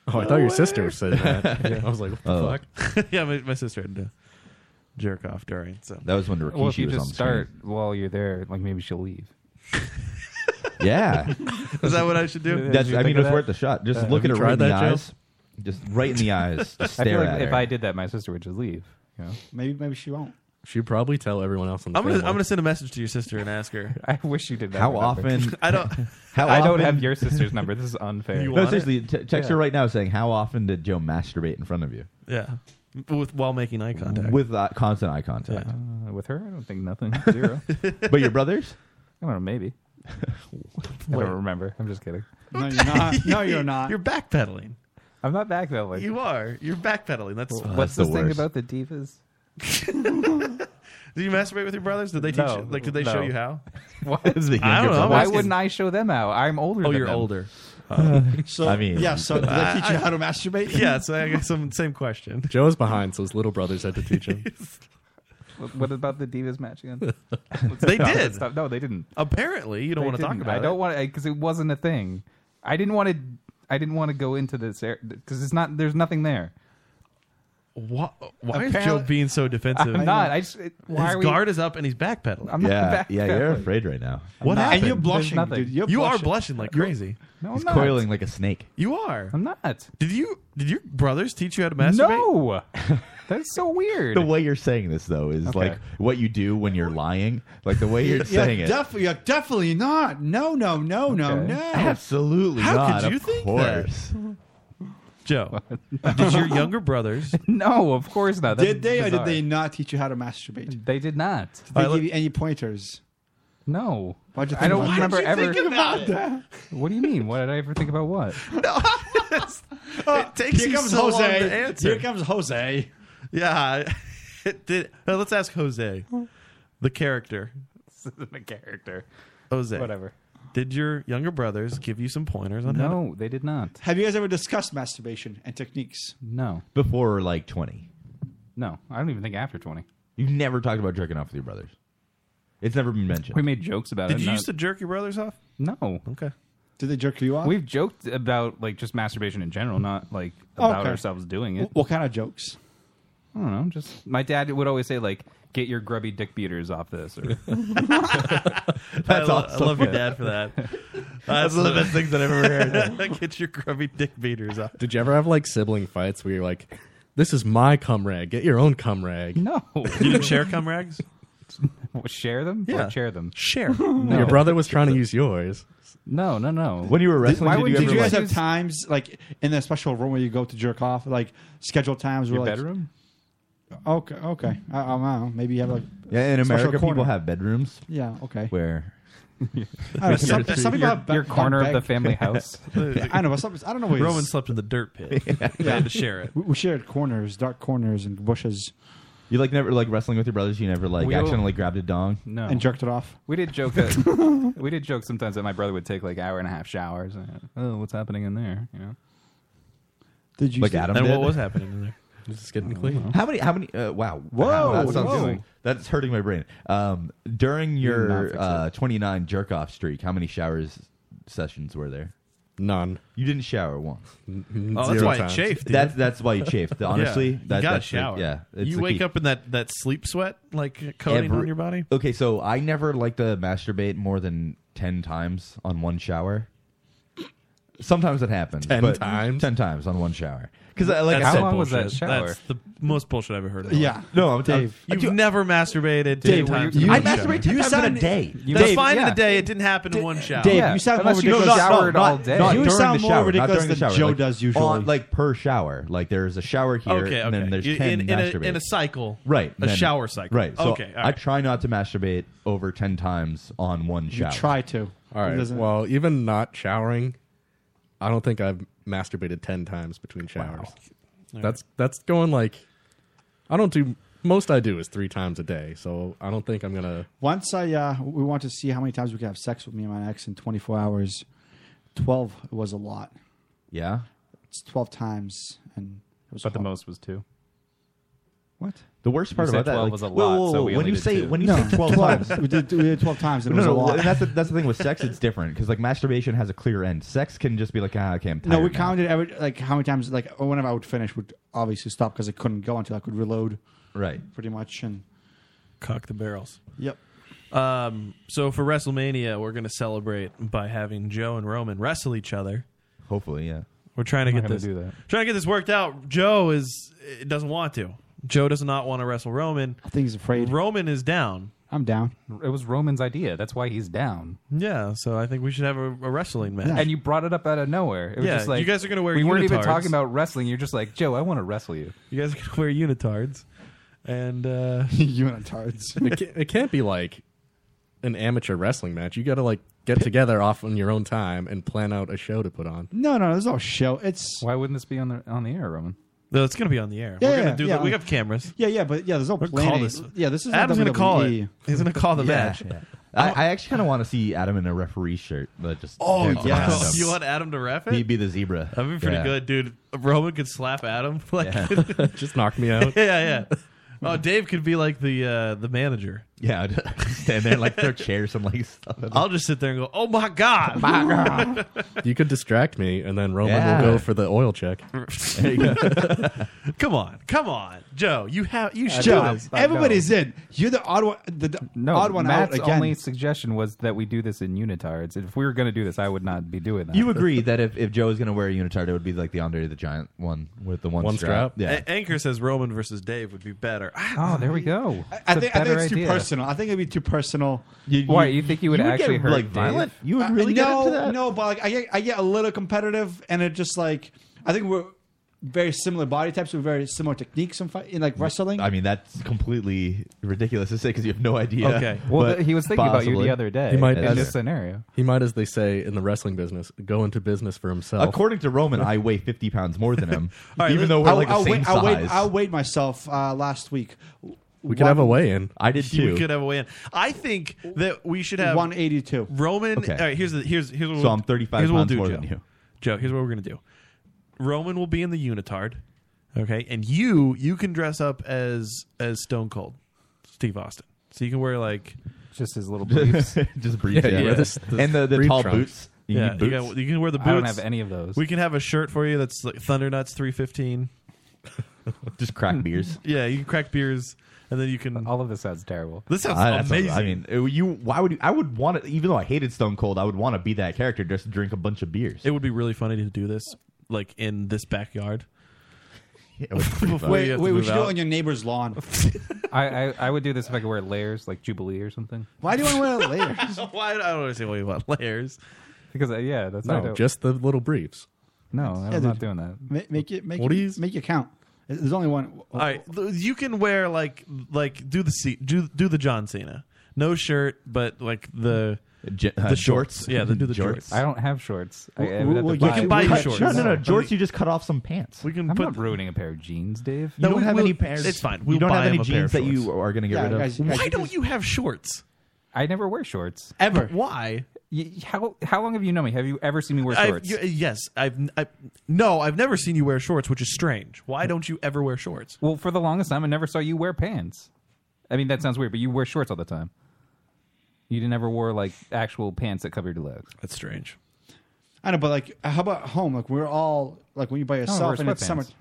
Oh, I thought your sister was saying that. Yeah. I was like, what the Oh. fuck? yeah, my, my sister had to jerk off during. So That was when Rikishi Well, if you was just on start while you're there, like maybe she'll leave. Yeah. Is that what I should do? That's. Did you I mean, think it's of worth that? the shot. Just Yeah. look Have at you her right in tried the that, Joe? eyes. Just right in the eyes. Just Uh, I stare feel like at if her. I did that, my sister would just leave. You know? Maybe maybe she won't. She'd probably tell everyone else on the I'm gonna, family. I'm gonna send a message to your sister and ask her. I wish you did that. How often? I don't. I don't have your sister's number. This is unfair. You no, want it? seriously. T- text her right now saying, "How often did Joe masturbate in front of you?" Yeah, with while making eye contact. With uh, constant eye contact. Uh, with her, I don't think nothing. Zero. But your brothers? I don't know. Maybe. I Wait. don't remember. I'm just kidding. No, you're not. No, you're not. You're backpedaling. I'm not backpedaling. You are. You're backpedaling. That's Well, what's this thing about the divas? Did you masturbate with your brothers? Did they teach? No, you, like, did they no. show you how? What? Is the I don't younger know. I'm Why asking- wouldn't I show them out? I'm older. Oh, than you're them. older. Uh, So I mean- yeah. So did I teach you how to masturbate? Yeah, so I guess some same question. Joe's behind, so his little brothers had to teach him. What, what about the divas match again? They did. Stop. No, they didn't. Apparently, you don't They want to talk didn't. about I don't want to because it wasn't a thing. I didn't want to. I didn't want to go into this because it's not. There's nothing there. What? Why is Apparently- Joe being so defensive? I'm not. I just. It, why His are we? guard is up and he's backpedaling. I'm not yeah, yeah, you're backpedaling. afraid right now. What not. happened? And you're There's blushing, nothing. dude. You're You are blushing. blushing like crazy. No, He's I'm not. coiling like a snake. You are. I'm not. Did you? Did your brothers teach you how to masturbate? No, that's so weird. The way you're saying this though is Okay. like what you do when you're lying. Like the way you're Yeah, saying it. def- yeah, definitely not. No, no, no, no, Okay. no. Absolutely How not. could you of think that? course. Joe, did your younger brothers? no, of course not. That's did they or bizarre. did they not teach you how to masturbate? Did They did not. they give you any pointers? No. Why'd you I don't think about remember that? ever. Think about that. What do you mean? What did I ever think about what? Oh, takes here you comes so long Jose. to answer. Here comes Jose. Yeah. It did, uh, let's ask Jose, the character. This isn't a character. Jose. Whatever. Did your younger brothers give you some pointers on how? No, they did not. Have you guys ever discussed masturbation and techniques? No, Before like twenty. no. I don't even think after 20. You've never talked about jerking off with your brothers. It's never been mentioned. We made jokes about To, did it. you not- used to jerk your brothers off? No. Okay. Did they jerk you off? We've joked about like just masturbation in general, not like Oh, Oh, Okay. about ourselves doing it. Wh- What kind of jokes? I don't know. Just my dad would always say like, "Get your grubby dick beaters off this." Or, I, lo- I love your dad for that. That's one of the best things I've ever heard. Get your grubby dick beaters off. Did you ever have like sibling fights where you're like, "This is my cum rag. Get your own cum rag." No, You didn't share cum rags? share them. Yeah. or share them. Share. Your brother was trying to use yours. No, no, no. When you were wrestling, Did, you, guys have times like in the special room where you go to jerk off, like scheduled times? Your where, like, bedroom? Okay, okay. I, I don't know. Maybe you have like Yeah, in special America, corner. people have bedrooms. Yeah, okay. Where I don't know, some, some people have ba- ba- back- I know, but some, I don't know. what it Roman is. slept in the dirt pit. They had to share it. We, we shared corners, dark corners, and bushes. You like never like wrestling with your brothers. You never like We all- accidentally grabbed a dong. No. And jerked it off. We did joke that we did joke sometimes that my brother would take like hour and a half showers. and, oh, what's happening in there? You know. Did you Like see- Adam And did? what was happening in there? Just getting clean. How many? How many? Uh, wow! Whoa, Wow, that what sounds- are you doing? That's hurting my brain. Um, during not your fix uh, 29 jerk off streak, how many showers sessions were there? None. You didn't shower once. Oh, that's why it chafed. dude. That's that's why you chafed. Yeah. Honestly, you that, gotta that's the- shower. yeah, it's you the wake key. up in that that sleep sweat like coating Every- on your body. Okay, so I never like to masturbate more than ten times on one shower. Sometimes it happens. Ten but times. Ten times on one shower. Because uh, like That's I said, so bullshit. That's the most bullshit I've ever heard. In my Yeah. life. No, I'm- I'm- Dave. You've never masturbated. ten Dave, times you- in I one shower. masturbate ten You times in a sound- day. you- That's Dave, fine in yeah. a day. It didn't happen in one shower. Dave, you sound more ridiculous. Not you during sound the more shower, not ridiculous during the than shower. Joe like, does usually. on- like per shower, like there's a shower here, Okay, and okay. then there's You- in- ten in a- in masturbate. a cycle. right? A shower cycle. right? So Okay, all I right. try not to masturbate over ten times on one shower. All right. Well, even not showering, I don't think I've masturbated ten times between showers. right. That's that's going like, I don't do most. I do is three times a day, so I don't think I'm gonna. Once I, uh, we want to see how many times we can have sex with me and my ex in 24 hours. 12 was a lot. Yeah. It's 12 times, and it was. But the hard. most was two. What? The worst part You about said that 12 like, was a whoa, lot, whoa, so whoa, we when only you did say two. when you No, say twelve 12. times, We did- we did 12 times and it no, was no, a lot. and that's the, that's the thing with sex. It's different because like masturbation has a clear end. Sex can just be like, ah, okay, I'm tired. No, we now. counted every like how many times like whenever I would finish would obviously stop because I couldn't go until I could reload. Right. Pretty much, and cock the barrels. Yep. Um, so for WrestleMania, we're going to celebrate by having Joe and Roman wrestle each other. Hopefully, yeah. We're trying to I'm not get gonna this do that. trying to get this worked out. Joe is it doesn't want to. Joe does not want to wrestle Roman. I think he's afraid. Roman is down. I'm down. It was Roman's idea. That's why he's down. Yeah, so I think we should have a, a wrestling match. And you brought it up out of nowhere. It was Yeah, just like you guys are gonna wear We weren't even unitards. talking about wrestling. You're just like Joe. I want to wrestle you. You guys can wear unitards, and uh, unitards. it, can't, it can't be like an amateur wrestling match. You got to like get together off on your own time and plan out a show to put on. No, no, there's no show. It's why wouldn't this be on the on the air, Roman? No, it's going to be on the air. Yeah, we're going yeah, to do yeah. that. We have cameras. Yeah, yeah, but yeah, there's no We're gonna planning. call this. Yeah, this is not E. Adam's gonna call WWE. it. He's going to call the E. Yeah, match. yeah. I, I actually kind of want to see Adam in a referee shirt, but just Oh, dancing yes. around him. You want Adam to ref it? He'd be the zebra. That'd be pretty Yeah. good, dude. Roman could slap Adam. Like, Yeah. Just knock me out. yeah, yeah. Oh, Dave could be like the uh, the manager. Yeah, I'd stand there and like throw chairs and like stuff. at him. I'll just sit there and go, "Oh my god, My God. You could distract me, and then Roman Yeah. will go for the oil check. There you go. come on, come on, Joe. You have you should do Joe, this. everybody's in. You're the odd one. The, the No, odd one Matt's out again. only suggestion was that we do this in unitards. If we were going to do this, I would not be doing that. You agree that if, if Joe is going to wear a unitard, it would be like the Andre the Giant one with the one, Yeah. A- Anchor says Roman versus Dave would be better. Oh, there we go. I- I think, I think it's too personal. I think it'd be too personal. Why, you think you would actually hurt Dave? You would Uh, really get no, into that? No, but like I get, I get a little competitive, and it just like I think we're very similar body types with very similar techniques in, fight, in like wrestling. I mean, that's completely ridiculous to say because you have no idea. Well, But th- he was thinking about you possibly. the other day He might in as- this scenario. He might, as they say in the wrestling business, go into business for himself. According to Roman, I weigh 50 pounds more than him, even though we're I, like the I, same weighed- I size. weighed, I weighed myself uh, last week. We could have a weigh-in. I did You- too. We could have a weigh in. I think that we should have 182. Roman. Okay. All right, here's the here's here's what So we'll- I'm 35 here's what pounds we'll do, more Joe. than you. Joe, here's what we're gonna do. Roman will be in the unitard, okay, and you you can dress up as as Stone Cold, Steve Austin. So you can wear like just his little Just briefs, yeah. And the, the tall boots. You yeah, need you, boots? got- you can wear the boots. I don't have any of those. We can have a shirt for you that's like Thundernuts three fifteen. Just crack beers. Yeah, you can crack beers, and then you can. All of this sounds terrible. This sounds I- that's- amazing. I mean, it- you. Why would you, I would want to? Even though I hated Stone Cold, I would want to be that character. Just drink a bunch of beers. it would be really funny to do this, like in this backyard. Yeah, Oh, wait, wait, we should do it on your neighbor's lawn. I, I I would do this if I could wear layers, like Jubilee or something. Why do you want to wear layers? Why I don't understand why you want layers. Because uh, yeah, that's how I No, do it. just the little briefs. no, I'm Yeah, not dude. doing that. Ma- Make it make What it, make it count. There's only one. All right, th- you can wear like like do the C- do do the John Cena, no shirt, but like the uh, the shorts. jorts. Yeah, the, do the jorts. I don't have shorts. I, I Well, would have to well, buy- can buy cut- shorts. No, no, no. No. Jorts. You just cut off some pants. We can I'm put not ruining a pair of jeans, Dave. You don't we- have any we'll- pairs. It's fine. you We'll don't buy have him any a pair jeans of that you shorts. are going to get Yeah, rid of. guys, you guys, Why you don't just- you have shorts? I never wear shorts ever. Why? how how long have you known me? Have you ever seen me wear I've- shorts? you- yes, I've I, no, I've never seen you wear shorts, which is strange. Why don't you ever wear shorts? well, for the longest time, I never saw you wear pants. I mean, that sounds weird, but you wear shorts all the time. You didn't ever wear like actual pants that covered your legs. That's strange. I know, but like, how about home? Like, we're all like when you by yourself wear and it's summer, sweatpants.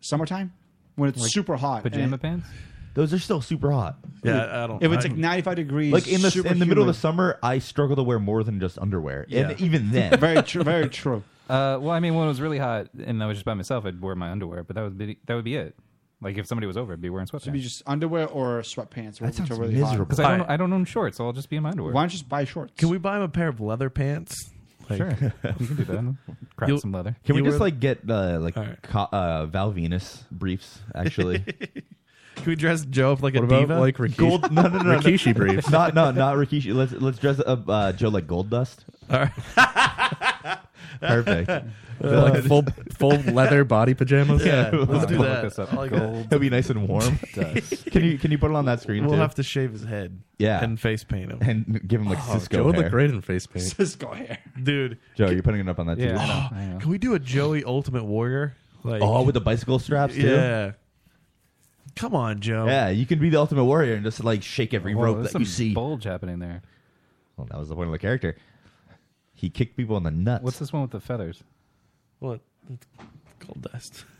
summertime when it's Like super hot. and Pajama it- pants. Those are still super hot. Yeah, I don't. If it's I- like 95 degrees, Like in the super in the middle of humid. the summer, I struggle to wear more than just underwear, Yeah. and even then, very true. Very true. Uh, well, I mean, when it was really hot and I was just by myself, I'd wear my underwear, but that would be that would be it. Like if somebody was over, I'd be wearing sweatpants. So be just underwear or sweatpants. Or That sounds whichever they find. because I don't I don't own shorts, so I'll just be in my underwear. Why don't you just buy shorts? Can we buy him a pair of leather pants? Sure. You can do that. Crack You'll- some leather. Can we You just were- like get uh, like co- uh, Val Venus briefs? Actually, Can we dress Joe up like a What about, diva? like, Rikishi- Gold- no, no, no, no. Rikishi briefs. not no, not Rikishi. Let's let's dress up uh, Joe like Gold Dust. All right. Perfect. Uh, like full full leather body pajamas. Yeah, let's do that. I like that. It'll be nice and warm. can you can you put it on that screen? We'll too? have to shave his head. Yeah. and face paint him. and give him like Oh, Cisco Joe would look hair. great in face paint. Cisco hair, dude. Joe, you're putting it up on that TV. Oh, Can we do a Joey Ultimate Warrior? Like, oh, with the bicycle straps too. yeah. Come on, Joe. Yeah, you can be the ultimate warrior and just like shake every Whoa, rope there's that you some see. bulge happening there. Well, that was the point of the character. He kicked people in the nuts. What's this one with the feathers? Well, it's gold dust.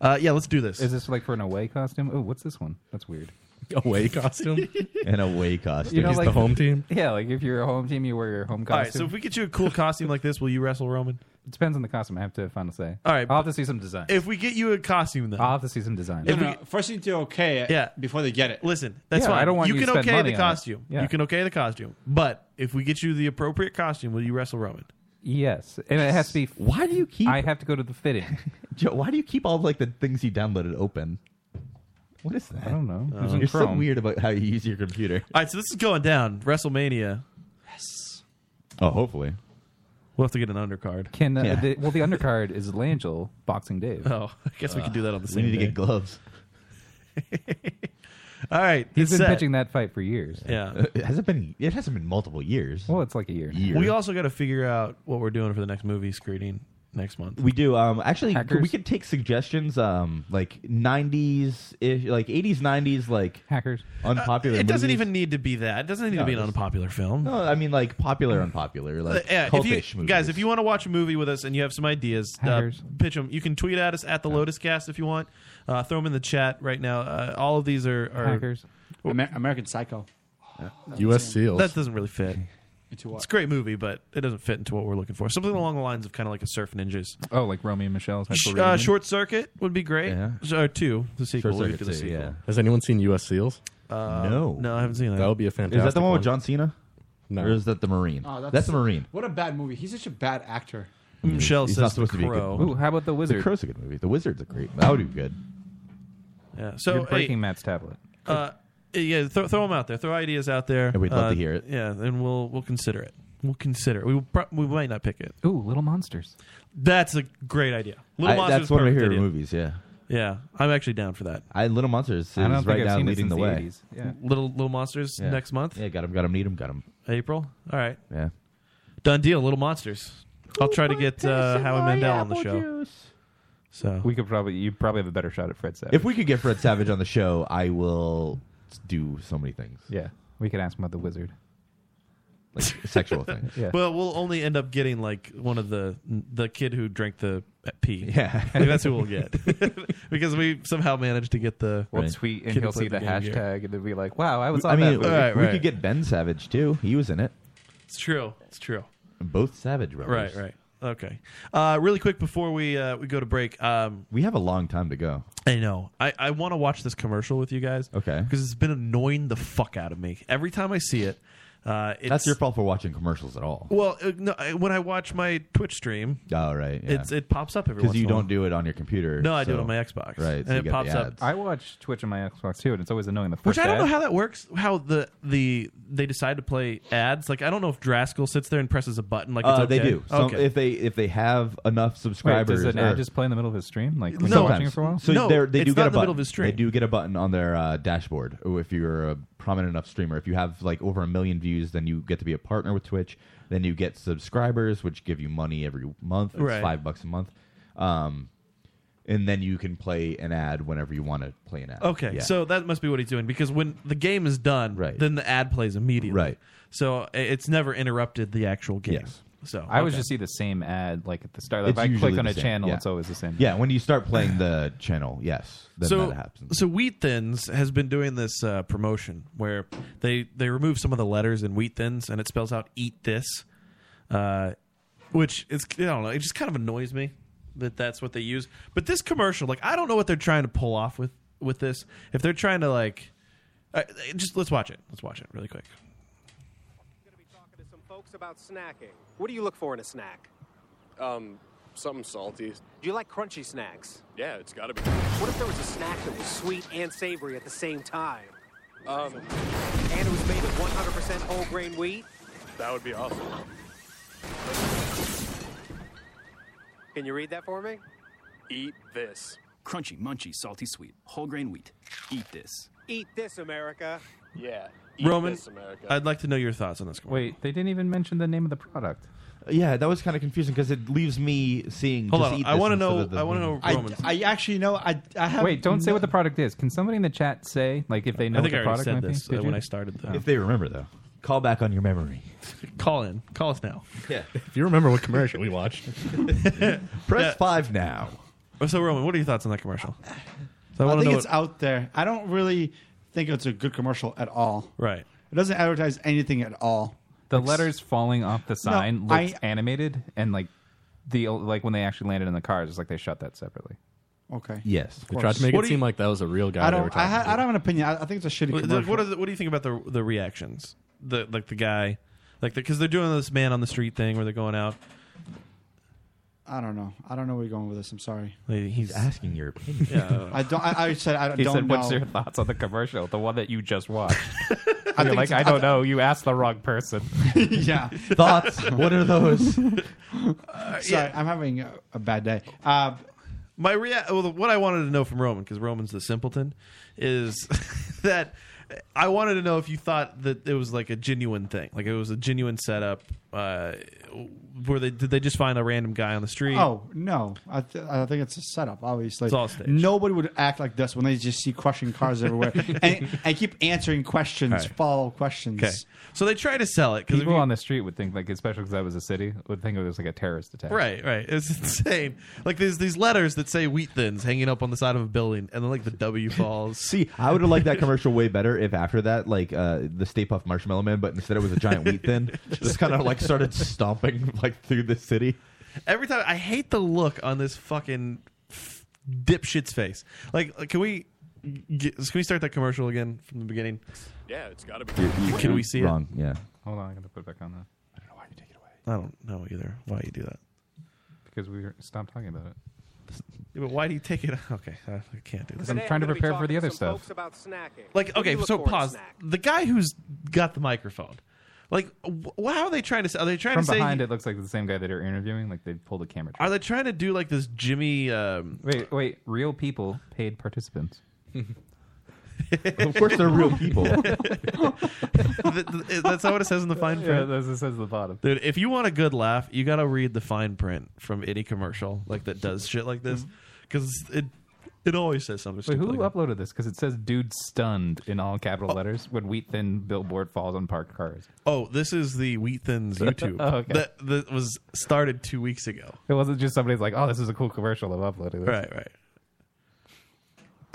Uh, yeah, let's do this. Is this like for an away costume? Oh, what's this one? That's weird. Away costume. An away costume. He's the home team. Yeah, like if you're a home team, you wear your home costume. All right, so if we get you a cool costume like this, will you wrestle Roman? it depends on the costume, I have to final say. All right, I'll have to see some design. If we get you a costume, though, I'll have to see some design. No, no, no. First, you need to okay it Yeah. before they get it. listen, that's Yeah, fine. I don't want you can to spend okay money the on it. costume. Yeah. You can okay the costume, but if we get you the appropriate costume, will you wrestle Roman? Yes, and it has to be. Why do you keep I have to go to the fitting. Joe, why do you keep all of, like the things you downloaded open? What is that? I don't know. It was in You're so Chrome. weird about how you use your computer. All right, Oh. so this is going down WrestleMania. Oh, hopefully. We'll have to get an undercard. Can uh, Yeah. the, well, the undercard is Langel Boxing Dave. Oh, I guess we can do that on the Uh, We same need to day. get gloves. All right, He's it's been set. pitching that fight for years. Yeah. Uh, It hasn't been. It hasn't been multiple years. Well, it's like a year. now. Year. We also got to figure out what we're doing for the next movie screening next month. We do. Um, actually, Hackers? we could take suggestions. Um, like '90s, ish, like '80s, '90s, like Hackers. unpopular. Uh, it doesn't movies. even need to be that. It doesn't need No, to be an just- unpopular film. Uh, No, I mean like popular, unpopular, like Yeah, if you, cultish movies. Guys, if you want to watch a movie with us and you have some ideas, uh, Hackers. pitch them. You can tweet at us at the Lotus Cast if you want. Uh, throw them in the chat right now. Uh, all of these are, are Hackers. Amer- American Psycho. U.S. SEALs. that doesn't really fit. Into It's what? a great movie, but it doesn't fit into what we're looking for. Something along the lines of kind of like a Surf Ninjas. Oh, like Romeo and Michelle's high Sh- school uh, reunion? Short Circuit would be great. Yeah. So- Or two, the sequel. Short We'll get Circuit to the too, sequel. yeah. Has anyone seen U.S. SEALs? Uh, No. no, I haven't seen that. That would be a is fantastic. that the one with John Cena? No. Or is that the Marine? Oh, that's, the Marine. Mm. What a bad movie. He's such a bad actor. Michelle He's says not supposed the to be a good crow. one. Ooh, how about the The wizard? Crow's a good movie. The Wizard's a great. That would be good. yeah. So You're hey, breaking Matt's tablet. Uh, yeah, throw, throw them out there. Throw ideas out there. And we'd love Uh, to hear it. Yeah, and we'll we'll consider it. We'll consider it. We will pro- we might not pick it. Ooh, little monsters. That's a great idea. Little I- Monsters. that's one of my perfect favorite idea. movies. Yeah, Yeah, I'm actually down for that. I, Little Monsters is I don't think right I've now seen it leading since the way. 80s. Yeah. Little Little Monsters Yeah. next month, Yeah, got him, got him, need him, got him. April. All right, Yeah. done deal. Little Monsters. I'll try to get uh, Howie Mandel on the show. So We could probably you probably have a better shot at Fred Savage. If we could get Fred Savage on the show, I will do so many things. yeah, we could ask him about the wizard. like sexual thing. Well, we'll only end up getting like one of the the kid who drank the pee. Yeah. I think that's who we'll get because we somehow managed to get the. We'll tweet and kid who he'll see played the Game Gear. hashtag and then be like, "Wow, I was We- on I that mean, movie." we, we could get Ben Savage too. He was in it. It's true. It's true. Both Savage brothers. Right, right. Okay. Uh, really quick before we uh, we go to break, um, we have a long time to go. I know. I, I want to watch this commercial with you guys. Okay. Because it's been annoying the fuck out of me every time I see it. Uh, it's, That's your fault for watching commercials at all. Well, uh, no, I, when I watch my Twitch stream, Oh, right. Yeah. it's it pops up every Because once you in a don't do it on your computer. No, I do it so- on my Xbox. Right. And so you it get the pops up. ads. I watch Twitch on my Xbox too, and it's always annoying. The first Which I don't know ad. how that works. How the the they decide to play ads. Like I don't know if Draskell sits there and presses a button. Like it's Uh, okay. They do. So okay. If they if they have enough Wait, subscribers, does an or- ad just play in the middle of his stream? Like when you're Sometimes. watching it for a while? So they're- they it's do not get a in the button. middle of his stream. They do get a button on their uh, dashboard. Oh, If you're a prominent enough streamer, if you have like over a million views, then you get to be a partner with Twitch. Then you get subscribers, which give you money every month. It's Right. five bucks a month. Um, and then you can play an ad whenever you want to play an ad. Okay, Yeah. so that must be what he's doing because when the game is done, then the ad plays immediately. Right. So i- it's never interrupted the actual game. So I always okay. just see the same ad like at the start. Like, It's if I usually click on the a same, channel, yeah. it's always the same. Yeah, when you start playing the channel, yes, then so that happens. so Wheat Thins has been doing this uh, promotion where they they remove some of the letters in Wheat Thins and it spells out "eat this," uh, which is I don't know. It just kind of annoys me that that's what they use. But this commercial, like, I don't know what they're trying to pull off with with this. If they're trying to like, uh, just let's watch it. Let's watch it really quick. Folks about snacking. What do you look for in a snack? Um, something salty. Do you like crunchy snacks? Yeah, it's gotta be. What if there was a snack that was sweet and savory at the same time? Um, and it was made of 100% whole grain wheat? That would be awesome. Can you read that for me? Eat this. Crunchy, munchy, salty, sweet. Whole grain wheat. Eat this. Eat this, America. Yeah. Roman, I'd like to know your thoughts on this. Commercial. Wait, they didn't even mention the name of the product. Yeah, that was kind of confusing because it leaves me seeing. Hold just on, eat I this wanna instead know- of the- I wanna know I, Roman's- I actually know. I, I have. Wait, don't say no- what the product is. Can somebody in the chat say like if they know I think what I the already product said might this be? uh, Did when you? I started. The, If they remember though, call back on your memory. Call in. Call us now. Yeah. If you remember what commercial we watched, Press five now. Oh, So Roman, what are your thoughts on that commercial? So I I, want to think know. it's what- out there. I don't really think it's a good commercial at all. Right. It doesn't advertise anything at all. The Like, letters falling off the No, sign I- looks animated, and like the like when they actually landed in the cars, it's like they shot that separately. Okay. Yes. Of they course. tried to make What it do seem you- like that was a real guy. I they were don't. I, talking ha- to. I don't have an opinion. I, I think it's a shitty What, commercial. what, are the, what do you think about the the reactions? The like the guy, like because they're doing this man on the street thing where they're going out. I don't know. I don't know where you're going with this. I'm sorry. He's asking your opinion. Yeah. I don't. I, I said I He don't said, know. "What's your thoughts on the commercial, the one that you just watched?" I You're think like, it's- "I don't I- know. You asked the wrong person." yeah. Thoughts? What are those? Sorry, I'm having a, a bad day. Uh, Uh, My rea- well, the- what I wanted to know from Roman because Roman's the simpleton is that I wanted to know if you thought that it was like a genuine thing, like it was a genuine setup. Uh, where they did they just find a random guy on the street? Oh no! I, th- I think it's a setup. Obviously, It's all staged. Nobody would act like this when they just see crushing cars everywhere and, and keep answering questions, All right. follow up questions. Okay. So they try to sell it people on the street would think, like, especially because that was a city, would think it was like a terrorist attack. Right, right. It's insane. Like there's these letters that say wheat thins hanging up on the side of a building, and then like the W falls. See, I would have liked that commercial way better if after that, like uh, the Stay Puft Marshmallow Man, but instead it was a giant wheat thin. just kind of like started stomping like through the city. Every time I hate the look on this fucking f- dipshit's face. Like, like, can we get, can we start that commercial again from the beginning? Yeah, it's gotta be. can we see wrong. Yeah. Hold on, I'm gonna put it back on that it? I don't know either. Why you do that? because we were- stopped talking about it. Yeah, but why do you take it? Okay, I, I can't do this. I'm trying to prepare for the other stuff. Like, okay, so pause. The guy who's got the microphone, like, wh- how are they trying to? s- Are they trying From to say? behind, it looks like the same guy that are interviewing. Like they pulled a camera. Are they trying to do like this Jimmy? Um, wait, wait. Real people, paid participants. Of course, they're real people. that's not what it says in the fine Yeah, print. that's what it says at the bottom. Dude, if you want a good laugh, you got to read the fine print from any commercial like that does shit like this because it It always says something Mm-hmm. Wait, stupid. who like that. uploaded this? Because it says "dude stunned" in all capital letters when Wheat Thin billboard falls on parked cars. Oh, this is the Wheat Thins YouTube. Oh, okay. that, that was started two weeks ago. It wasn't just somebody's like, "Oh, this is a cool commercial." I'm uploading this. Right, right.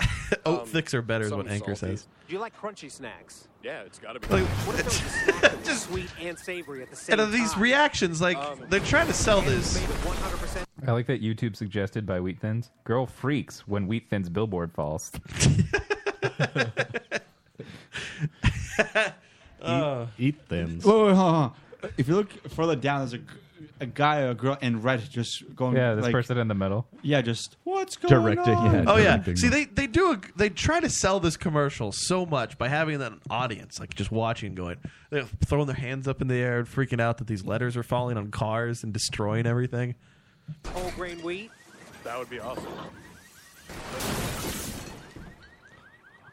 um, Oat thicks are better, is what something Anchor salty. says. Do you like crunchy snacks? Yeah, it's gotta be. Like, what if there was a snack that was sweet and savory at the same And of these time? Um, reactions, like they're trying to sell and this. made of 100% I like that YouTube suggested by Wheat Thins. Girl freaks when Wheat Thins billboard falls. Uh. eat them. Wait, wait, hold on, hold on. If you look further down, there's a, g- a guy or a girl in red just going. Yeah, this like- person in the middle. Yeah, just what's going Directed, on? yeah, Oh yeah. See, they they do a, they try to sell this commercial so much by having an audience like just watching, going they're throwing their hands up in the air and freaking out that these letters are falling on cars and destroying everything. whole grain wheat. That would be awesome.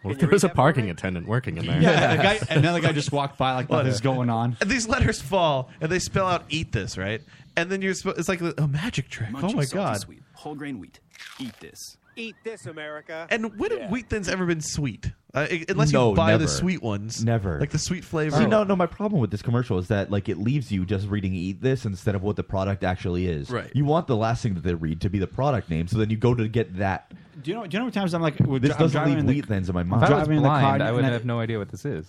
What if there was a parking attendant working in there? Yeah, a guy, another guy just walked by like nothing's going on. And these letters fall and they spell out "eat this," right? And then you're sp- it's like a a magic trick. Munchy, oh my salty, god! sweet. Whole grain wheat. Eat this. Eat this, America. And when have wheat thins ever been sweet? Uh, i- unless No, you buy the never. sweet ones, Never. like the sweet flavor. See, no, no. My problem with this commercial is that like it leaves you just reading "eat this" instead of what the product actually is. Right. You want the last thing that they read to be the product name, so then you go to get that. Do you know? Do you know what times I'm like? This I'm doesn't driving leave the- wheat thins in my I'm mind. If I was driving in the car blind, I and would I- have no idea what this is.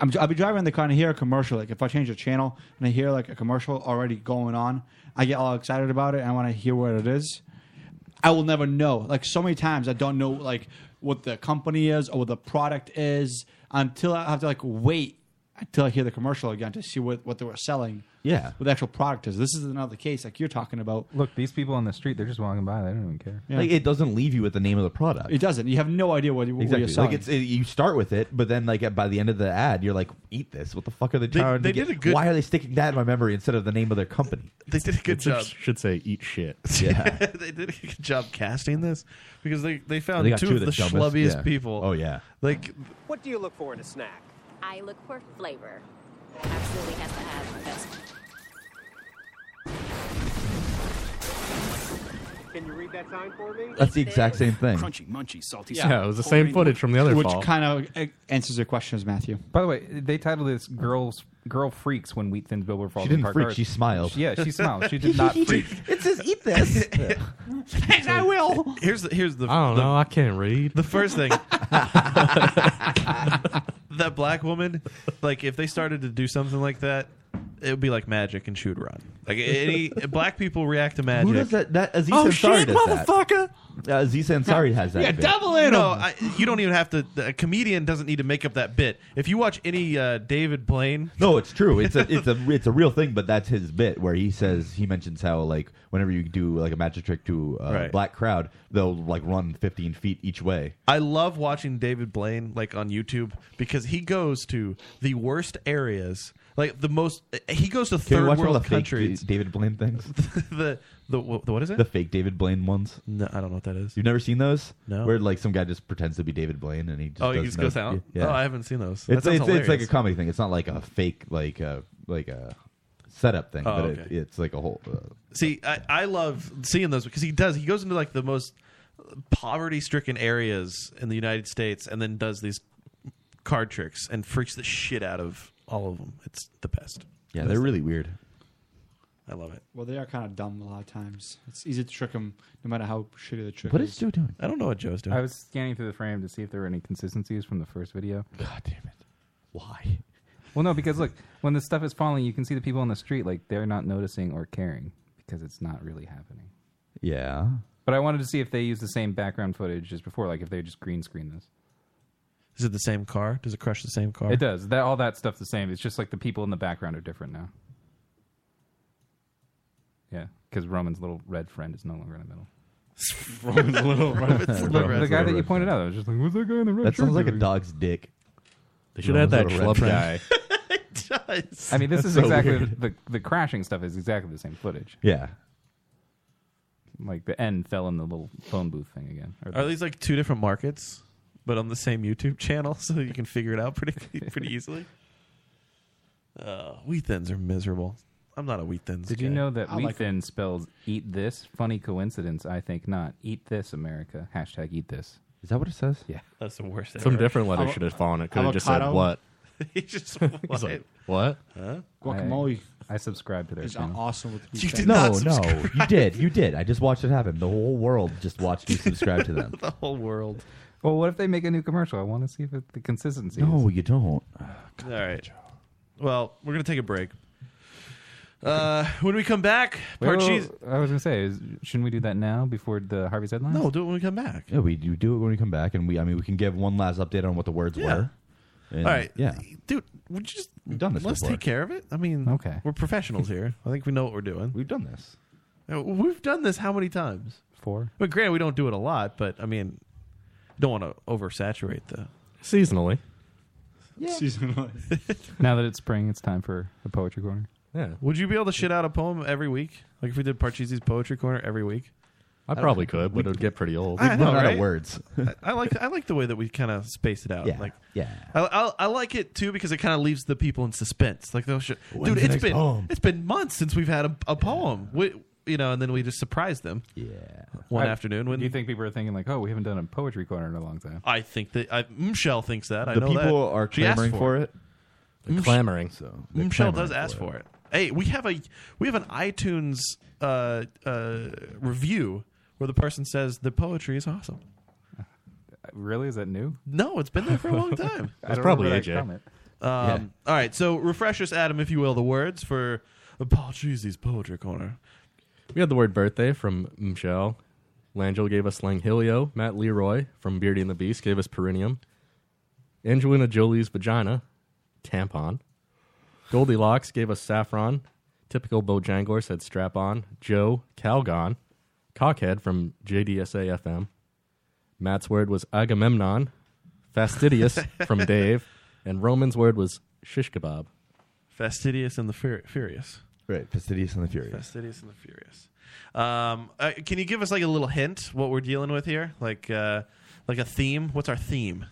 I'm, I'll be driving in the car and I hear a commercial. Like if I change the channel and I hear like a commercial already going on, I get all excited about it and I want to hear what it is. I will never know. Like so many times, I don't know like what the company is or what the product is until I have to like wait until I hear the commercial again to see what what they were selling. Yeah. what the actual product is. This is another case like you're talking about. Look, these people on the street, they're just walking by. They don't even care. Like it doesn't leave you with the name of the product. It doesn't. You have no idea what, what Exactly. you're selling. Like it's it, you start with it, but then like by the end of the ad, you're like, "Eat this! What the fuck are they They- trying they to get? did a good- Why are they sticking that in my memory instead of the name of their company?" They did a good It job. Should say eat shit. Yeah. they did a good job casting this because they, they found They got two, of the, dumbest- schlubbiest yeah. people. Oh yeah. Like What do you look for in a snack? I look for flavor. Absolutely has to have best. Can you read that sign for me? That's the exact same thing. Crunchy, munchy, salty. Yeah. sweet. Yeah, it was the Whole same grain footage wheat. from the other Which fall. kind of e-, answers your questions, Matthew. By the way, they titled this "Girls Girl Freaks" when Wheat Thins Billboard falls. She didn't apart freak, cars. she smiled. Yeah, she Oh, smiled. She did not freak. It says eat this. Thanks, I will. here's the here's the I don't the- know. I can't read. The first thing, that black woman, like if they started to do something like that, it would be like magic, and she would run. Like any black people react to magic. Who does that? That Aziz Oh, Ansari shit, does motherfucker! that. Uh, Aziz Ansari has that. bit. No, I, you don't even have to. A comedian doesn't need to make up that bit. If you watch any uh, David Blaine, No, it's true. It's a it's a it's a real thing, but that's his bit where he says he mentions how like whenever you do like a magic trick to a Right. black crowd, they'll like run fifteen feet each way. I love watching David Blaine like on YouTube because he goes to the worst areas, like the most. He goes to Can we third watch all world the countries. fake Da- David Blaine things? the, the wh- the what is it? the fake David Blaine ones? No, I don't know what that is. You've never seen those? No. Where like some guy just pretends to be David Blaine and he just Oh, he does just no- goes out? Yeah. Oh, I haven't seen those. That It's sounds it's, it's like a hilarious. comedy thing. It's not like a fake like uh like a setup thing, Oh, but it, okay. it's like a whole. Uh, See, I, I love seeing those because he does. He goes into like the most poverty-stricken areas in the United States and then does these card tricks and freaks the shit out of all of them. It's the best. yeah, Best they're thing. really weird. I love it. Well, they are kind of dumb a lot of times. It's easy to trick them, no matter how shitty the trick What is Joe doing? I don't know what Joe's I was scanning through the frame to see if there were any consistencies from the first video. God damn it! Why? Well, no, because look, when the stuff is falling, you can see the people on the street like they're not noticing or caring because it's not really happening. Yeah. But I wanted to see if they use the same background footage as before, like if they just green screen this. Is it the same car? Does it crush the same Oh. car? It does. That all that stuff's the same. It's just like the people in the background are different now. Yeah, because Roman's little red friend is no longer in the middle. Roman's little red Roman's friend. The, little the red guy that friend. you pointed out, I was just like, "What's that guy in the red?" That shirt sounds like a doing?" dog's dick. They should have that Little red schlub guy. friend. it does. I mean, this That's is so exactly weird. the the crashing stuff is exactly the same footage. Yeah. Like the end fell in the little phone booth thing again. Or Are these like two different markets, but on the same YouTube channel, so you can figure it out pretty pretty easily? Uh, wheat thins are miserable. I'm not a wheat thins. Did you guy. know that I wheat like 'em. thin spells eat this? Funny coincidence, I think not. Eat this, America. Hashtag eat this. Is that what it says? Yeah. That's the worst. Some different letter should have fallen. It could have just said what. he just He's like, what? what? Huh? Guacamole. I, I subscribe to their It's channel. awesome with You did no, not no, subscribe. you did, you did. I just watched it happen. The whole world just watched me subscribe to them. the whole world. Well, what if they make a new commercial? I want to see if it, the consistency. No, is. you don't. All right. Well, we're gonna take a break. Uh, when we come back, Wait, wait, Parcheesi. wait, I was gonna say, is, shouldn't we do that now before the Harvey's headlines? No, we'll do it when we come back. Yeah, we you do it when we come back, and we. I mean, we can give one last update on what the words Yeah. were. And, All right. Yeah. dude, we just We've done this Let's before. take care of it. I mean, Okay. we're professionals here. I think we know what we're doing. Uh, We've done this. We've done this how many times? Four. But granted, we don't do it a lot. But I mean, don't want to oversaturate the Seasonally. Yeah. now that it's spring, it's time for a poetry corner. Yeah. Would you be able to shit out a poem every week? Like if we did Parcheesi's poetry corner every week? I don't- probably could, but it would get pretty old. I We'd know, run out of right? words. I, I like I like the way that we kind of space it out. Yeah, Like yeah. I, I, I like it too because it kind of leaves the people in suspense. Like they'll shit. When's Dude, the it's next been poem? it's been months since we've had a, a poem. We, you know, and then we just surprise them. Yeah. One I- afternoon when Do you think people are thinking like, oh, we haven't done a poetry corner in a long time? I think that I, Michelle thinks that I The know people that. are She asked Mm-hmm. clamoring for it. They're Mich- clamoring, so they're Michelle clamoring does ask for it. Hey, we have a we have an iTunes uh, uh, review where the person says the poetry is awesome. Really? Is that new? No, it's been there for a long time. I It's don't probably remember that AJ. Um, comment. All right, so refresh us, Adam, if you will, the words for Paul Cheesy's poetry corner. We had the word birthday from Michelle. Langell gave us Langhilio. Matt Leroy from Beardy and the Beast gave us Perineum. Angelina Jolie's vagina, tampon. Goldilocks gave us saffron. Typical Bojangles said strap on. Joe, Calgon. Cockhead from JDSA FM. Matt's word was Agamemnon. Fastidious from Dave. And Roman's word was shish kebab. Fastidious and the Fur- Furious. Right, fastidious and the furious. Fastidious and the Furious. Um, uh, can you give us like a little hint what we're dealing with here? Like uh, like a theme? What's our theme?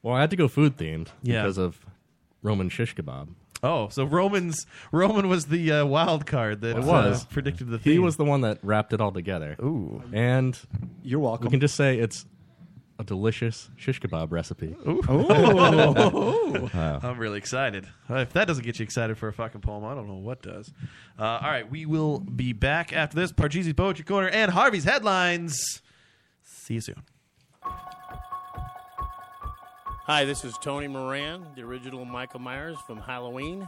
Well, I had to go food themed Yeah. because of Roman shish kebab. Oh, so Roman's Roman was the uh, wild card that It was uh, predicted the theme. He was the one that wrapped it all together. Ooh, and you're welcome. We can just say it's a delicious shish kebab recipe. Ooh. Wow. Ooh. I'm really excited. Uh, If that doesn't get you excited for a fucking poem, I don't know what does. Uh, all right, we will be back after this. Parcheesi's Poetry Corner and Harvey's Headlines. See you soon. Hi, this is Tony Moran, the original Michael Myers from Halloween,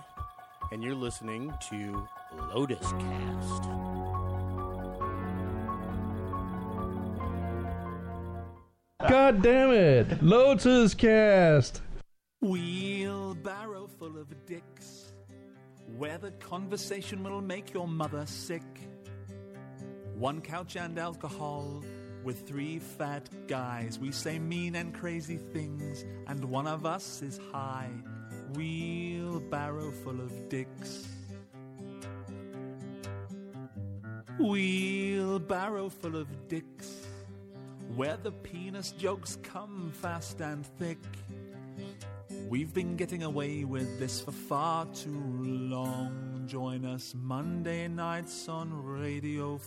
and you're listening to Lotus Cast. God damn it! Lotus Cast! Wheelbarrow full of dicks, weathered conversation will make your mother sick. One couch and alcohol with three fat guys. We say mean and crazy things, and one of us is high. Wheelbarrow full of dicks. Wheelbarrow full of dicks, where the penis jokes come fast and thick. We've been getting away with this for far too long. Join us Monday nights on RadioFubar.com.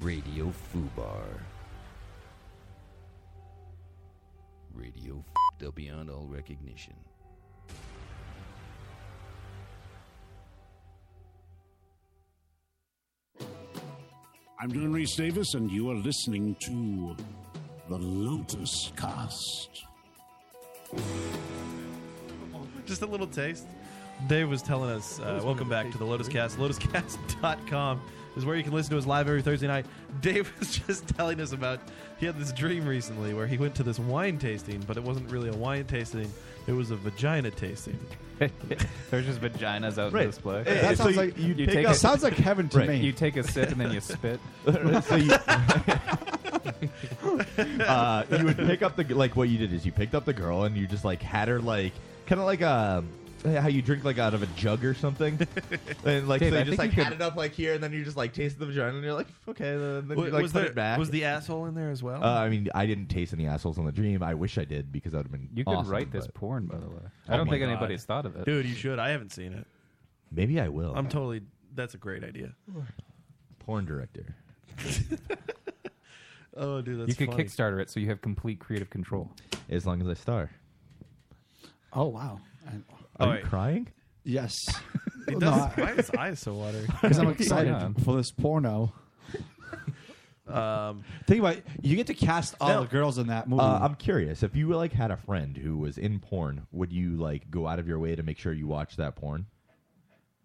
Radio Fubar. Radio fed up beyond all recognition. I'm John Reese Davis, and you are listening to the Lotus Cast. Just a little taste. Dave was telling us, uh, welcome back to the Lotus Cast. LotusCast.com is where you can listen to us live every Thursday night. Dave was just telling us about, he had this dream recently where he went to this wine tasting, but it wasn't really a wine tasting, it was a vagina tasting. There's just vaginas out Right. on display. Yeah, That so sounds you- like- you pick up- sounds like heaven to me. You take a sip and then you spit. So you- uh, you would pick up the like what you did is you picked up the girl and you just like had her like kind of like a how you drink like out of a jug or something and like Dave, so I you just think like you could- had it up like here and then you just like tasted the vagina and you're like okay then, then Wa- you like was put there- it back was the asshole in there as well? uh, I mean I didn't taste any assholes on the dream I wish I did because that would have been You could awesome, write this but- porn, by the way. Oh I don't my think God. anybody's thought of it. Dude, you should. I haven't seen it. maybe I will I'm totally, that's a great idea. porn director Oh, dude, that's you could funny. Kickstarter it so you have complete creative control. as long as I star Oh wow! are you crying Yes. He No, does- I- why are his eyes so watery? Because I'm excited Yeah. for this porno. Um, Think about it. you get to cast all Now- the girls in that movie. Uh, I'm curious if you like had a friend who was in porn, would you like go out of your way to make sure you watch that porn?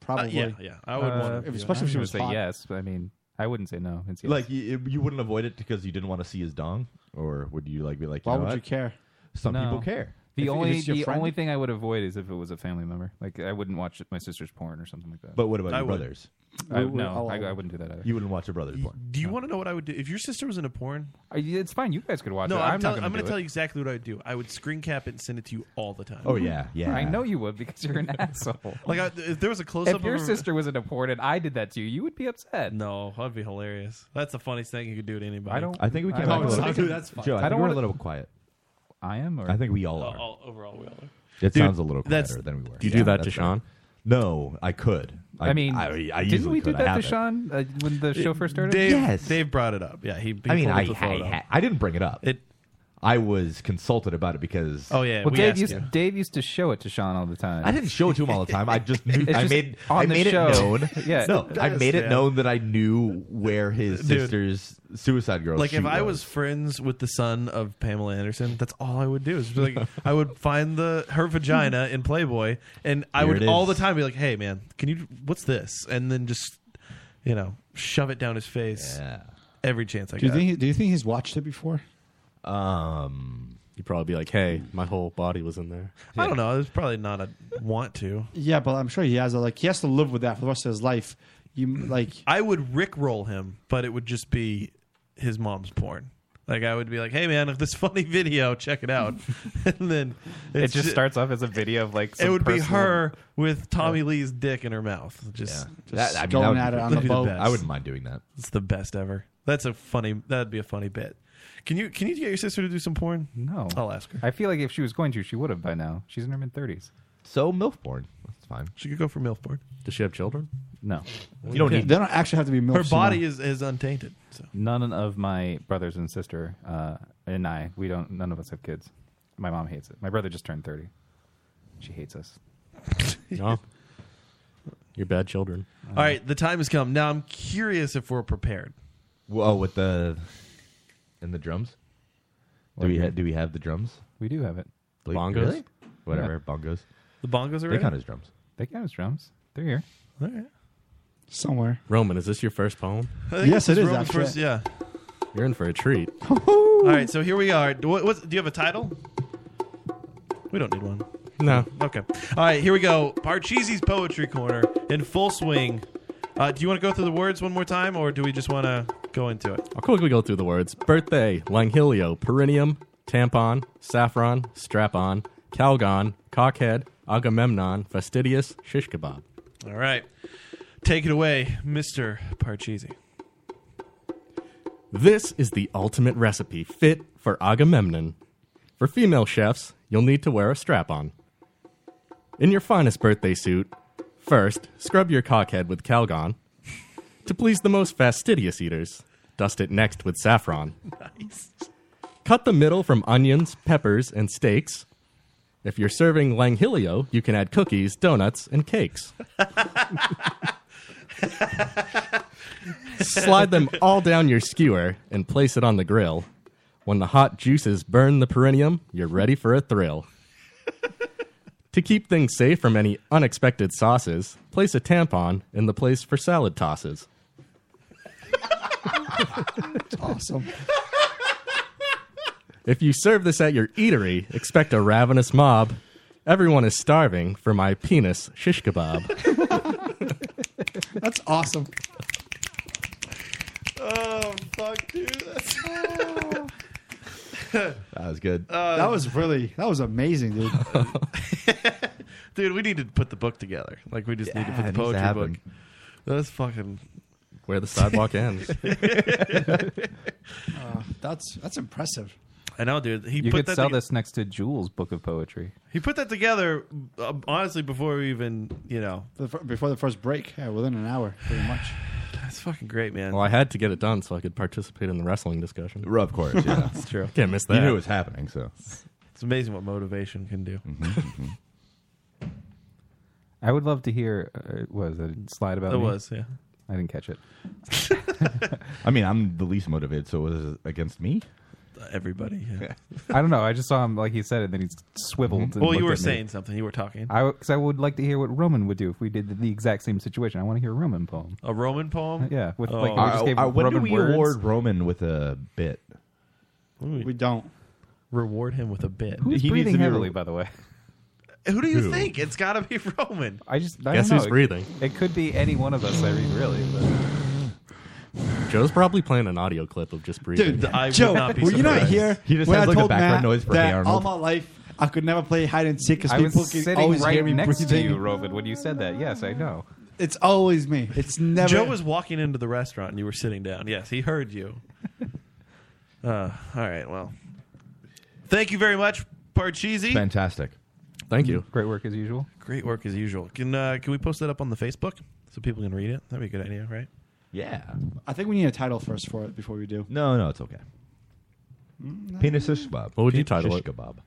Probably. Uh, yeah, yeah. I would want to do Uh, Especially that. if she I would was say hot. yes, but I mean, I wouldn't say no. It's yes. Like you, you wouldn't avoid it because you didn't want to see his dong, or would you like be like, you Why know would what? you care? Some No. people care. The If- if only it's your the friend- only thing I would avoid is if it was a family member. Like I wouldn't watch my sister's porn or something like that. But what about your brothers? I, no, I, I wouldn't do that either. You wouldn't watch your brother's porn. Do you want to know what I would do if your sister was in a porn? It's fine. You guys could watch no, it. I'm, I'm tell- not I'm going gonna to tell you exactly what I would do. I would screen cap it and send it to you all the time. Oh, yeah, yeah. I know you would because you're an asshole. Like I, if there was a close up, If your sister was in a porn and I did that to you, you would be upset. No, that'd be hilarious. That's the funniest thing you could do to anybody. Oh, I don't. I think we came don't- out a little. Dude, Joe, I, think don't we're wanna- a little quiet. I am, or I think we all are. All, overall, we all are. It Dude, sounds a little that's- quieter than we were. You do that that's to fine. Sean? No, I could. I mean, I, I didn't usually we do could. I that to haven't. Sean uh, when the show first started? Dave, Dave brought it up. Yeah, he. he I mean, pulled I, up the photo. I, ha- I didn't bring it up. It. I was consulted about it because. Oh, yeah, Well, we Dave asked used, you. Dave used to show it to Sean all the time. I didn't show it to him all the time. I just knew. It's I just made. on I the made it show. known. Yeah. No, I Yes, made it yeah. known that I knew where his Dude. sister's suicide girl. Like if shoot I was friends with the son of Pamela Anderson, that's all I would do is be like I would find the her vagina in Playboy, and I Here would it all the is. time be like, "Hey man, can you what's this?" And then just you know shove it down his face every chance I do you got. think? he- Do you think he's watched it before? Um, you'd probably be like, "Hey, my whole body was in there." I don't know. It's probably not a want to. Yeah, but I'm sure he has. A, like he has to live with that for the rest of his life. You like I would rickroll him, but it would just be his mom's porn. Like I would be like, "Hey man, if this funny video, check it out," and then It it's just starts off as a video of like. Some it would be personal- her with Tommy Lee's dick in her mouth, just, That- I mean, that would be pretty- that'd be the best. I wouldn't mind doing that. It's the best ever. That's a funny. That'd be a funny bit. Can you can you get your sister to do some porn? No, I'll ask her. I feel like if she was going to, she would have by now. She's in her mid thirties. So milf porn. That's fine. She could go for milf porn. Does she have children? No, You don't need. They don't actually have to be milfs, Her you body is, is untainted. So None of my brothers and sister uh, and I, we don't. None of us have kids. My mom hates it. My brother just turned thirty. She hates us. No. You're bad children. Uh-huh. all right, the time has come. Now I'm curious if we're prepared. Whoa, with the and the drums. Do we ha- do we have the drums? We do have it. Like, Bongos? really? Whatever bongos. The bongos are They ready? count as drums. They count as drums. They're here. All right. somewhere. Roman, is this your first poem? I think Yes, this it is is, Roman's actually. first- yeah. You're in for a treat. All right, so here we are. Do, what, what's, do you have a title? We don't need one. No. Okay. All right, here we go. Parcheesi's Poetry Corner in full swing. Uh, do you want to go through the words one more time, or do we just want to go into it? I'll quickly go through the words birthday, Langhilio, perineum, tampon, saffron, strap on, calgon, cockhead, agamemnon, fastidious, shish kebab. All right. Take it away, Mr. Parcheesi. This is the ultimate recipe fit for Agamemnon. For female chefs, you'll need to wear a strap on. In your finest birthday suit, first, scrub your cockhead with Calgon. to please the most fastidious eaters, Dust it next with saffron. Nice. Cut the middle from onions, peppers, and steaks. If you're serving Langhilio, you can add cookies, donuts, and cakes. Slide them all down your skewer and place it on the grill. When the hot juices burn the perineum, you're ready for a thrill. to keep things safe from any unexpected sauces, place a tampon in the place for salad tosses. It's awesome. If you serve this at your eatery, expect a ravenous mob. Everyone is starving for my penis shish kebab. That's awesome. Oh fuck, dude. That was good. Uh, that was really that was amazing, dude. dude, we need to put the book together. Like we just need to Yeah, put the it needs to poetry happen. book. That's fucking where the sidewalk ends. Uh, that's that's impressive. I know, dude. He you put could that sell thing- this next to Jules' book of poetry. He put that together uh, honestly before we even, you know. The fir- Before the first break, yeah, within an hour, pretty much. That's fucking great, man. Well, I had to get it done so I could participate in the wrestling discussion. Of course, yeah. it's true. Can't miss that. You knew it was happening, so. It's amazing what motivation can do. Mm-hmm, I would love to hear. Uh, was it a slide about? It me? was, yeah. I didn't catch it. I mean, I'm the least motivated, so was it against me? Everybody. Yeah. I don't know. I just saw him like he said it, then he swiveled. Mm-hmm. and Well, looked you were at me. saying something. You were talking. I because I would like to hear what Roman would do if we did the, the exact same situation. I want to hear a Roman poem. A Roman poem? Yeah, with, like, Oh. we just gave Uh, when do Roman we words. award Roman with a bit? We don't reward him with a bit. Who's He needs breathing to be heavily, re- by the way? Who do you Who? think? It's got to be Roman. I just I Guess don't know. who's breathing? It, it could be any one of us. I mean, really. Joe's probably playing an audio clip of just breathing. Joe, were you not here? when I told Matt that all Arnold. my life I could never play hide and seek because I was people can sitting always right hear me next breathing. to you, Roman, when you said that. Yes, I know. It's always me. It's never. Joe was walking into the restaurant and you were sitting down. Yes, he heard you. uh, all right, well. Thank you very much, Parcheesi. Fantastic. Thank you. Great work as usual. Great work as usual. Can uh, can we post that up on the Facebook so people can read it? That'd be a good idea, right? Yeah. I think we need a title first for it before we do. No, no, it's okay. Penis shish kebab. What would you Pe- title shish it? Kebab.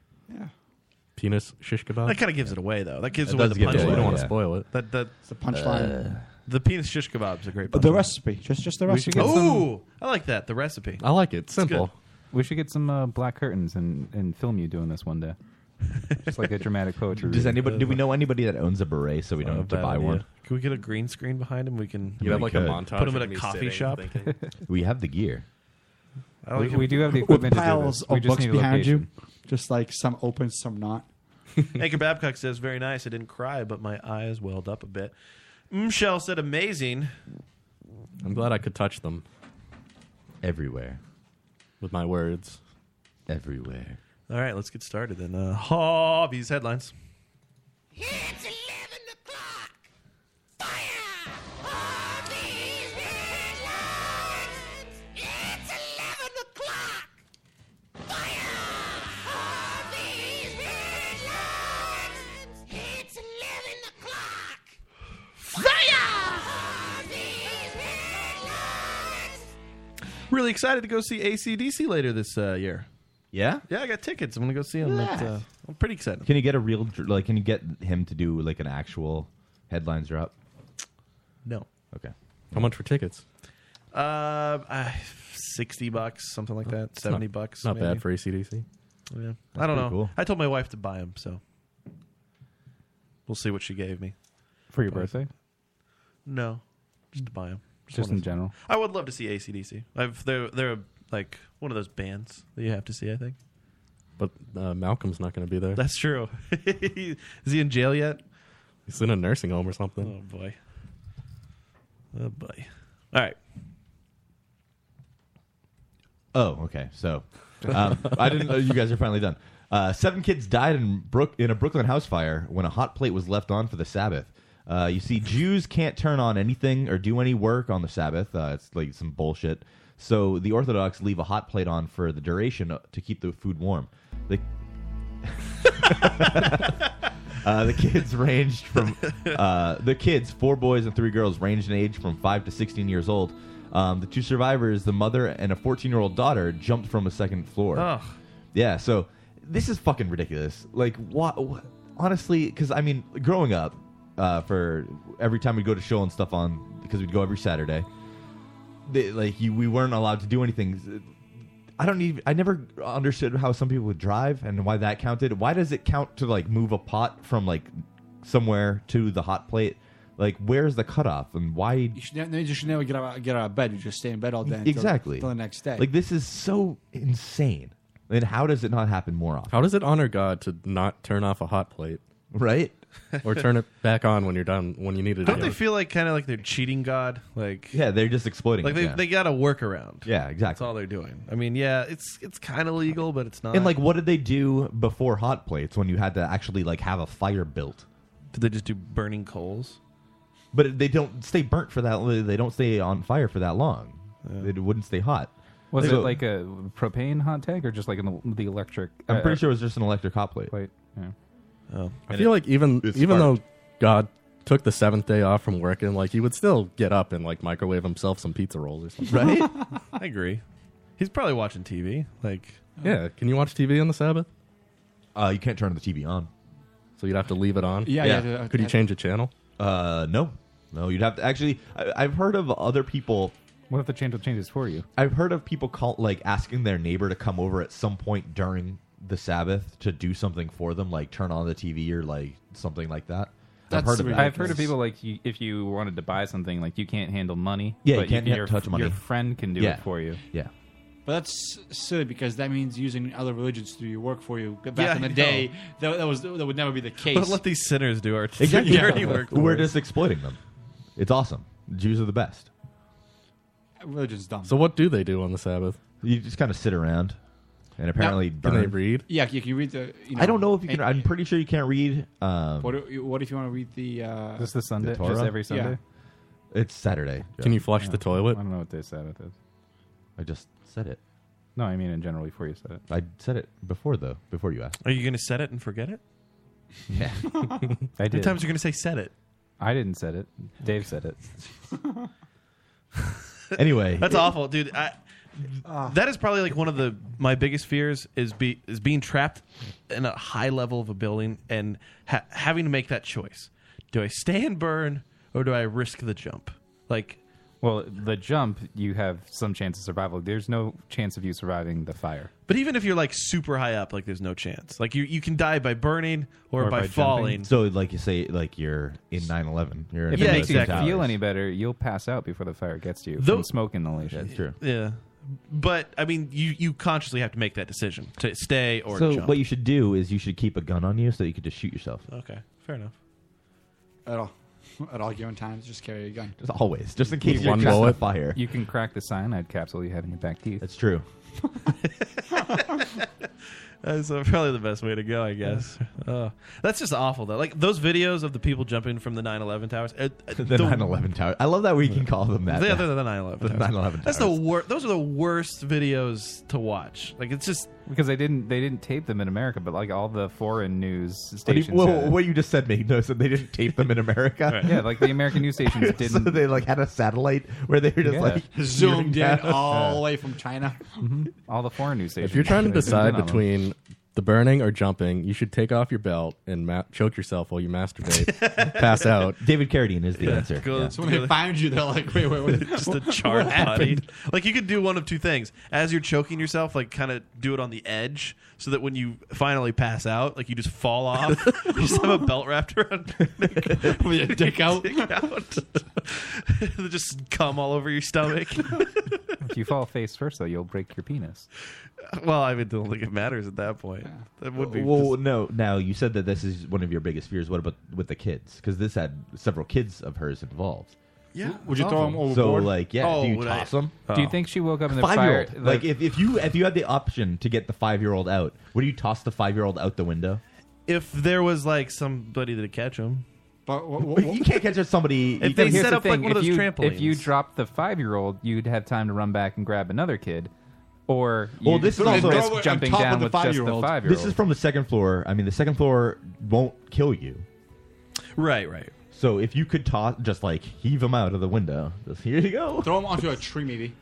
Penis shish kebab. That kind of gives it away, though. That gives Uh, It away does the give punchline. it away, We don't wanna yeah. spoil it. That, that, the punchline. Uh. the penis shish kebab is a great But punchline. the recipe, just just the We should recipe. get some- Ooh, I like that. The recipe. I like it. It's good. Simple. We should get some uh, black curtains and, and film you doing this one day. Just like a dramatic poetry. Does reading. anybody? Do we know anybody that owns a beret so we don't Not a have to bad buy idea. one? Can we get a green screen behind him? We can You have, we like, a could montage Put him in of a me coffee sitting, shop. thinking. We have the gear. I like we, it. we do have the With equipment to do piles this. We of just books need a behind location. you, just like some open, some not. Anchor Babcock says, very nice. I didn't cry, but my eyes welled up a bit. Michelle said, amazing. I'm glad I could touch them everywhere with my words. Everywhere. All right, let's get started then. Uh, hobbies headlines. Really excited to go see ACDC later this uh, year. Yeah. Yeah, I got tickets. I'm going to go see them. At, uh, I'm pretty excited. Can you get a real dr- like? Can you get him to do like an actual headlines drop? No. Okay. How much for tickets? Uh, I, 60 bucks, something like that. 70 not- bucks. Not maybe. bad for ACDC. Yeah. That's I don't know. pretty cool. I told my wife to buy them, so we'll see what she gave me. For your birthday? No, just to buy them. Just in general. I would love to see ACDC. I've they're they're like one of those bands that you have to see. I think But uh, Malcolm's not going to be there. that's true. Is he in jail yet? He's in a nursing home or something. Oh boy. Oh boy. All right. Oh, okay. So, um, I didn't. know You guys are finally done. Uh, seven kids died in Brook in a Brooklyn house fire when a hot plate was left on for the Sabbath. Uh, you see, Jews can't turn on anything or do any work on the Sabbath. Uh, it's like some bullshit. So the Orthodox leave a hot plate on for the duration to keep the food warm. The uh, the kids ranged from uh, the kids, four boys and three girls, ranged in age from five to sixteen years old. Um, the two survivors, the mother and a 14 year old daughter, jumped from a second floor. Ugh. Yeah, so this is fucking ridiculous. Like, what? honestly, because I mean, growing up, uh, for every time we'd go to show and stuff on, because we'd go every Saturday, they, like you, we weren't allowed to do anything. I don't even. I never understood how some people would drive and why that counted. Why does it count to like move a pot from like somewhere to the hot plate? Like, where's the cutoff and why? You should, ne- no, you should never get out, get out of bed. You just stay in bed all day. until- exactly. Until the next day. Like this is so insane. And how does it not happen more often? How does it honor God to not turn off a hot plate? Right? or turn it back on when you're done when you need it Don't again. they feel like kind of like they're cheating God? Like yeah, they're just exploiting. Like it, they yeah. they got a workaround. Yeah, exactly. That's all they're doing. I mean, yeah, it's it's kind of legal, but it's not. And like, what did they do before hot plates when you had to actually like have a fire built? Did they just do burning coals? But they don't stay burnt for that. They don't stay on fire for that long. It wouldn't stay hot. Was So- it like a propane hot tank or just like an, the electric? I'm uh, pretty sure it was just an electric hot plate. yeah. Oh, I feel like even it's even sparked. though God took the seventh day off from working, like he would still get up and like microwave himself some pizza rolls or something. Right? I agree. He's probably watching TV. Like yeah, can you watch TV on the Sabbath? Uh, you can't turn the TV on, so you'd have to leave it on. Yeah, Yeah. yeah, uh, Could you uh, change the channel? Uh, no, no. You'd have to actually. I, I've heard of other people. What if the channel changes for you? I've heard of people call like asking their neighbor to come over at some point during the Sabbath to do something for them, like turn on the TV or like something like that. I've heard of that. I've heard of people like you, if you wanted to buy something, like you can't handle money. Yeah, you but can't your, touch money. Your friend can do it for you. Yeah. But that's silly because that means using other religions to do work for you. Back Yeah, in the I know. day, that, that was that would never be the case. But let these sinners do our Exactly. dirty work. We're for us. just exploiting them. It's awesome. Jews are the best. Religion's dumb. So what do they do on the Sabbath? You just kind of sit around, and apparently, can they burn. read? yeah, you can read the. You know, I don't know if you can. and- I'm pretty sure you can't read. Um, What, if- what if you want to read the? Uh, Just the Sunday, Torah? just every Sunday. It's Saturday. Can you flush the toilet? I don't know what day Sabbath is. I just said it. No, I mean in general before you said it. I said it before though. Before you asked. Are you going to set it and forget it? Yeah. I How many did. times you're going to say set it? I didn't said it. Dave said it. Anyway, That's awful, dude. I, that is probably like one of the my biggest fears is be is being trapped in a high level of a building and ha- having to make that choice. Do I stay and burn or do I risk the jump? Like, well, the jump you have some chance of survival. There's no chance of you surviving the fire. But even if you're like super high up, like there's no chance. Like you, you can die by burning or, by, falling. So, like you say, like you're in 9/11. You're in If one it of makes those you towers. feel any better, you'll pass out before the fire gets to you Though- from smoke inhalation. That's true. Yeah. But I mean, you you consciously have to make that decision to stay or So, jump. what you should do is you should keep a gun on you so you could just shoot yourself. okay, fair enough. At all, at all given times, just carry a gun. Just always, just in case you're trapped in a fire. You can crack the cyanide capsule you have in your back teeth. That's true. That's uh, probably the best way to go, I guess. Oh, that's just awful, though. Like those videos of the people jumping from the 9/11 towers. uh, uh, The 9/11 tower. I love that we can call them that. Yeah, they're the 9/11. The towers. 9/11 That's the worst. Those are the worst videos to watch. Like it's just because they didn't they didn't tape them in America, but like all the foreign news What you, stations. had whoa, it. what you just said made no sense. They didn't tape them in America. Yeah, like the American news stations so didn't. they like had a satellite where they were just Yeah. like Zoomed in down. all the way from China. Mm-hmm. All the foreign news stations. If you're trying to they zoomed in on decide them. between the burning or jumping, you should take off your belt and ma- choke yourself while you masturbate, pass out. David Carradine is the Yeah. answer. Go- Yeah. go So when they to- find you, they're like, wait, wait, wait. just a What charred body. happened? Like you could do one of two things: as you're choking yourself, like kind of do it on the edge, so that when you finally pass out, like you just fall off. you just have a belt wrapped around your neck. with your dick out. out. It'll just cum all over your stomach. if you fall face first, though, you'll break your penis. well, I mean, don't think it matters at that point. That would be. Well, no. Now you said that this is one of your biggest fears. What about with the kids? Because this had several kids of hers involved. Yeah. Would you throw him overboard? So like, yeah, do you toss them? Do you think she woke up in the fire? Five-year-old. Like, if, if you if you had the option to get the five year old out, would you toss the five year old out the window? if there was like somebody to catch him. But you can't catch somebody If they here's set the up, like, thing, one of if those you- If you trampolines. dropped the five-year-old, you'd have time to run back and grab another kid, or you Well, this is would also risk jumping down with just the five-year-old. This is from the second floor. I mean, the second floor won't kill you. Right, right. So if you could toss, just like heave him out of the window. Just, here you go. Throw them onto a tree, maybe.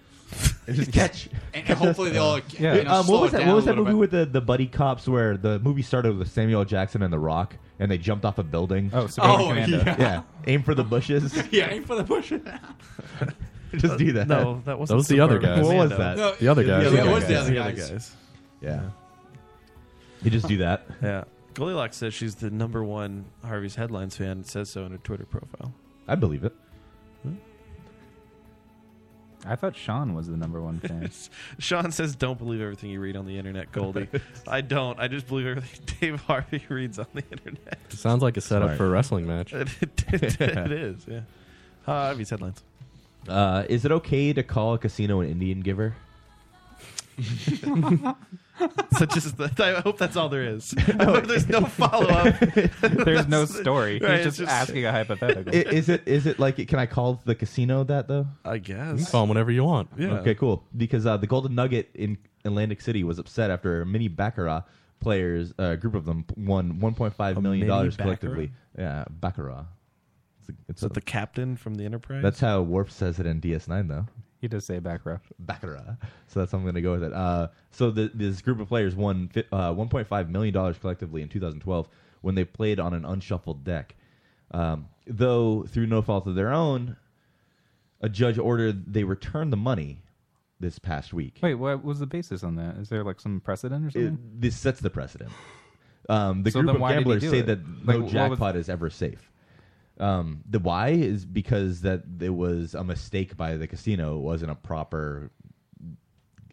and just catch. And, hopefully they'll. like, you know, Um, slow what was it that? down What was a that little movie with the, the buddy cops where the movie started with Samuel L. Jackson and The Rock, and they jumped off a building? Oh, Suburban Oh, Commando. yeah. Aim for the bushes. bit. Yeah, aim for the bush. just do that. No, that wasn't That was the other Suburban guys. What was Commando. that? No, The other guys. yeah, it was the other guys. Yeah. You just do that. Yeah. Goldilocks says she's the number one Harvey's Headlines fan. It says so in her Twitter profile. I believe it. I thought Sean was the number one fan. Sean says, "Don't believe everything you read on the internet, Goldie." I don't. I just believe everything Dave Harvey reads on the internet. Sounds like a setup Smart. for a wrestling match. it is. Yeah. Harvey's Headlines. Uh, is it okay to call a casino an Indian giver? So just, I hope that's all there is. I hope there's no follow up. There's no story. He's just asking a I- hypothetical. is it? Is it like? Can I call the casino that though? I You can guess. call them whenever you want. Okay, cool. Because uh, the Golden Nugget in Atlantic City was upset after many baccarat players, uh, a group of them, won 1.5 million mini dollars collectively. Yeah, baccarat. It's, a- it's Is that the captain from the Enterprise? That's how Worf says it in DS9, though. He does say Baccarat. Baccarat. So that's how I'm going to go with it. Uh, so the, this group of players won fi- uh, 1.5 million dollars collectively in 2012 when they played on an unshuffled deck. Um, though through no fault of their own, a judge ordered they return the money this past week. Wait, what was the basis on that? Is there like some precedent or It- something? this sets the precedent. Um, the So group then of why did he gamblers do say it? that Like, no what was- jackpot is ever safe. Um, the why is because that it was a mistake by the casino. It wasn't a proper,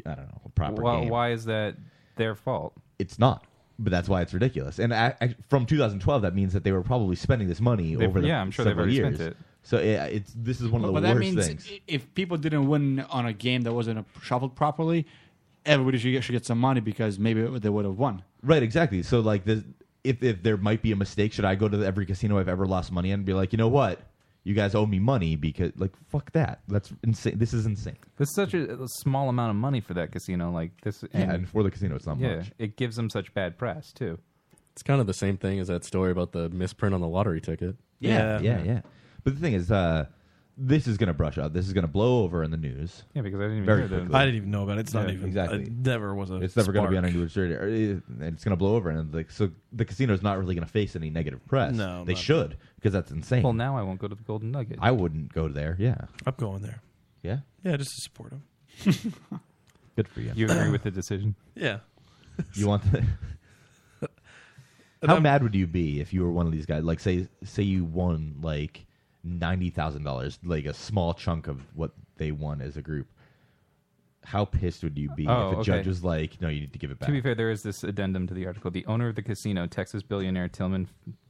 I don't know, a proper why, game. why is that their fault? It's not, but that's why it's ridiculous. And I, I, from 2012, that means that they were probably spending this money They've- over the yeah, I'm sure they've several already years. spent it. So yeah, it's this is one of the but worst that means things. i- if people didn't win on a game that wasn't shuffled properly, everybody should get, should get some money because maybe they would have won. Right, exactly. So like this, if if there might be a mistake, should I go to every casino I've ever lost money in and be like, you know what, you guys owe me money because like fuck that, that's insane. This is insane. It's such a, a small amount of money for that casino. Like this, Yeah, and for the casino, it's not yeah, much. It gives them such bad press too. It's kind of the same thing as that story about the misprint on the lottery ticket. Yeah, yeah, yeah. But the thing is, uh, this is gonna brush up. This is gonna blow over in the news. Yeah, because I didn't even very hear the- quickly. I didn't even know about it. It's not Yeah, even- exactly. it never was a It's never gonna be on spark. anyone's radar. It- It's gonna blow over, and like so, the casino's not really gonna face any negative press. No, they not- should because that's insane. Well, now I won't go to the Golden Nugget. I wouldn't go there. Yeah, I'm going there. yeah. Yeah, just to support him. Good for you. You agree with the decision? Yeah. You want the. How mad would you be if you were one of these guys? Like, say, say you won like ninety thousand dollars, like a small chunk of what they won as a group. How pissed would you be Oh, if the okay. judge was like, "No, you need to give it back"? To be fair, there is this addendum to the article. The owner of the casino, Texas billionaire Tillman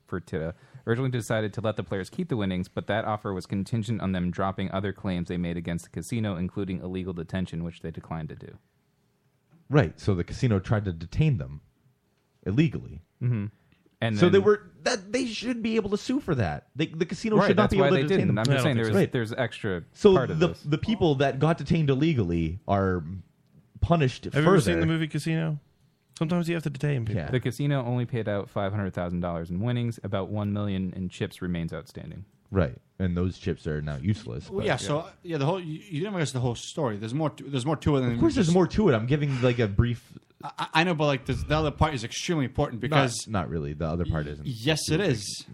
Fertitta, originally decided to let the players keep the winnings, but that offer was contingent on them dropping other claims they made against the casino, including illegal detention, which they declined to do. Right. So the casino tried to detain them illegally. Mhm. And so they then- were that they should be able to sue for that. They, the casino Right, should not that's be able why to they detain didn't. them. I'm just I don't saying think there so. was- there's extra So part of the this. the people that got detained illegally are punished Have you further. ever seen the movie Casino? Sometimes you have to detain people. The casino only paid out five hundred thousand dollars in winnings. About one million in chips remains outstanding. Right, and those chips are now useless. Well, but- yeah, So uh, yeah, the whole you, you didn't realize the whole story. There's more. To, there's more to it than of course, there's just- more to it. I'm giving like a brief. I, I know, but like this, the other part is extremely important because not, not really. The other part isn't. yes, it is.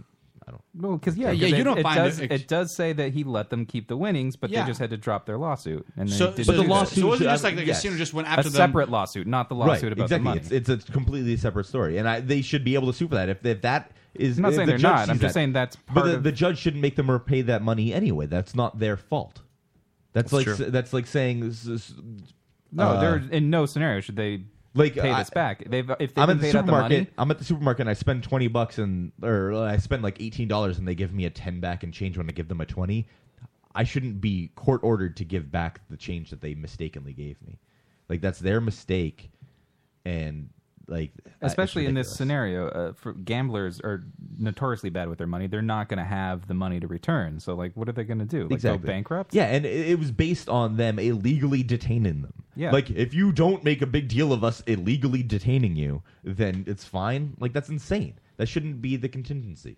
Well, because yeah, yeah, 'cause you it, don't it find does, it- it, does say that he let them keep the winnings, but Yeah. they just had to drop their lawsuit. And they So- didn't but do the that. lawsuit So wasn't it just should- like the yes. casino just went after a them- separate lawsuit, not the lawsuit right, about exactly. the money. It's, it's a completely separate story, and I, they should be able to sue for that. If, if that is, I'm not if saying the they're judge not. sees I'm just that- saying that's but part the, of- the judge shouldn't make them repay that money anyway. That's not their fault. That's, That's like true. s- that's like saying this is- no, uh, they're in no scenario should they like pay I- this back. They've if they I'm haven't at the paid out the money, supermarket. I'm at the supermarket and I spend twenty bucks and or uh, I spend like eighteen dollars and they give me a ten back and change when I give them a twenty. I shouldn't be court ordered to give back the change that they mistakenly gave me. Like that's their mistake, and like I- it's especially in this ridiculous. scenario, uh, for gamblers are notoriously bad with their money. They're not going to have the money to return. So like, what are they going to do? Like, exactly Go bankrupt? Yeah, and it, it was based on them illegally detaining them. Yeah. like if you don't make a big deal of us illegally detaining you, then it's fine. Like that's insane. That shouldn't be the contingency.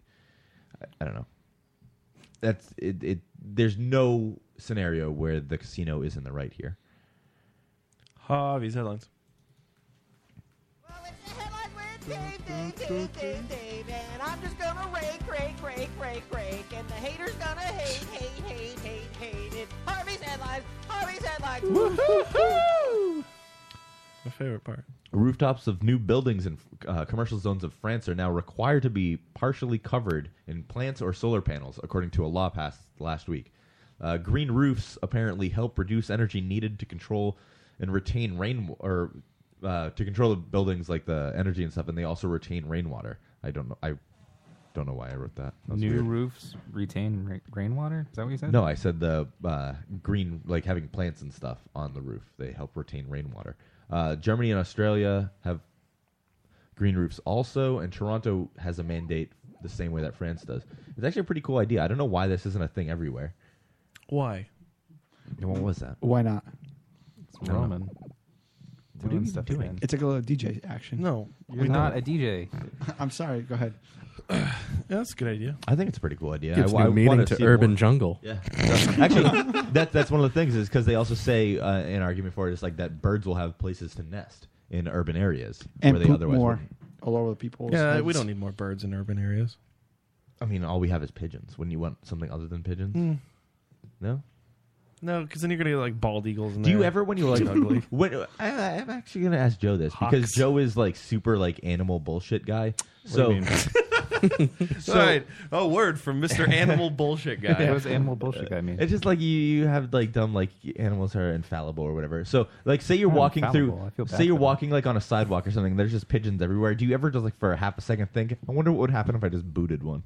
I, I don't know. that's it, it. There's no scenario where the casino is in the right here. Harvey's headlines. Dave, Dave, Dave, Dave, Dave, and I'm just gonna rake, rake, rake, rake, rake, and the haters gonna hate, hate, hate, hate, hate it. Harvey's headlines, Harvey's headlines. Woo-hoo-hoo! My favorite part. Rooftops of new buildings in uh, commercial zones of France are now required to be partially covered in plants or solar panels, according to a law passed last week. Uh, green roofs apparently help reduce energy needed to control and retain rain or uh, to control the buildings like the energy and stuff, and they also retain rainwater. I don't know. I don't know why I wrote that. That was New weird. roofs retain ra- rainwater. Is that what you said? No, I said the uh, green, like having plants and stuff on the roof. They help retain rainwater. Uh, Germany and Australia have green roofs also, and Toronto has a mandate the same way that France does. It's actually a pretty cool idea. I don't know why this isn't a thing everywhere. Why? What was that? Why not? I don't know. Roman. What are you stuff doing? It's like a little DJ action. No, You're not a DJ. I'm sorry. Go ahead. that's a good idea. I think it's a pretty cool idea. Gives I, new I meaning wanna to see urban more. jungle. Yeah, actually, that that's one of the things is because they also say uh, an argument for it is like that birds will have places to nest in urban areas And where they poop otherwise more wouldn't. all over the people's Yeah, heads. we don't need more birds in urban areas. I mean, all we have is pigeons. Wouldn't you want something other than pigeons? Hmm. Mm. No. No, because then you're gonna get like bald eagles. In Do you there. ever when you like It's ugly? When, uh, I, I'm actually gonna ask Joe this because Hawks. Joe is like super like animal bullshit guy. So. All right, a word from Mister Animal Bullshit Guy. What does animal bullshit guy mean? It's just like you, you have like dumb like animals are infallible or whatever. So like say you're Not walking infallible. I feel through bad say you're for them. walking like on a sidewalk or something. There's just pigeons everywhere. Do you ever just like for a half a second think I wonder what would happen if I just booted one?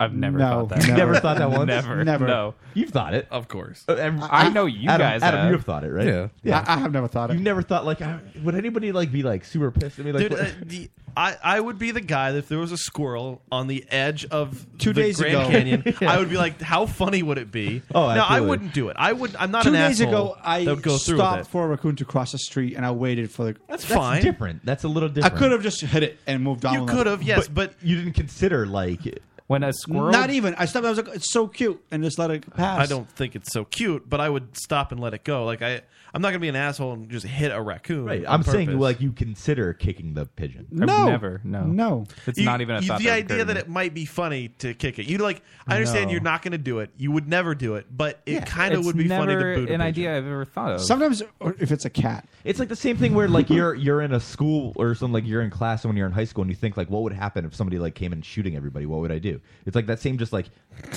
I've never No, thought that. never. Never thought that once? Never. Never. No. You've thought it, Uh, of course. I, know you Adam, guys. Adam, have. you have thought it, right? Yeah. I, I have never thought it. You've never thought like I, would anybody like be like super pissed at me like Dude, what- uh, the, I, I would be the guy that if there was a squirrel on the edge of Two the days Grand ago. Canyon, Yeah. I would be like, how funny would it be? Oh, no, I absolutely. wouldn't do it. I would. I'm not Two an days asshole ago, I that would go through stopped with for a raccoon to cross the street, and I waited for the. That's That's fine. different. That's a little I different. could have just hit it and moved on. You with could it. have, yes, but, you didn't consider like when a squirrel. Not even. I stopped. I was like, "It's so cute," and just let it it. pass. I don't think it's so cute, but I would stop and let it go. Like I, I'm not gonna be an asshole and just hit a raccoon. Right. on I'm saying purpose. like you consider kicking the pigeon. I've No. never, no. No. It's You- not even a you- thought. the that occurred idea to that me. it might be funny to kick it. You like, I understand No. you're not going to do it. You would never do it, but it kind of It's would be funny to never boot a an pigeon. idea I've ever thought of. Sometimes, or if it's a cat, It's like the same thing where like you're you're in a school or something like you're in class when you're in high school and you think like what would happen if somebody like came in shooting everybody what would I do? It's like that same just like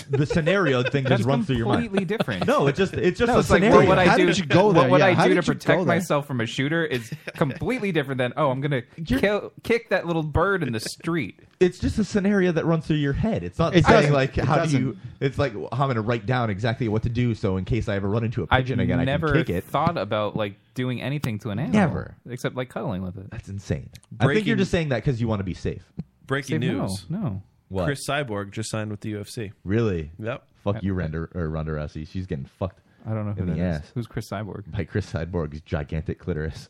the scenario thing That's just runs through your mind. completely different. No, it's just it's just no, a it's like scenario. what would I do? What would How I do did to you go protect there? myself from a shooter is completely different than oh, I'm gonna kill, kick that little bird in the street. It's just a scenario that runs through your head. It's not It saying doesn't. like It how do you. It's like how I'm going to write down exactly what to do so in case I ever run into a I've pigeon again, I never can kick it. thought about like doing anything to an animal. Never. except like cuddling with it. That's insane. I think you're just saying that because you want to be safe. Breaking Say no, news. no. What? Chris Cyborg just signed with the UFC. Really? Yep. Fuck you, Ronda or Ronda Rousey. She's getting fucked. I don't know who in the that is. ass Who's Chris Cyborg? by Chris Cyborg's gigantic clitoris.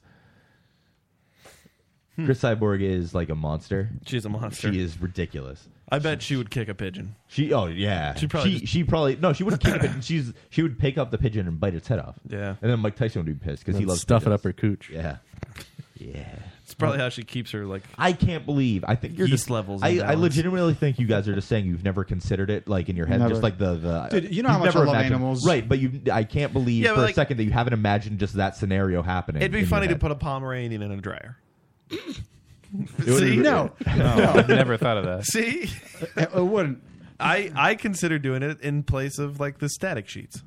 Hmm. Chris Cyborg is like a monster. She's a monster. She is ridiculous. I bet she would kick a pigeon. She oh yeah. She probably she, just- she probably no. She wouldn't kick a pigeon. She's she would pick up the pigeon and bite its head off. Yeah. And then Mike Tyson would be pissed because he Then loves stuff it pigeons. up her cooch. Yeah. Yeah. It's probably how she keeps her like. I can't believe. I think you're Yeast just levels I, in I balance. legitimately think you guys are just saying you've never considered it, like in your head, Never. just like the the. Dude, you know you've how much I never love imagined- animals. right? But you, I can't believe Yeah, but for a like- second that you haven't imagined just that scenario happening. It'd be in your funny to head. put a Pomeranian in a dryer. would be- No. No, I've never thought of that. See, it wouldn't. I I consider doing it in place of like the static sheets.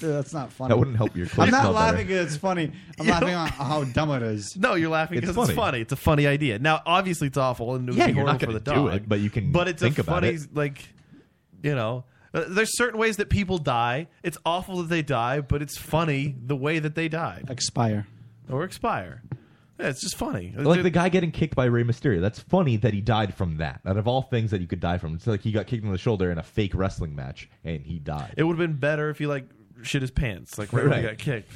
Dude, that's not funny. That wouldn't help your clothes I'm not smell better. laughing. 'cause It's funny. I'm You laughing know- on how dumb it is. No, you're laughing It's because it's funny. funny. It's a funny idea. Now, obviously, it's awful and it would Yeah, be you're horrible not for the gonna dog. do it, but you can But it's think a about funny, it. like, you know, uh, there's certain ways that people die. It's awful that they die, but it's funny the way that they died Expire. or expire. Yeah, it's just funny. Like the guy getting kicked by Rey Mysterio. That's funny that he died from that. Out of all things that you could die from, it's like he got kicked in the shoulder in a fake wrestling match and he died. It would have been better if he like shit his pants, like right, when he Right. got kicked.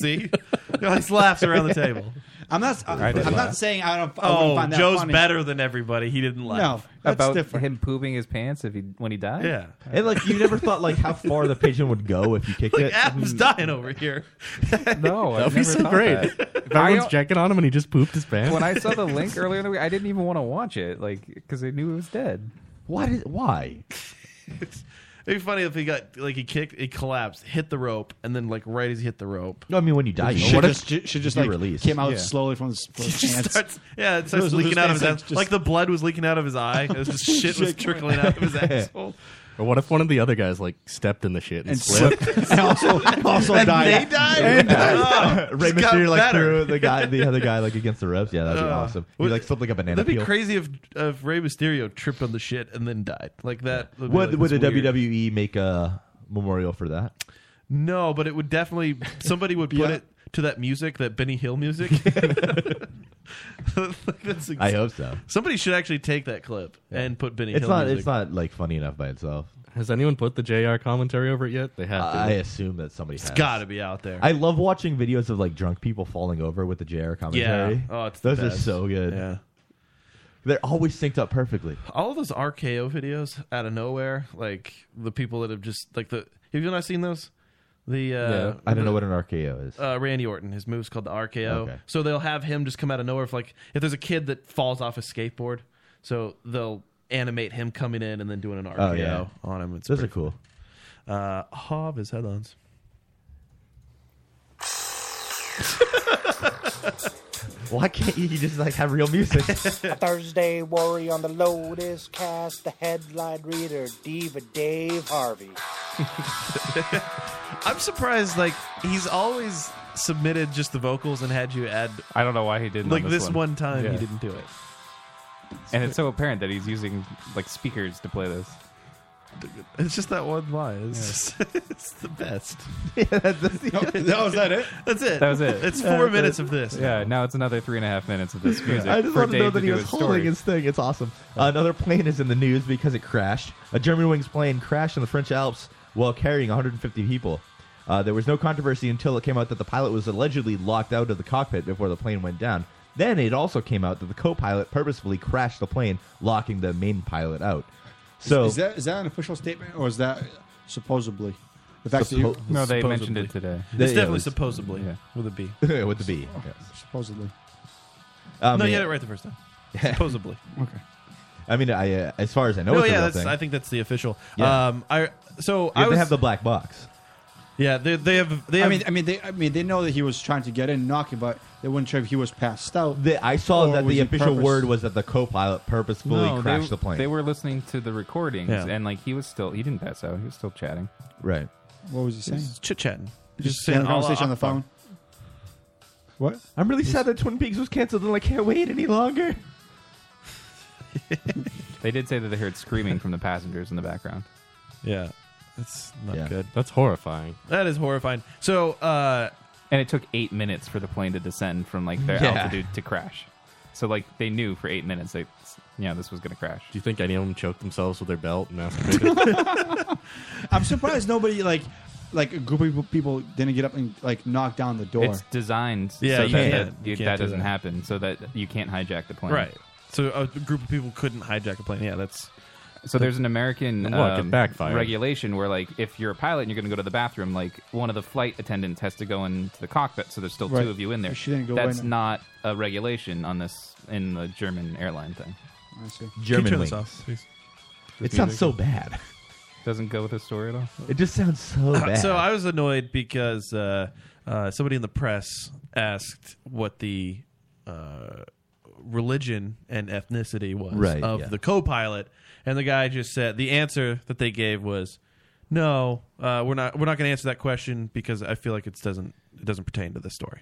See, always laughs around the table. I'm not. uh, I'm, I did I'm laugh. not saying I don't. I wouldn't Oh, find that Joe's funny. better than everybody. He didn't laugh. about him pooping his pants if he when he died. Yeah. And like you never thought like how far the pigeon would go if you kicked Like it. Mm. Adam's dying over here. Oh, No, That'd I've be never so thought great. that. If everyone's I- Checking on him and he just pooped his pants. when I saw the link earlier in the week, I didn't even want to watch it, like because I knew it was dead. Why? Did, why? It'd be funny if he got like he kicked, he collapsed, hit the rope, and then like right as he hit the rope. No, I mean when you die, you Should what if- just, ju- should just you like release? came out Yeah. slowly from his, from his Just pants. starts- yeah, it starts Those- leaking those out of his pants, ass. Like the blood was leaking out of his eye. It was just shit was trickling out of his asshole. Or what if one of the other guys like stepped in the shit and, And slipped? slipped. And also- and also And died. they died? And died. Ray Oh, Just got Mysterio like better. threw the guy, the other guy, like against the ropes. Yeah, that'd be Uh, awesome. He like slipped like a banana That'd be peel. crazy if if Rey Mysterio tripped on the shit and then died. Like that. would be, Would like, would the E this weird- WWE make a memorial for that? No, but it would definitely somebody would put it to that music, that Benny Hill music. That's I hope so. Somebody should actually take that clip and put Benny It's Hill not. music. It's not like funny enough by itself. Has anyone put the JR commentary over it yet? They have. to. I assume that somebody. It's has. gotta be out there. I love watching videos of like drunk people falling over with the JR commentary. Yeah. Oh, it's the those best. are so good. Yeah. They're always synced up perfectly. all those RKO videos out of nowhere, like the people that have just like the have you not seen those? The uh, No. I don't know what an RKO is. Uh, Randy Orton, his move's called the RKO. Okay. So they'll have him just come out of nowhere. If like if there's a kid that falls off a skateboard, so they'll animate him coming in and then doing an RKO Oh, yeah. on him. It's Those are pretty cool. fun. Uh, Hob is headlines. Why can't you just like have real music? Thursday worry on the Lotus cast, the headline reader, Diva Dave Harvey. I'm surprised. Like he's always submitted just the vocals and had you add. I don't know why he didn't. Like on this, this one. one. time he Yeah. didn't do it. And it's so apparent that he's using like speakers to play this. It's just that one line. It's, it's the best. yeah, that's, was that it. That's it. That was it. It's four Uh, minutes of this. Yeah, now it's another three and a half minutes of this music. I just for want to know Dave that he do was his holding story. his thing. It's awesome. Uh, another plane is in the news because it crashed. A German wings plane crashed in the French Alps while carrying 150 people. Uh, there was no controversy until it came out that the pilot was allegedly locked out of the cockpit before the plane went down. Then it also came out that the co-pilot purposefully crashed the plane, locking the main pilot out. So is, is that is that an official statement or is that supposedly? The fact that you, Suppo- No, they mentioned it today. It's Yeah, definitely it's- supposedly with a B. with the B. yes. supposedly. no, mean- you had it right the first time. Supposedly. okay. Um, I mean, I uh, as far as I know, No, it's a yeah, real that's. thing. I think that's the official. Yeah. Um, I so Because I was. they have the black box. yeah, they, they have. They have. I mean, I mean, they, I mean, they know that he was trying to get in, knocking, but they weren't sure if he was passed out. I saw or that was the he official purpose- word was that the co-pilot purposefully No, crashed Oh, they, the plane. They were listening to the recordings, Yeah. and like he was still, he didn't pass out. He was still chatting. Right. What was he saying? Chit chatting. Just, having a conversation on the phone. What? I'm really sad that Twin Peaks was canceled, and I can't wait any longer. They did say that they heard screaming from the passengers in the background. Yeah, that's not good. That's horrifying. That is horrifying. So, uh, and it took eight minutes for the plane to descend from like their Yeah. altitude to crash. So like they knew for eight minutes, they, yeah, this was gonna crash. Do you think any of them choked themselves with their belt and masturbated? I'm surprised nobody like like a group of people- people didn't get up and like knock down the door. It's designed Yeah, so you that, can't- that, you can't that do doesn't that. happen, so that you can't hijack the plane. right. So a group of people couldn't hijack a plane. Yeah, that's. So there's an American Look, it um, backfired. regulation where, like, if you're a pilot and you're going to go to the bathroom, like one of the flight attendants has to go into the cockpit, so there's still Right. two of you in there. She didn't go That's in. not a regulation on this in the German airline thing. I see. German Can you turn this wings. off, please? It sounds so bad. Doesn't go with the story at all. It just sounds so bad. Uh, So I was annoyed because uh, uh, somebody in the press asked what the uh, religion and ethnicity was Right, of yeah. the co-pilot, and the guy just said the answer that they gave was, "No, uh, we're not. We're not going to answer that question because I feel like it doesn't it doesn't pertain to this story."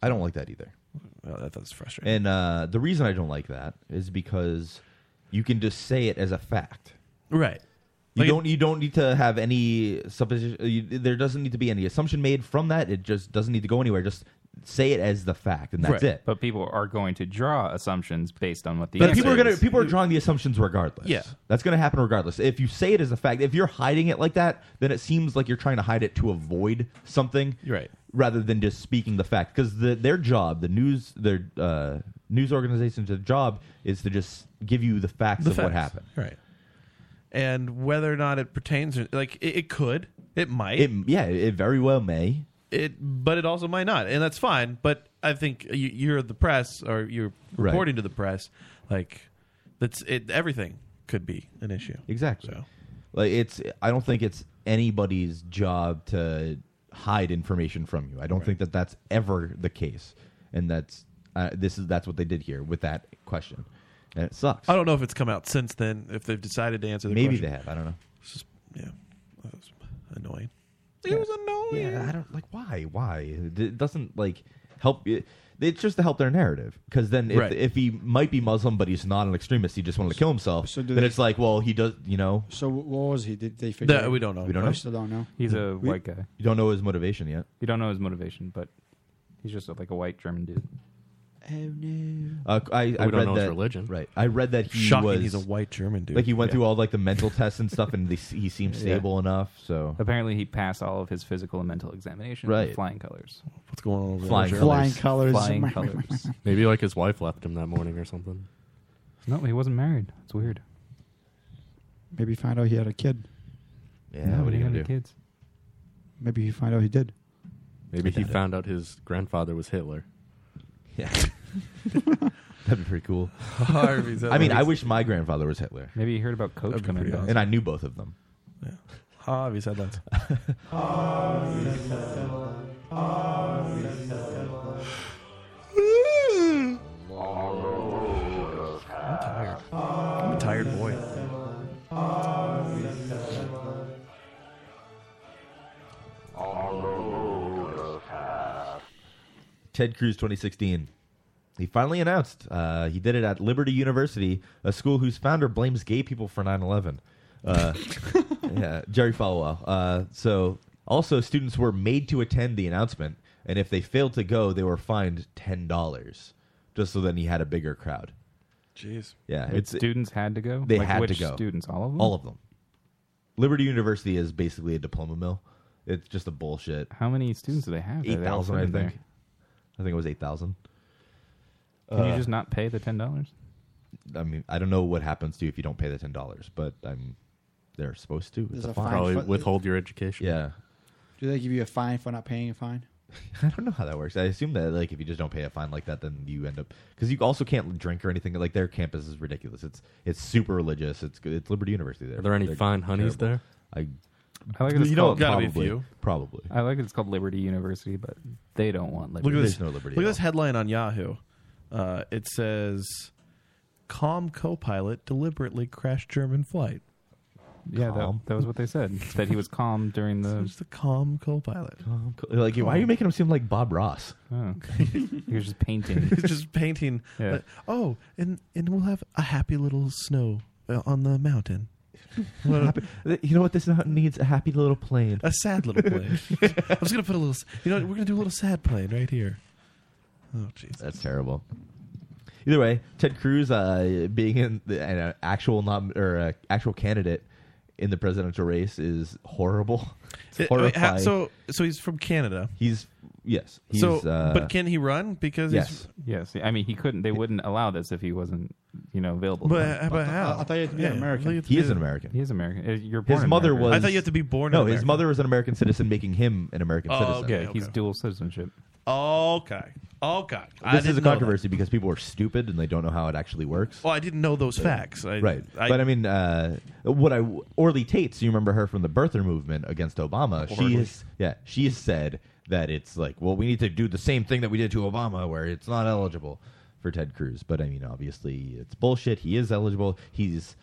I don't like that either. that, that's frustrating. And uh, the reason I don't like that is because you can just say it as a fact. Right. You Like- don't. You don't need to have uh, any supposition. You, there doesn't need to be any assumption made from that. It just doesn't need to go anywhere. Just say it as the fact, and that's Right. it. But people are going to draw assumptions based on what the. But people answer are gonna is. people are drawing the assumptions regardless. Yeah. that's gonna happen regardless. If you say it as a fact, if you're hiding it like that, then it seems like you're trying to hide it to avoid something, right? Rather than just speaking the fact, because the, their job, the news, their uh, news organization's job is to just give you the facts The of what facts. happened. Right. And whether or not it pertains, or- like it, it could, it might, It, yeah, it very well may. it, but it also might not, and that's fine. But I think you, you're the press, or you're Right. reporting to the press, like that's it. Everything could be an issue. Exactly. Like it's I don't think it's anybody's job to hide information from you. I don't think that that's ever the case. And that's uh, this is that's what they did here with that question. And it sucks. I don't know if it's come out since then. If they've decided to answer, the Maybe question. they have. I don't know. It's just, yeah, that was annoying. It was Oh, annoying. Yeah, I don't like why. Why it it doesn't like help. It, it's just to help their narrative because then if, Right. if he might be Muslim but he's not an extremist, he just wanted to kill himself. so do then they- it's like, well, he does, you know. So what was he? Did they figure? out? We don't know. I still don't know. He's a We- white guy. You don't know his motivation yet. You don't know his motivation, but he's just like a white German dude. Oh no. Uh, I, We I don't read know that, his religion. Right. I read that he Shocking was. he's a white German dude. Like he went Yeah. through all like the mental tests and stuff, and they, he seemed Yeah. stable enough. So Apparently, he passed all of his physical and mental examinations. Right. With flying colors. What's going on? Over Flying there? Flying colours. Flying colors. Maybe like his wife left him that morning or something. No, he wasn't married. It's weird. Maybe find out he had a kid. Yeah. No, what are he you had gonna any do? Kids. Maybe he find out he did. Maybe he doubt it. found out his grandfather was Hitler. Yeah. That'd be pretty cool. Harvey's I mean, I Hitler. wish my grandfather was Hitler. Maybe you heard about Coach coming down. And I knew both of them. Harvey's headlines. I'm tired. I'm a tired boy. Ted Cruz 2016. He finally announced uh, he did it at Liberty University, a school whose founder blames gay people for 9 11. Uh, yeah, Jerry Falwell. Uh, so, also, students were made to attend the announcement, and if they failed to go, they were fined $10, just so then he had a bigger crowd. Jeez. Yeah, Wait, it's students had to go. They Like, had which to go. Students, all of them. All of them. Liberty University is basically a diploma mill. It's just a bullshit. How many students do they have? there? Eight They all thousand, I fit think. in there. I think it was eight thousand. Can Uh, you just not pay the ten dollars? I mean, I don't know what happens to you if you don't pay the ten dollars, but I'm they're supposed to. It's There's a a fine. fine Probably for- withhold your education. Yeah, Do they give you a fine for not paying a fine? I don't know how that works. I assume that like if you just don't pay a fine like that, then you end up because you also can't drink or anything. Like their campus is ridiculous. It's it's super religious. It's good. It's Liberty University. There. Are there any They're fine honeys terrible. I. I like it. It's you know, called- probably, Probably. I like it. It's called Liberty University, but they don't want liberty. Look at this. Look at this headline on Yahoo. Uh, it says, "Calm co-pilot deliberately crashed German flight." Yeah, that, that was what they said. that he was calm during the. Just a calm co-pilot. Like, why are you making him seem like Bob Ross? Oh. he was just painting. He's just painting. Yeah. Uh, oh, and and we'll have a happy little snow uh, on the mountain. Happy- you know what? This needs a happy little plane. A sad little plane. I was gonna put a little. s- You know, what? we're gonna do a little sad plane right here. Oh, jeez. That's terrible. Either way, Ted Cruz uh, being in the, an uh, actual nom- or uh, actual candidate in the presidential race is horrible. It's It- Eh, wait, horrifying. ha- so so he's from Canada. he's yes. He's, so, uh, but can he run? Because he's, Yes, I mean he couldn't. They wouldn't allow this if he wasn't, you know, available. But- but how? I thought you had to be an American. I thought you had to he be is an American. He is American. Uh, You're born His in mother America. was. I thought you had to be born No, in his America. mother was an American citizen, making him an American Oh, citizen. Yeah, he's dual citizenship. okay, okay. I This is a didn't know that. controversy because people are stupid and they don't know how it actually works. Well, I didn't know those facts. I, right. I, but I mean, uh, what I Orly Tates, you remember her from the birther movement against Obama? Orly. She is, yeah, she has said that it's like, well, we need to do the same thing that we did to Obama, where it's not eligible for Ted Cruz. But I mean, obviously, it's bullshit. He is eligible. He's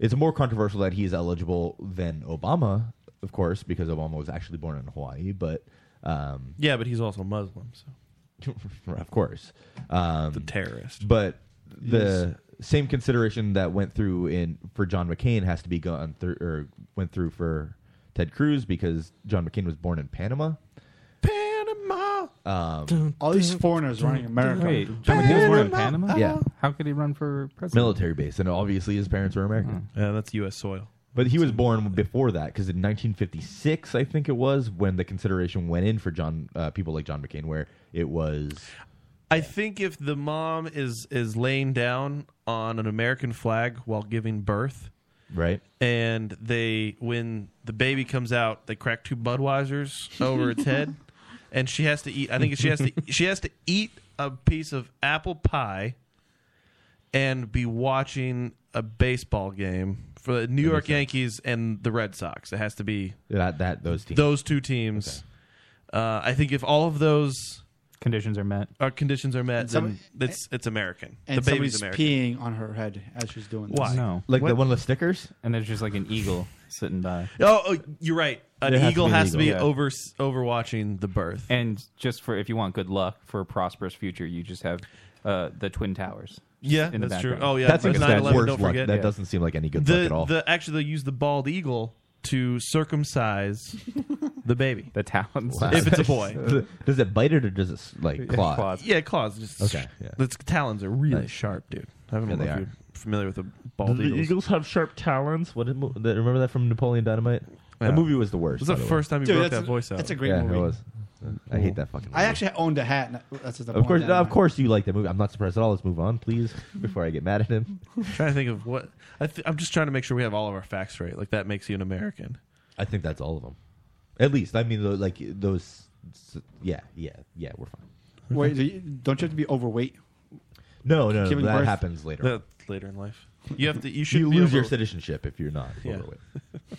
it's more controversial that he is eligible than Obama, of course, because Obama was actually born in Hawaii. But um, yeah, but he's also Muslim. So of course, um, the terrorist. But the same consideration that went through in for John McCain has to be gone through or went through for Ted Cruz because John McCain was born in Panama. Panama. Um, All these foreigners running America. Wait, John McCain's born in Panama? Yeah. How could he run for president? military base, and obviously his parents were American. Uh-huh. Yeah, that's U.S. soil. But he was born before that, because in 1956, I think it was when the consideration went in for John uh, people like John McCain, where it was I think if the mom is is laying down on an American flag while giving birth, right, and they when the baby comes out, they crack two Budweisers over its head, and she has to eat. I think she has to she has to eat a piece of apple pie, and be watching a baseball game for the New York Yankees and the Red Sox. It has to be that that those teams. those two teams. Uh, I think if all of those conditions are met, our conditions are met, Some- then it's it's American. And the baby's somebody's American. peeing on her head as she's doing this. Why? No. Like the one with Snickers? And there's just like an eagle sitting by. Oh, oh, you're right. An It has to eagle be an has to eagle, be yeah. over overwatching the birth. And just for if you want good luck for a prosperous future, you just have uh, the twin towers. Yeah, in the that's true. background. Oh yeah, That's that's like nine worse eleven. Don't luck. forget That doesn't seem like any good the, luck at all. The, actually, they use the bald eagle to circumcise the baby. The talons. Wow. If it's a boy. does it bite it or does it s- like claw? it? Yeah, claws. Just Okay, yeah. The talons are really Nice. sharp, dude. I don't Yeah, know they if are. you're familiar with the bald Do the eagles. Eagles have sharp talons. What did, mo- that- remember that from Napoleon Dynamite? Yeah. That movie was the worst. It was the by way. first time you Dude, broke that's that a- voice out. that's a great yeah, movie. It was. I hate that fucking. I actually owned a hat. and That's just the Of point course, that of I- course, you like that movie. I'm not surprised at all. Let's move on, please, before I get mad at him. I'm trying to think of what I th- I'm just trying to make sure we have all of our facts right. Like that makes you an American. I think that's all of them. At least, I mean, tho- like those. s- Yeah, yeah, yeah. We're fine. Wait, do you, don't you have to be overweight? No, no, no, Giving that birth- happens later. That- later in life, you have to. You should you be lose your over- citizenship if you're not Yeah. overweight.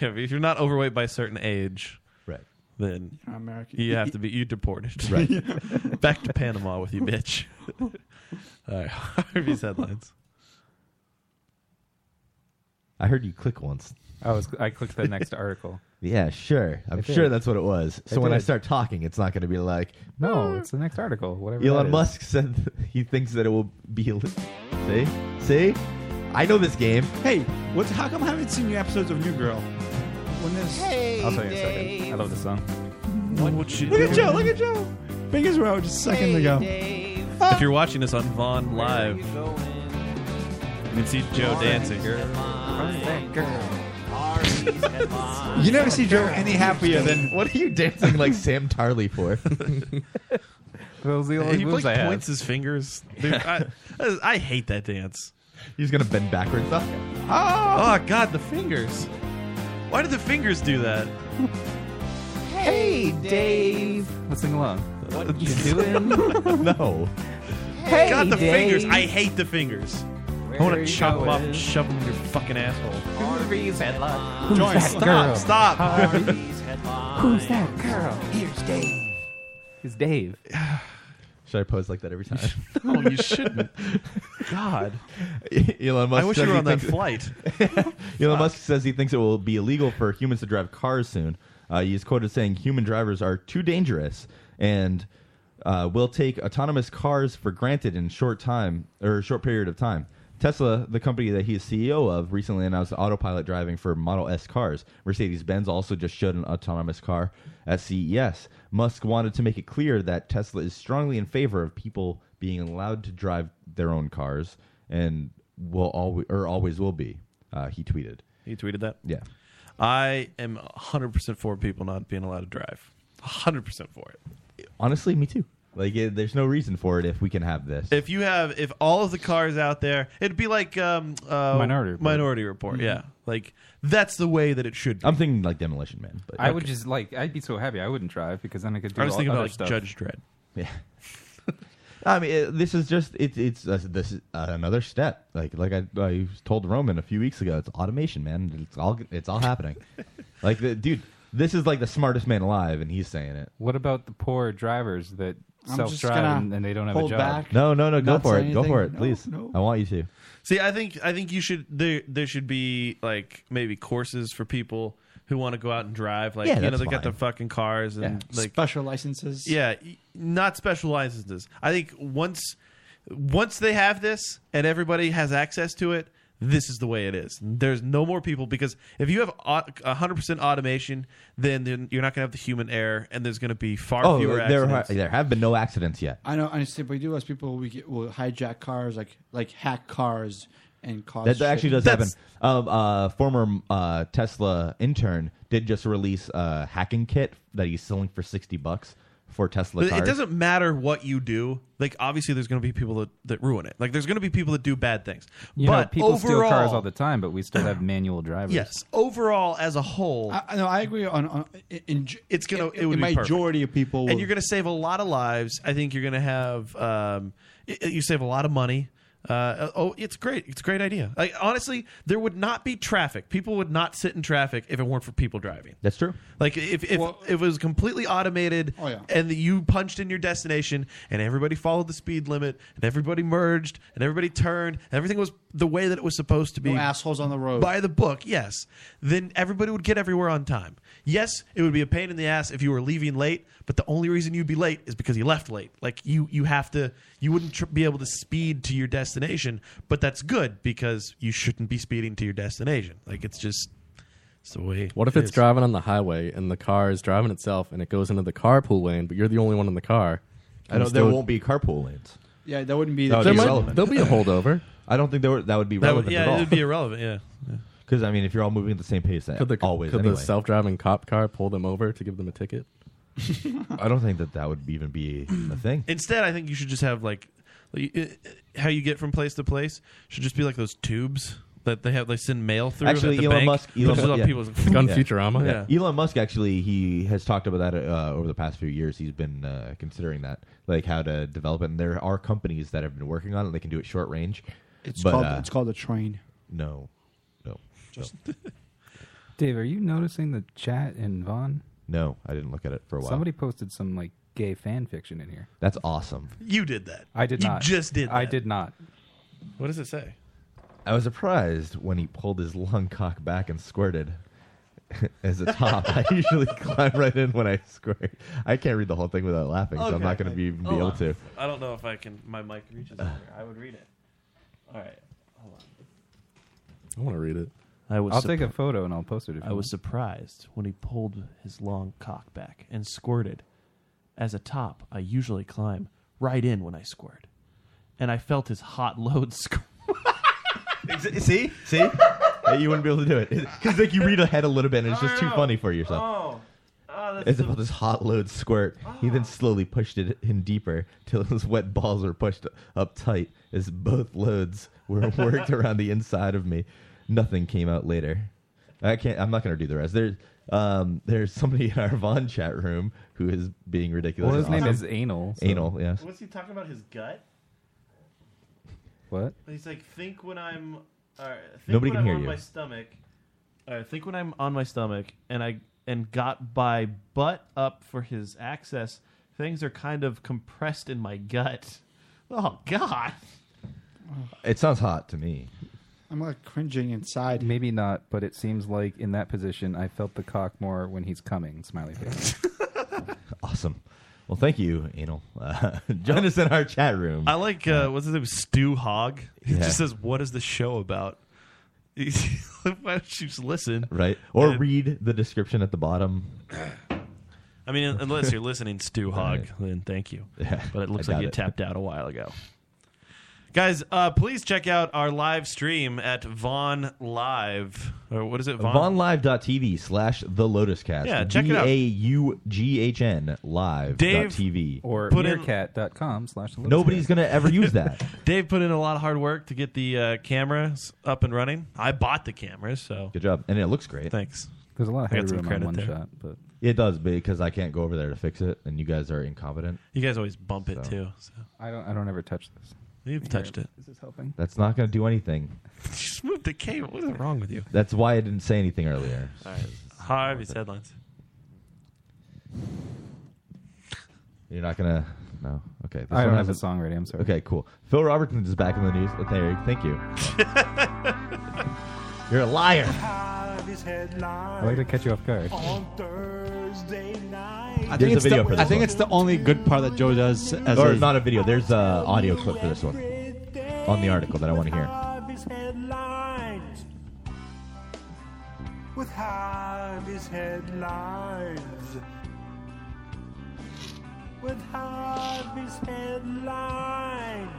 Yeah, if you're not overweight by a certain age, right? Then You're not American. You have to be you deported. Right. Back to Panama with you, bitch. All right, Harvey's headlines. I heard you click once. I was I clicked the next article. Yeah, sure. I'm It sure did. that's what it was. So It when I did. start talking, it's not going to be like "Oh, No, it's the next article. Whatever. that Elon is. Musk said that he thinks that it will be. ill- See, see, I know this game. Hey, what's, how come I haven't seen new episodes of New Girl? When this, Hey, I'll tell you in a second. I love this song. What would you Look at Joe! Look at Joe! Fingers were out just a second ago. Ah. If you're watching this on Vaughn Live, you can see Joe dancing. You never see Joe any happier than What are you dancing like Sam Tarley for? Those are the only He moves I like have. points his fingers. Dude, I, I hate that dance. He's gonna bend backwards. Up. Oh, God, the fingers. Why did the fingers do that? Hey, Dave. Let's sing along. What you doing? no. Hey, God, the Dave. fingers. I hate the fingers. I want to chop them up and shove them in your fucking asshole. Harvey's headline. Joy, stop, stop. Harvey's headline. Who's that girl? Here's Dave. It's Dave. Should I pose like that every time? No, you shouldn't. God. Elon Musk. I wish said you were he on that thinks- flight. Elon Musk says he thinks it will be illegal for humans to drive cars soon. Uh, he is quoted saying human drivers are too dangerous and uh, will take autonomous cars for granted in short time or a short period of time. Tesla, the company that he is CEO of, recently announced autopilot driving for Model S cars. Mercedes Benz also just showed an autonomous car at CES. Musk wanted to make it clear that Tesla is strongly in favor of people being allowed to drive their own cars and will always or always will be. Uh, he tweeted. He tweeted that. Yeah. I am 100% for people not being allowed to drive. 100% for it. Honestly, me too. Like, it, there's no reason for it if we can have this. If you have, if all of the cars out there, it'd be like um, uh, Minority Report. Mm-hmm. Minority Report, yeah. Like, that's the way that it should be. I'm thinking like Demolition Man, but I would just like I'd be so happy I wouldn't drive because then I could do I was all thinking other about like stuff. Judge Dredd. Yeah. I mean, it, this is just it, it's uh, this is uh, another step. Like like I, I told Roman a few weeks ago, it's automation, man. It's all it's all happening. like the dude, this is like the smartest man alive, and he's saying it. What about the poor drivers that I'm self just gonna drive and, and they don't have a hold job? back. No, no, no. Go Not for it. say Go for it, anything. please. No, no. I want you to. See, I think I think you should there there should be like maybe courses for people who want to go out and drive. Like Yeah, you know that's they got their fine. fucking cars and like special licenses. Yeah, y- not special licenses. I think once once they have this and everybody has access to it, this is the way it is. There's no more people because if you have au- 100% automation, then, then you're not going to have the human error, and there's going to be far oh, fewer there, ha- accidents. there have been no accidents yet. I know. I understand. But we do as people, we get, will hijack cars, like like hack cars and cause. That, that actually Oh, shit. does happen. Um, uh, former uh, Tesla intern did just release a hacking kit that he's selling for sixty bucks for Tesla But cars. it doesn't matter what you do. Like obviously, there's going to be people that, that ruin it. Like there's going to be people that do bad things. You but know, people steal overall, cars all the time, but we still have manual drivers. yes, overall as a whole, I, no, I agree on. on in, it's gonna. It, in would be perfect. majority of people, will- and you're gonna save a lot of lives. I think you're gonna have. Um, y- you save a lot of money. Uh, oh, it's great! It's a great idea. Like honestly, there would not be traffic. People would not sit in traffic if it weren't for people driving. That's true. Like if if, if it was completely automated, Oh, yeah. and that you punched in your destination, and everybody followed the speed limit, and everybody merged, and everybody turned, and everything was the way that it was supposed to be. No assholes on the road. by the book, yes. Then everybody would get everywhere on time. Yes, it would be a pain in the ass if you were leaving late, but the only reason you'd be late is because you left late. Like you, you have to, you wouldn't tr- be able to speed to your destination. But that's good because you shouldn't be speeding to your destination. Like it's just, it's the way. What if it it's is. driving on the highway and the car is driving itself and it goes into the carpool lane, but you're the only one in the car? I know there won't be carpool lanes. yeah, that wouldn't be. That would the be case. irrelevant. there'll be a holdover. I don't think there would, that would be That relevant would- yeah, at all. it would be irrelevant. Yeah. Because I mean, if you're all moving at the same pace, that Could the, always could anyway. the self-driving cop car pull them over to give them a ticket? I don't think that that would even be a thing. Instead, I think you should just have like, like, uh, how you get from place to place should just be like those tubes that they have. They send mail through. Actually, at the Elon bank, Musk. which Elon is Musk on yeah. people's- Yeah. Yeah. Elon Musk actually he has talked about that uh, over the past few years. He's been uh, considering that, like how to develop it. And there are companies that have been working on it. They can do it short range. It's but, called. uh, it's called a train. no, no, Just Dave, are you noticing the chat in Vaughn? no. I didn't look at it for a while. Somebody posted some like gay fan fiction in here. That's awesome. You did that. I did You not. just did I that. did not. What does it say? I was surprised when he pulled his lung cock back and squirted as a top. I usually climb right in when I squirt. I can't read the whole thing without laughing, so I'm Okay. not going to be, Oh, be Hold able on. to. I don't know if I can. My mic reaches over. I would read it. All right. Hold on. I want to read it. I was I'll take a photo and I'll post it. If I you was want. surprised when he pulled his long cock back and squirted. As a top, I usually climb right in when I squirt, and I felt his hot load squirt. See, see, Uh, you wouldn't be able to do it because like you read ahead a little bit, and it's just too funny for yourself. it's about this hot load squirt. He then slowly pushed it in deeper till his wet balls were pushed up tight as both loads were worked around the inside of me. Nothing came out later. I can't. I'm not gonna do the rest. There's um, there's somebody in our Vaughn chat room who is being ridiculous. Well, his and name is awesome. Anal, so- Anal. Yes. Was he talking about his gut? What? He's like, think when I'm. All right, think Nobody when can I'm hear on you. My stomach. All right, think when I'm on my stomach and I and got by butt up for his access. Things are kind of compressed in my gut. Oh God! It sounds hot to me. I'm like cringing inside. Maybe not, but it seems like in that position, I felt the cock more when he's coming. Smiley face. Awesome. Well, thank you, Anal. Uh, join us in our chat room. I like uh, what's his name, Stu Hogg. He Yeah. just says, "What is the show about?" Why don't you just listen? right? Or And- read the description at the bottom. I mean, unless you're listening, Stu Hogg, then thank you. But it looks I like doubt you it. tapped out a while ago. Guys, uh, please check out our live stream at Vaughn Live. Or what is it? Vaughn? VonLive.tv slash The Lotus Cast. Yeah, check it out. V-A-U-G-H-N live Dave, dot TV. Or Put in- meerkat.com slash the Lotus Nobody's Cast. going to ever use that. Dave put in a lot of hard work to get the uh, cameras up and running. I bought the cameras, so Good job. And it looks great. Thanks. There's a lot of I got headroom some on credit one there. shot, but It does because I can't go over there to fix it, and you guys are incompetent. You guys always bump it So. too. So. I don't. I don't ever touch this. You've touched it. Is this helping? That's not going to do anything. Just move the cable. What is wrong with you? That's why I didn't say anything earlier. All right. Harvey's headlines. You're not gonna. No. Okay. This I don't one have hasn't- a song ready, I'm sorry. Okay, cool. Phil Robertson is back in the news. Oh, there you- Thank you. You're a liar. I like to catch you off guard. I There's think it's a video the, for this I think one. it's the only good part that Joe does. As or a, not a video. There's a audio clip for this one on the article that I want to hear. Harvey's headlines. With Harvey's headlines. With Harvey's headlines.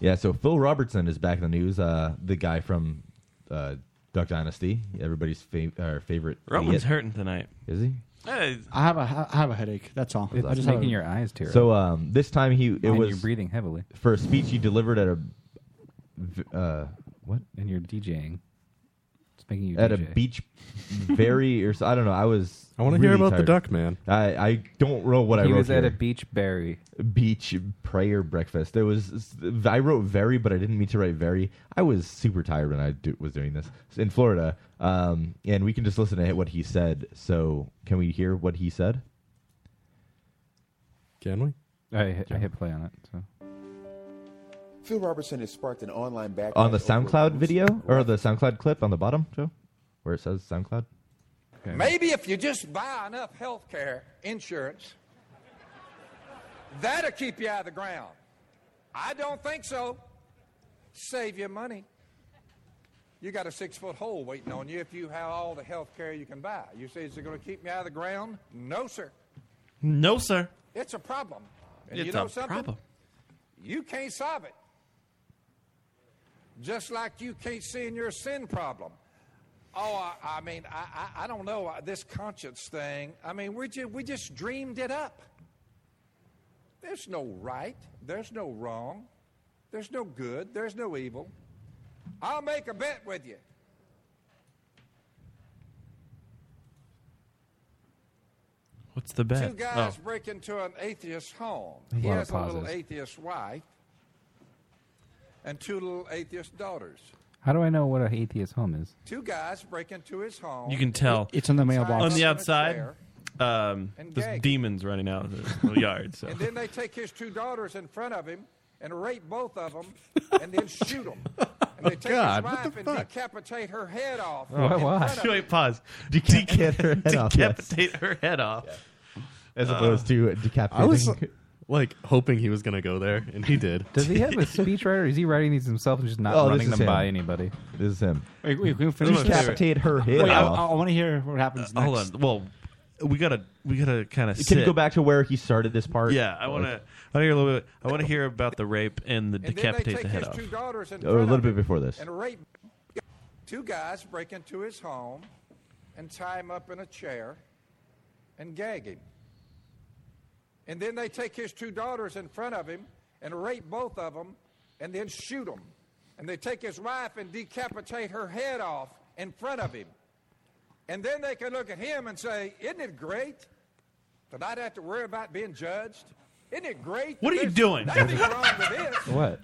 Yeah, so Phil Robertson is back in the news. Uh, the guy from uh, Duck Dynasty, everybody's fav- uh, favorite. Roman's idiot. hurting tonight. Is he? I have a I have a headache. That's all. I just have a- So um, this time he it And was you're breathing heavily. for a speech he delivered at a v- uh, what? And you're DJing. It's making you at DJ. a beach, very or so, I don't know. I was. I want wanna to hear about the duck, man. I I don't know what I He wrote. was at a beach berry. Beach prayer breakfast. There was I wrote very, but I didn't mean to write very. I was super tired when I do, was doing this in Florida, um, and we can just listen to what he said. So can we hear what he said? Can we? I, I hit play on it. So. Phil Robertson has sparked an online backlash on the over- SoundCloud video or the SoundCloud clip on the bottom, Joe, where it says SoundCloud. Maybe if you just buy enough health care insurance, that'll keep you out of the ground. I don't think so. Save you money. You got a six foot hole waiting on you if you have all the health care you can buy. You say, is it going to keep me out of the ground? No, sir. No, sir. It's a problem. And It's you know a something? problem. You can't solve it. Just like you can't see in your sin problem. Oh, I, I mean, I, I, I don't know uh, this conscience thing. I mean, we just, we just dreamed it up. There's no right. There's no wrong. There's no good. There's no evil. I'll make a bet with you. What's the bet? Oh. Two guys break into an atheist home. A he lot of has a little pauses. atheist wife and two little atheist daughters. How do I know what an atheist home is? Two guys break into his home. Oh, You can tell It's on the mailbox. on the outside. chair Um, and there's gag. demons running out of the yard. So And then they take his two daughters in front of him and rape both of them and then shoot them. And they take his God, what wife the and fuck? decapitate her head off. Oh, in why? front of him. Wait, pause. Decapitate her head off, yes. Decapitate her head off. As Uh, opposed to decapitating. I was like hoping he was gonna go there, and he did. Does he have a speechwriter? Is he writing these himself and just not Oh, this running is them him. by anybody? This is him. Wait, wait, can we finish this? Decapitate her head Wait, I, off. want to hear what happens next. Uh, Hold on. Well, we gotta we gotta kind of. Can you go back to where he started this part? Yeah, I want to. I want to hear a little bit. I want to hear about the rape and the decapitate the head off. daughters in Oh, a front little of bit him before this. And rape. Two guys break into his home and tie him up in a chair and gag him. And then they take his two daughters in front of him and rape both of them and then shoot them. And they take his wife and decapitate her head off in front of him. And then they can look at him and say, Isn't it great that I'd have to worry about being judged? Isn't it great? that What are you there's doing? Nothing wrong with this. What?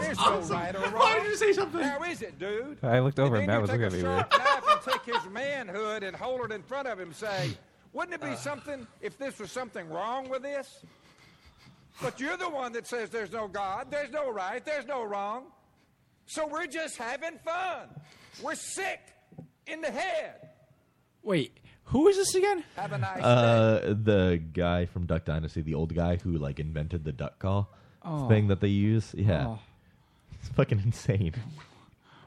There's no right or wrong. Why did you say something? Now is it, dude? I looked over and and Matt then was you looking take a at me weird. sharp knife and take his manhood and hold it in front of him. and Say, wouldn't Uh. it be something if this was something wrong with this? But you're the one that says there's no God, there's no right, there's no wrong. So we're just having fun. We're sick in the head. Wait, who is this again? Have a nice Uh, the guy from Duck Dynasty, the old guy who like invented the duck call Oh. thing that they use. Yeah, Oh. it's fucking insane.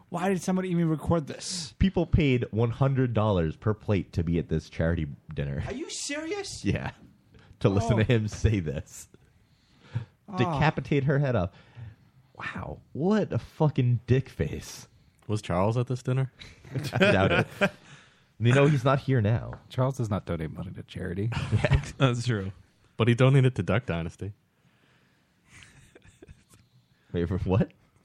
Why did somebody even record this? People paid one hundred dollars per plate to be at this charity dinner. Are you serious? Oh. Yeah, to listen to him say this, Ah. decapitate her head off. Wow, what a fucking dick face. Was Charles at this dinner? I doubt it. You know he's not here now. Charles does not donate money to charity. That's true. But he donated to Duck Dynasty. Wait for what?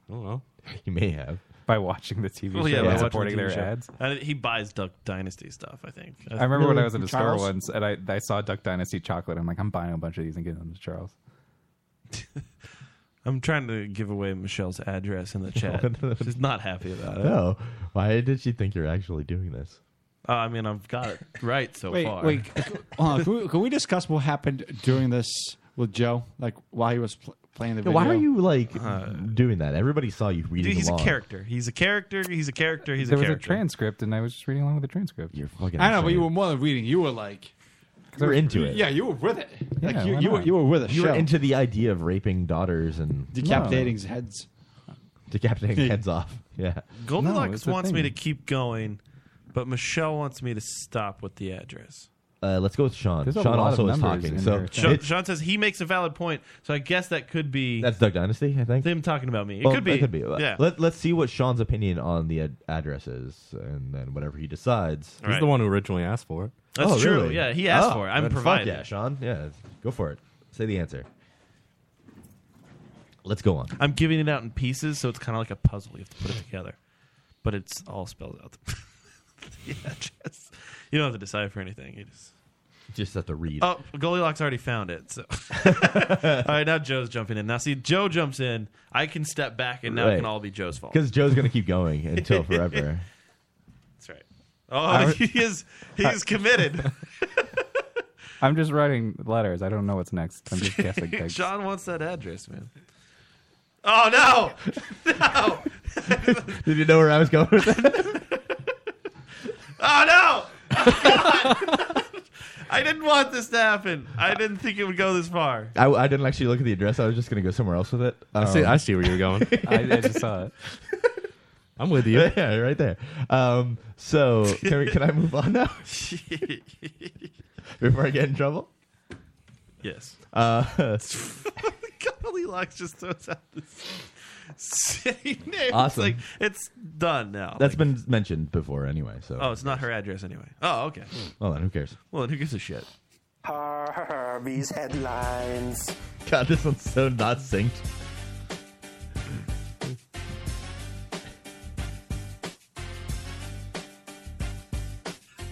I don't know. He may have by watching the TV Well, yeah, show by and watching supporting the their TV show. ads. I, he buys Duck Dynasty stuff. I think. I remember when I was at a Charles? store once and I, I saw Duck Dynasty chocolate. I'm like, I'm buying a bunch of these and giving them to Charles. I'm trying to give away Michelle's address in the chat. She's not happy about it. No, why did she think you're actually doing this? Uh, I mean, I've got it right so wait, far. wait. Hold on. Can we, can we discuss what happened during this with Joe? Like while he was pl- playing the Yeah, video. why are you like Uh, doing that? Everybody saw you reading. Dude, he's along. a character. He's a character. He's a character. He's there a was a character. transcript and I was just reading along with the transcript. You're fucking. I know, but you were more than reading. You were like, You were into it. Yeah, you were with it. Like, you- you were- you were with a You were show. into the idea of raping daughters and Decapitating heads. decapitating heads off. Yeah. Goldilocks wants me to keep going, but Michelle wants me to stop with the address. Uh, let's go with Sean. There's a Sean lot of also is numbers talking. in So there. Sean, it's- Sean says he makes a valid point, so I guess that could be that's Doug Dynasty, I think. them talking about me. It Well, could be. It could be. Yeah. Let, let's see what Sean's opinion on the ad- address is, and then whatever he decides. Oh, All He's right. the one who originally asked for it. That's true. Yeah, he asked for it. I'm providing Yeah, it. Sean. Yeah, go for it. Say the answer. Let's go on. I'm giving it out in pieces, so it's kind of like a puzzle. You have to put it together, but it's all spelled out. the address. You don't have to decide for anything. You just Just have to read. Oh, Goldilocks already found it. So, all right, now Joe's jumping in. Now, see, Joe jumps in. I can step back, and now it can all be Joe's fault. Because Joe's going to keep going until forever. That's right. Oh, I- he is he is committed. I'm just writing letters. I don't know what's next. I'm just guessing. things. Sean wants that address, man. Oh no, no! Did you know where I was going with that? Oh no! God! I didn't want this to happen. I didn't think it would go this far. I, I didn't actually look at the address. I was just going to go somewhere else with it. Um, I see- I see where you're going. I- I just saw it. I'm with you. Yeah, right there. Um, so can, we, can I move on now? Before I get in trouble? Yes. Uh, Goldilocks just throws out this city name. Awesome. It's like it's done now. that's been mentioned before anyway. So Oh, it's not her address anyway. Oh, okay. Well, then who cares? Well, then who gives a shit? Harvey's headlines. God, this one's so not synced.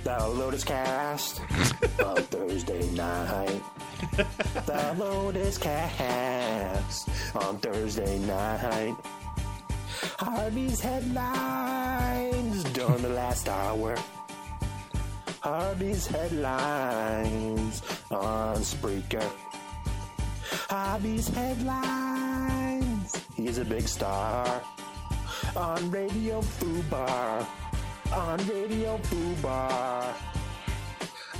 The Lotus Cast on Thursday night. The Lotus Cast on Thursday night. Harvey's headlines during the last hour. Harvey's headlines on Spreaker. Harvey's headlines. He's a big star on Radio Fubar. On Radio Fubar.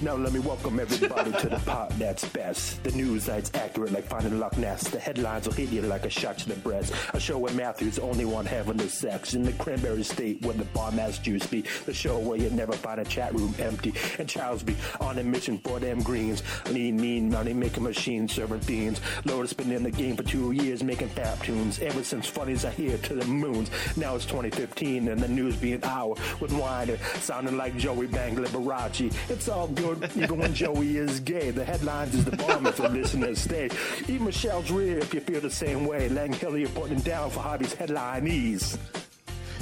Now let me welcome everybody to the part that's best. The news that's accurate like finding Loch Ness. The headlines will hit you like a shot to the breast. A show where Matthew's the only one having the sex. In the cranberry state where the bomb ass juice be. The show where you never find a chat room empty. And Charles be on a mission for them greens. Lean, mean, money making machine serving fiends. Lotus been in the game for two years making fab tunes. Ever since funnies are here to the moons. Now it's 2015 and the news be an hour with wine and sounding like Joey Bang Liberace. It's all good even when Joey is gay. The headlines is the bomb if the listeners stay. Even Michelle's rear if you feel the same way. Lang Hilly reporting down for Hobby's headlinees.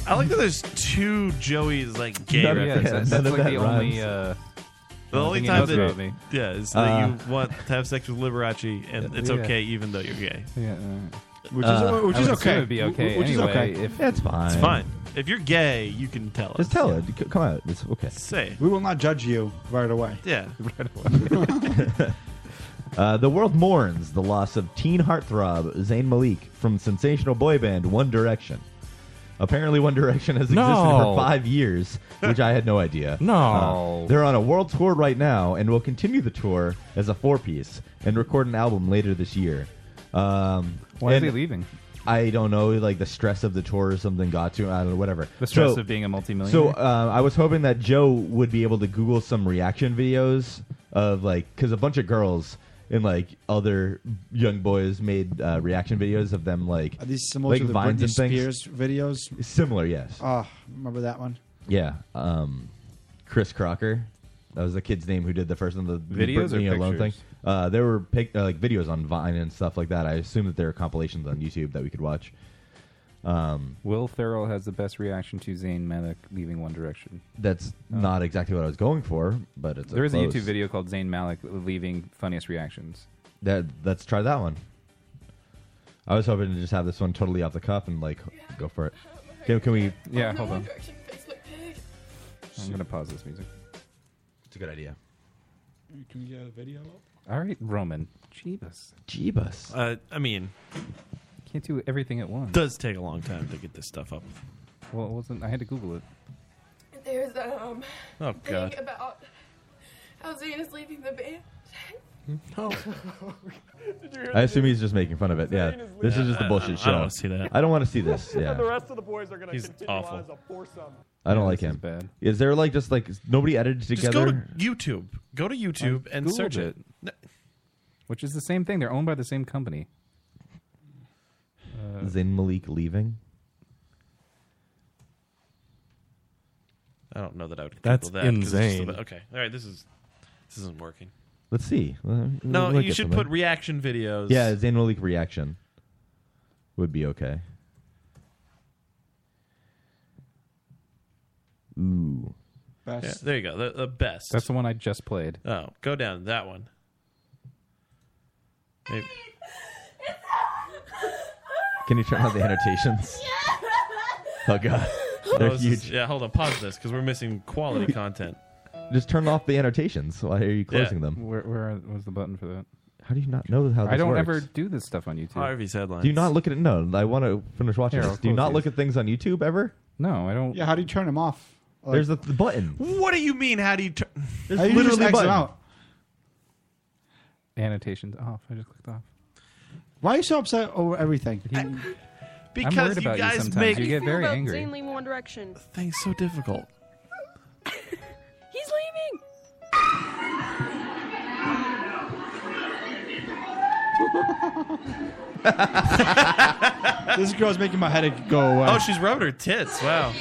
I like that there's two Joey's like gay None- yeah, that's- references. that's None of like that the only, rhymes. uh, the only only thing he time knows that about me. yeah is that you want to have sex with Liberace and it's Uh, Yeah. okay even though you're gay. Yeah. Which is- Uh, which I is would assume okay. it'd be okay Which is anyway okay. if- That's fine. It's fine. If you're gay, you can tell Just us. tell it. C- Come out. It's okay. Say. We will not judge you right away. Yeah. Uh, the world mourns the loss of teen heartthrob Zayn Malik from sensational boy band One Direction. Apparently, One Direction has existed No. for five years, which I had no idea. No. Uh, they're on a world tour right now and will continue the tour as a four piece and record an album later this year. Um, Why is and he leaving? I don't know. Like the stress of the tour or something got to him. I don't know. Whatever. The stress of being a So multimillionaire? uh, I was hoping that Joe would be able to Google some reaction videos of like because a bunch of girls and like other young boys made uh, reaction videos of them like Are these similar like to the vines Britney and things. Spears videos? Similar, yes. Ah, remember that one? Yeah. Um, Chris Crocker. That was the kid's name who did the first one, the the Videos or Britney Alone thing. pictures? Uh, there were pic- uh, like videos on Vine and stuff like that. I assume that there are compilations on YouTube that we could watch. Um, Will Ferrell has the best reaction to Zayn Malik leaving One Direction. Oh. that's not exactly what I was going for, but it's There is a close. YouTube video called Zayn Malik leaving funniest reactions. That let's try that one. I was hoping to just have this one totally off the cuff and like go for it. Can, can we? Yeah, hold on. I'm gonna pause this music. It's a good idea. Can we get a video up? All right, Roman. Jeebus. Jeebus. Uh, I mean, Can't do everything at once. does take a long time to get this stuff up. Well, it wasn't. I had to Google it. There's um Oh, thing God. about Hosanna's leaving the band. No. I assume he's just making fun of it. Yeah, this is just a I- I bullshit show. don't wanna see that. I don't want to see this. Yeah, and the rest of the boys are going to He's continue awful. on as a foursome. I don't Yeah, like this him. is Is, bad. there like just like nobody edited Just go together? to YouTube. Go to YouTube I and Googled search it. No- Which is the same thing. They're owned by the same company. Zayn Malik leaving. I don't know that I would. That's Google that 'cause it's just insane. about- okay, all right. This is this isn't working. Let's see. No, Look you at should something. put reaction videos. Yeah, Zayn Malik reaction would be okay. Ooh. Yeah, there you go. The, the best. That's the one I just played. Oh, go down that one. Maybe- Can you turn on the annotations? Oh god, Oh, they're this huge. is- yeah, hold on. Pause this because we're missing quality content. Just turn off the annotations. Why are you closing them? Where, where was the button for that? How do you not know how? This I don't works? ever do this stuff on YouTube. Harvey's headlines. Do you not look at it? No, I want to finish watching Here, this. I'll Do you close not these. look at things on YouTube ever? No, I don't. Yeah, how do you turn them off? Like- There's the, the button. What do you mean? How do you turn? There's How do you just literally a X them button. out? Annotations off. I just clicked off. Why are you so upset over everything? Because worried you about you guys sometimes. make- You How do get feel very about angry. Zayn leaving One Direction. Things so difficult. He's leaving. this girl's making my headache go away. Oh, she's rubbing her tits. Wow.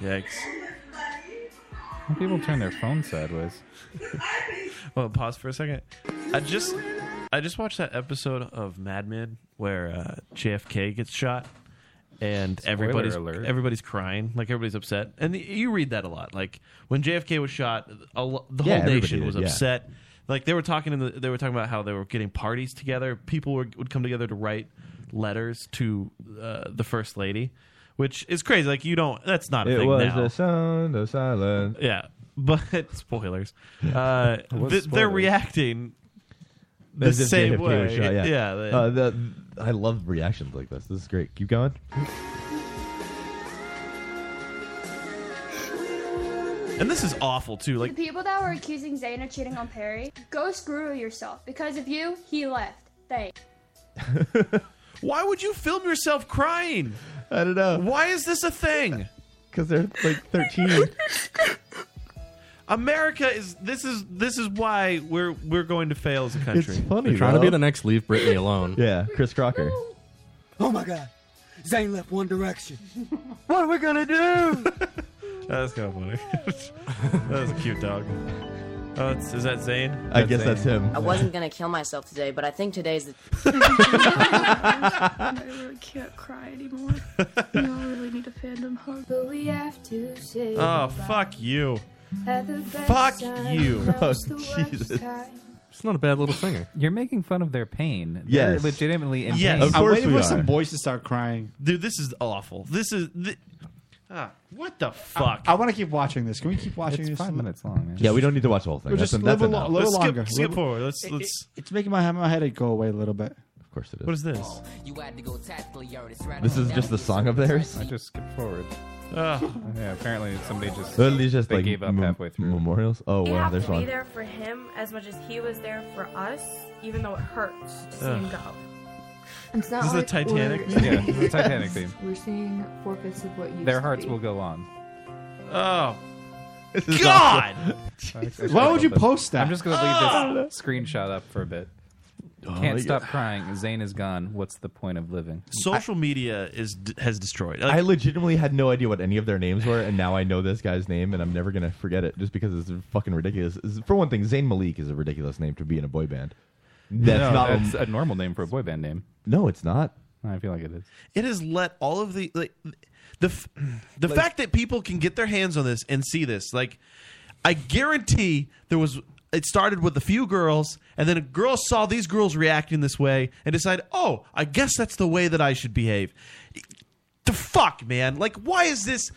Yikes. How do people turn their phone sideways? Well, pause for a second. I just I just watched that episode of Mad Men where uh, JFK gets shot and everybody's alert. everybody's crying, like everybody's upset. And the, you read that a lot. Like when JFK was shot, a, lo- the Yeah, whole everybody nation did, was yeah. upset. Like they were talking in the, they were talking about how they were getting parties together. People were, would come together to write letters to uh, the first lady, which is crazy. Like you don't that's not a It thing was now. the sound of silence. Yeah, but spoilers. Uh, It was th- They're spoilers. reacting the As if same JFK was way. shot, yeah. they- Uh, the, I love reactions like this. This is great. Keep going. and this is awful too. Like the people that were accusing Zayn of cheating on Perry, go screw yourself. Because of you, he left. Thanks. Why would you film yourself crying? I don't know. Why is this a thing? Because they're like 13. America is this is this is why we're we're going to fail as a country. They're trying to be the next Leave Britney Alone. yeah, Chris Crocker. Oh my god. Zayn left One Direction. what are we gonna do? That's kind of funny. that was a cute dog. Oh, it's, is that Zane? I guess that's him. I wasn't gonna kill myself today, but I think today's the. I really can't cry anymore. We all really need a fandom hug. But we have to say Oh fuck you! Fuck you! Oh, Oh, Jesus. It's not a bad little singer. You're making fun of their pain. They're Yes. legitimately in Yes. pain. Of I'm course waiting we for are. some boys to start crying. Dude, this is awful. This is thi- ah, what the fuck. I, want to keep watching this. Can we keep watching this? five minutes long, man. Yeah, we don't need to watch the whole thing. Or just That's en- live that's a lo- enough. little Let's skip- longer. skip Little- forward. Let's- It- let's- it- it's making my my headache go away a little bit. Of course it is. What is this? You had to go tactically, you already straddled This is down. just the song of theirs. I just skipped forward. yeah, apparently somebody just, Well, these just they like gave up mem- halfway through. Memorials. Oh, We wow, have there's to be one. there for him as much as he was there for us, even though it hurts to see Ugh. him go. It's not This is the like Titanic? we're- Yeah, it's the Titanic theme. We're seeing four fifths of what used Their to hearts be. will go on. Oh. is God! awful. Why would you post that? I'm just going to leave Ah! this screenshot up for a bit. Oh, Can't yeah. stop crying. Zayn is gone. What's the point of living? Social media is has destroyed. I legitimately had no idea what any of their names were, and now I know this guy's name, and I'm never gonna forget it just because it's fucking ridiculous. Is- For one thing, Zayn Malik is a ridiculous name to be in a boy band. That's No, not that's a normal name for a boy band name. No, it's not. I feel like it is. Oh. It has let all of the like the f- the fact that people can get their hands on this and see this. Like, I guarantee there was. It started with a few girls, and then a girl saw these girls reacting this way and decided, "Oh, I guess that's the way that I should behave." The fuck, man! Like, why is this?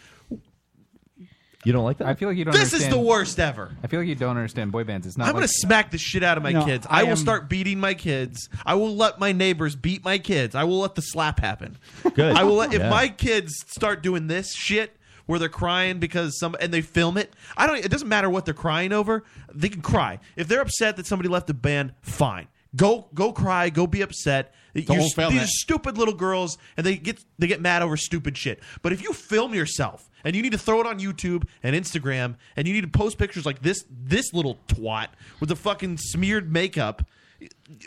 You don't like that? I feel like you don't. This is understand. the worst ever. I feel like you don't understand boy bands. It's not. I'm like gonna smack the shit out of my No, kids. I I, will am- start beating my kids. I will let my neighbors beat my kids. I will let the slap happen. Good. I will let if Yeah. my kids start doing this shit. where they're crying because some and they film it. I don't. It doesn't matter what they're crying over. They can cry if they're upset that somebody left the band. Fine, go go cry, go be upset. You're- whole these film are it. stupid little girls, and they get they get mad over stupid shit. But if you film yourself and you need to throw it on YouTube and Instagram, and you need to post pictures like this this little twat with the fucking smeared makeup.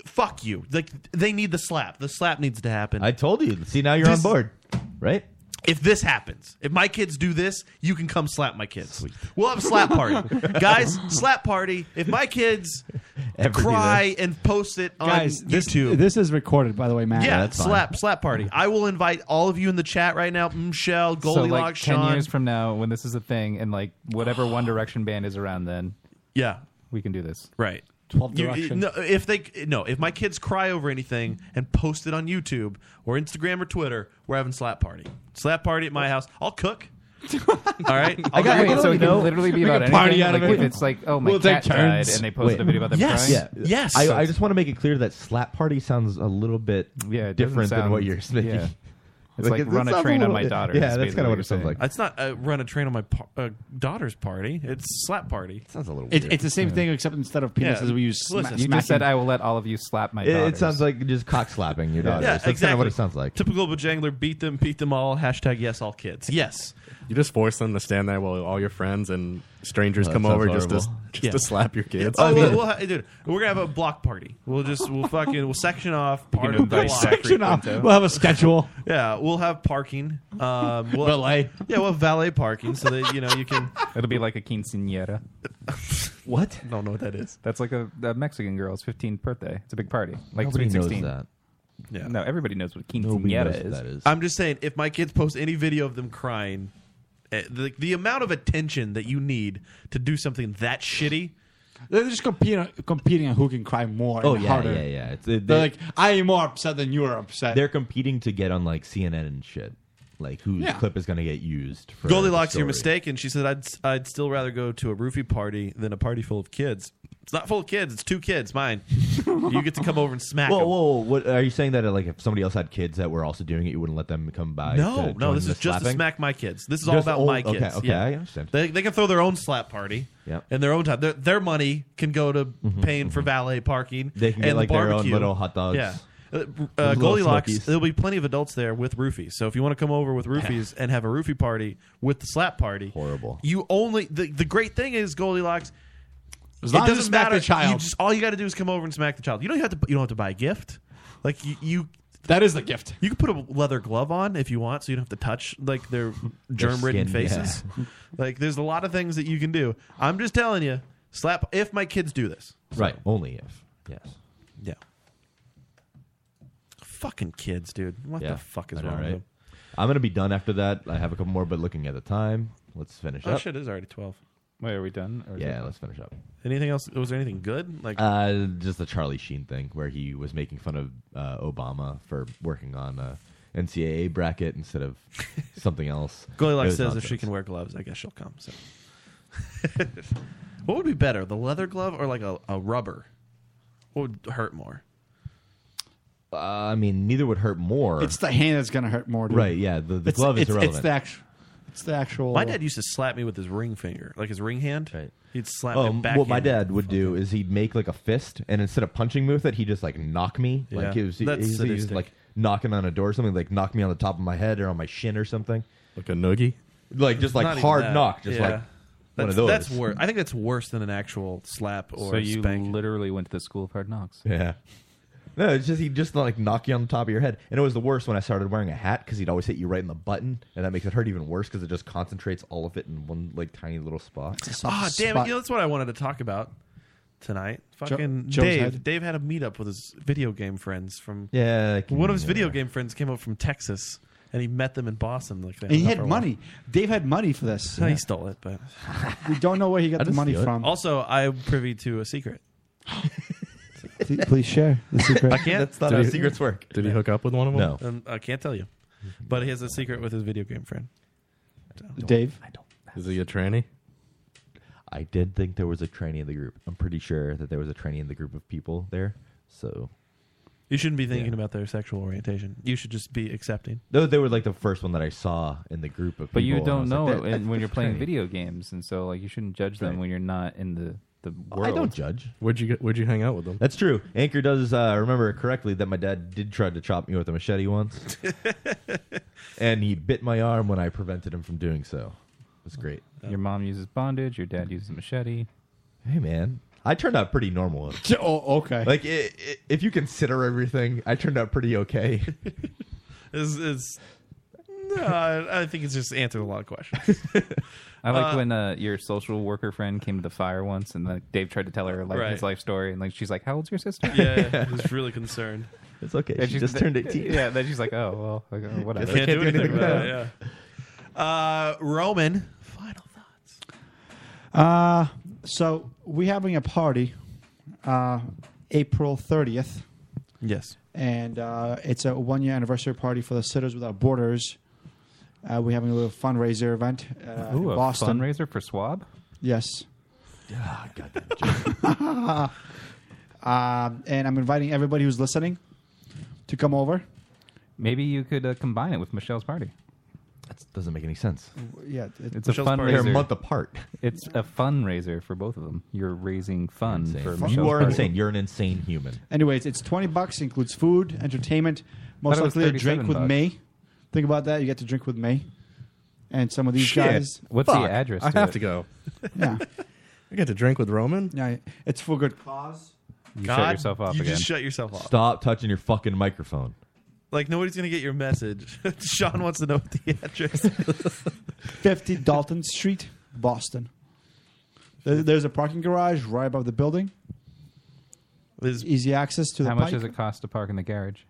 Fuck you! Like they need the slap. The slap needs to happen. I told you. See, now you're This- on board, right? If this happens, if my kids do this, you can come slap my kids. We'll have a slap party, guys. Slap party. If my kids Ever do cry and post it on Guys, YouTube, this, this is recorded, by the way, Matt. yeah, slap slap party. I will invite all of you in the chat right now. Michelle, so Goldilocks, like ten Sean. years from now, when this is a thing, and like whatever One Direction band is around, then yeah, we can do this. Right. You- you- no, if they no, if my kids cry over anything and post it on YouTube or Instagram or Twitter, we're having slap party. Slap party at my house. I'll cook. All right. I got- I'll wait, cook. so it can literally be about anything? Like, if it's like, oh, my We'll take cat died, turns. and they posted a video about them Yes. crying? Yeah. Yes. I, I just want to make it clear that slap party sounds a little bit yeah, different than what sound- you're making. yeah. It's like it- it run a sounds train on little- my daughter is Yeah, that's basically kind what of what you're it sounds saying. like. It's not uh, run a train on my par- uh, daughter's party. It's slap party. Sounds a little. It- it's the same thing, except instead of Yeah. penises, we use sma- Listen, You just said I will let all of you slap my. It, it daughters." sounds like just cock slapping your daughter. Yeah, that's kind of what it sounds like. Typical Bajangler. Beat them. Beat them all. Hashtag yes, all kids. Yes. You just force them to stand there while all your friends and strangers Oh, that come sounds over just to horrible. just Yeah. to slap your kids. Oh, we'll, we'll ha- dude, we're gonna have a block party. We'll just we'll fucking we'll section off part of the invite block. Section off. We'll have a schedule. Yeah, we'll have parking. Um, we'll Valet. Yeah, we'll have valet parking so that you know you can. It'll be like a quinceanera. what? I don't know what that is. That's like a, a Mexican girl's 15th birthday. It's a big party. Like Nobody sweet knows 16. that. Yeah. No, everybody knows what Nobody quinceanera knows what is. that is. I'm just saying, if my kids post any video of them crying, eh, the, the amount of attention that you need to do something that shitty. They're just competing, competing on who can cry more. Oh, and yeah, harder. yeah, yeah. It's- they're it- they- like, I am more upset than you are upset. They're competing to get on like CNN and shit. Like whose Yeah. clip is going to get used? For Goldilocks, the you're story. mistaken. She said, "I'd I'd still rather go to a roofie party than a party full of kids. It's not full of kids. It's two kids. Mine. you get to come over and smack Whoa, 'em. whoa, whoa! What are you saying that uh, like if somebody else had kids that were also doing it, you wouldn't let them come by? No, to no, join this the is just to slapping? smack my kids. This is all Just about all- my okay, kids. okay, yeah. I understand. They, they can throw their own slap party Yep. Mm-hmm, and their own time. Their, their money can go to paying for valet parking. They can and get, like, the their own barbecue. little hot dogs. Yeah. Uh, uh, Those little Goldilocks, Smokies. there'll be plenty of adults there with roofies. So if you want to come over with roofies and have a roofie party with the slap party, horrible. You only the, the great thing is Goldilocks. As long it as you doesn't smack the matter. child. You just, all you got to do is come over and smack the child. You don't have to. You don't have to buy a gift. Like you, you that is the gift. You can put a leather glove on if you want, so you don't have to touch like their Their germ-ridden skin, yeah. faces. Like there's a lot of things that you can do. I'm just telling you, slap if my kids do this. Right, only if yes. Yeah. Fucking kids, dude. What Yeah, the fuck is I know, wrong with right? them? I'm gonna be done after that. I have a couple more, but looking at the time, let's finish Oh up. shit, it is already twelve. Wait, are we done? Or is Yeah, it- let's finish up. Anything else? Was there anything good? Like Uh, just the Charlie Sheen thing where he was making fun of uh, Obama for working on a NCAA bracket instead of something else. It Goldilocks was says if she nonsense. can wear gloves, I guess she'll come. So, what would be better, the leather glove or like a, a rubber? What would hurt more? Uh, I mean, neither would hurt more. It's the hand that's going to hurt more. Dude. Right, yeah, the- the It's- glove is it's- It's irrelevant. the actual. It's the actual. My dad used to slap me with his ring finger, like his ring hand. Right. He'd slap Oh, me back. what my dad would do is he'd make like a fist, and instead of punching me with it, he'd just like knock me. Yeah. Like he was, he- That's he's, he's sadistic. like knocking on a door or something, like knock me on the top of my head or on my shin or something. Like a noogie? Like just like Not even hard that. knock, just Yeah. like one That's- of those. That's worse. I think that's worse than an actual slap or So you spanking. literally went to the school of hard knocks. Yeah. No, it's just he'd just like knock you on the top of your head, and it was the worst when I started wearing a hat because he'd always hit you right in the button, and that makes it hurt even worse because it just concentrates all of it in one like tiny little spot. Ah, damn it! You know, that's what I wanted to talk about tonight. Fucking Joe's Dave. head? Dave had a meetup with his video game friends from. Yeah, I can- One of his video yeah. game friends came up from Texas, and he met them in Boston. Like, they And he hung out had for a while. money. Dave had money for this. No, he stole it, but we don't know where he got the money from. Also, I'm privy to a secret. Please- Please share the secret. I can't. That's not Did how he- secrets work. Did he hook up with one of them? Um, I can't tell you, but he has a secret with his video game friend. Dave? Is he a tranny? I did think there was a trainee in the group. I'm pretty sure that there was a trainee in the group of people there. So You shouldn't be thinking about their sexual orientation. You should just be accepting. Though they were like the first one that I saw in the group of people. But you and I don't was know like, it that- when- that's- when you're that's playing strange. video games, and so like you shouldn't judge them Right. when you're not in the the world. I don't judge. Where'd you get, where'd you hang out with them? That's true. Anchor does uh, remember correctly that my dad did try to chop me with a machete once, and he bit my arm when I prevented him from doing so. It was great. Uh, Your mom uses bondage. Your dad uses a machete. Hey man, I turned out pretty normal. oh, okay. Like i i if you consider everything, I turned out pretty okay. Is is no? I, I think it's just answered a lot of questions. I like Uh, when uh, your social worker friend came to the fire once, and like, Dave tried to tell her like his Right. life story, and like she's like, "How old's your sister?" Yeah, I was really concerned. It's okay. And She she's- just turned 18. Yeah, then she's like, "Oh well, okay, whatever." Can't, do anything, about it. Yeah. Uh, Roman. Uh, so we're having a party uh, April 30th. Yes. And uh, it's a one year anniversary party for the Sitters Without Borders. Uh, we're having a little fundraiser event uh, Ooh, in a Boston. fundraiser for Swab. Yes. um, and I'm inviting everybody who's listening to come over. Maybe you could uh, combine it with Michelle's party. That doesn't make any sense. Yeah, it- it's Michelle's a party. fundraiser. They're a month apart. It's a fundraiser for both of them. You're raising fun for Insane. Michelle's You are party. insane. You're an insane human. Anyways, it's 20 bucks, includes food, entertainment, most Thought it was likely a drink 37 with bucks. me. Think about that. You get to drink with me and some of these Shit. guys. What's the Fuck. address I to have it? to go. Yeah. I get to drink with Roman. Yeah, it's for good cause. You God, you just shut yourself off. Stop touching your fucking microphone. Like nobody's gonna get your message. Sean wants to know what the address. is. 50 Dalton Street, Boston. There- There's a parking garage right above the building. Easy access to the How much pike. does it cost to park in the garage?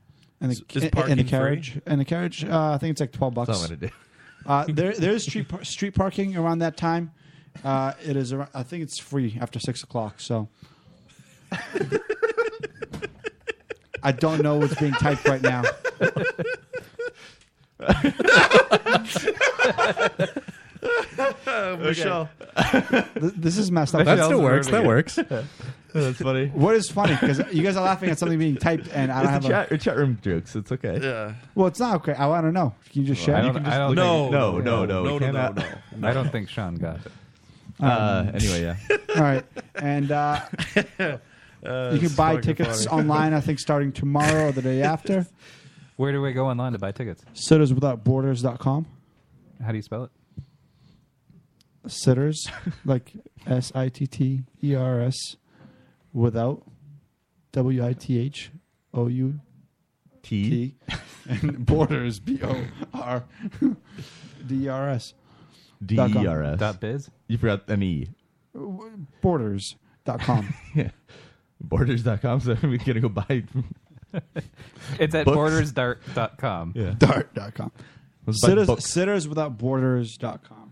And the, and- and the carriage. And the carriage, uh, I think it's like twelve bucks. That's what I'm gonna do. Uh, there, there is street par- street parking around that time. Uh, it is. Around, I think it's free after six o'clock. So I don't know what's being typed right now. Michelle. Th- this is messed up. That Michelle's still works, that works. That's funny. What is funny because you guys are laughing at something being typed, and I It's don't have the chat, chat room jokes. It's okay. Yeah. a. Well, it's not okay. I, I don't know. Can you just share? I don't, I don't no, think- no, no, no, we no, no, cannot. no, no. I don't think Sean got it. Uh, anyway, yeah. All right, and uh, you can it's buy fucking tickets funny. online. I think starting tomorrow or the day after. Where do we go online to buy tickets? Sitterswithoutborders.com. How do you spell it? Sitters, like S I T T E R S, without W I T H O U T. And borders, B O R D E R S. D dot com. E R S. biz. You forgot an E. Borders.com. yeah. Borders.com. So we're gonna go buy. It's at Books. bordersdart.com. Yeah. Dart.com. Let's buy Sitters, books. sitterswithoutborders.com.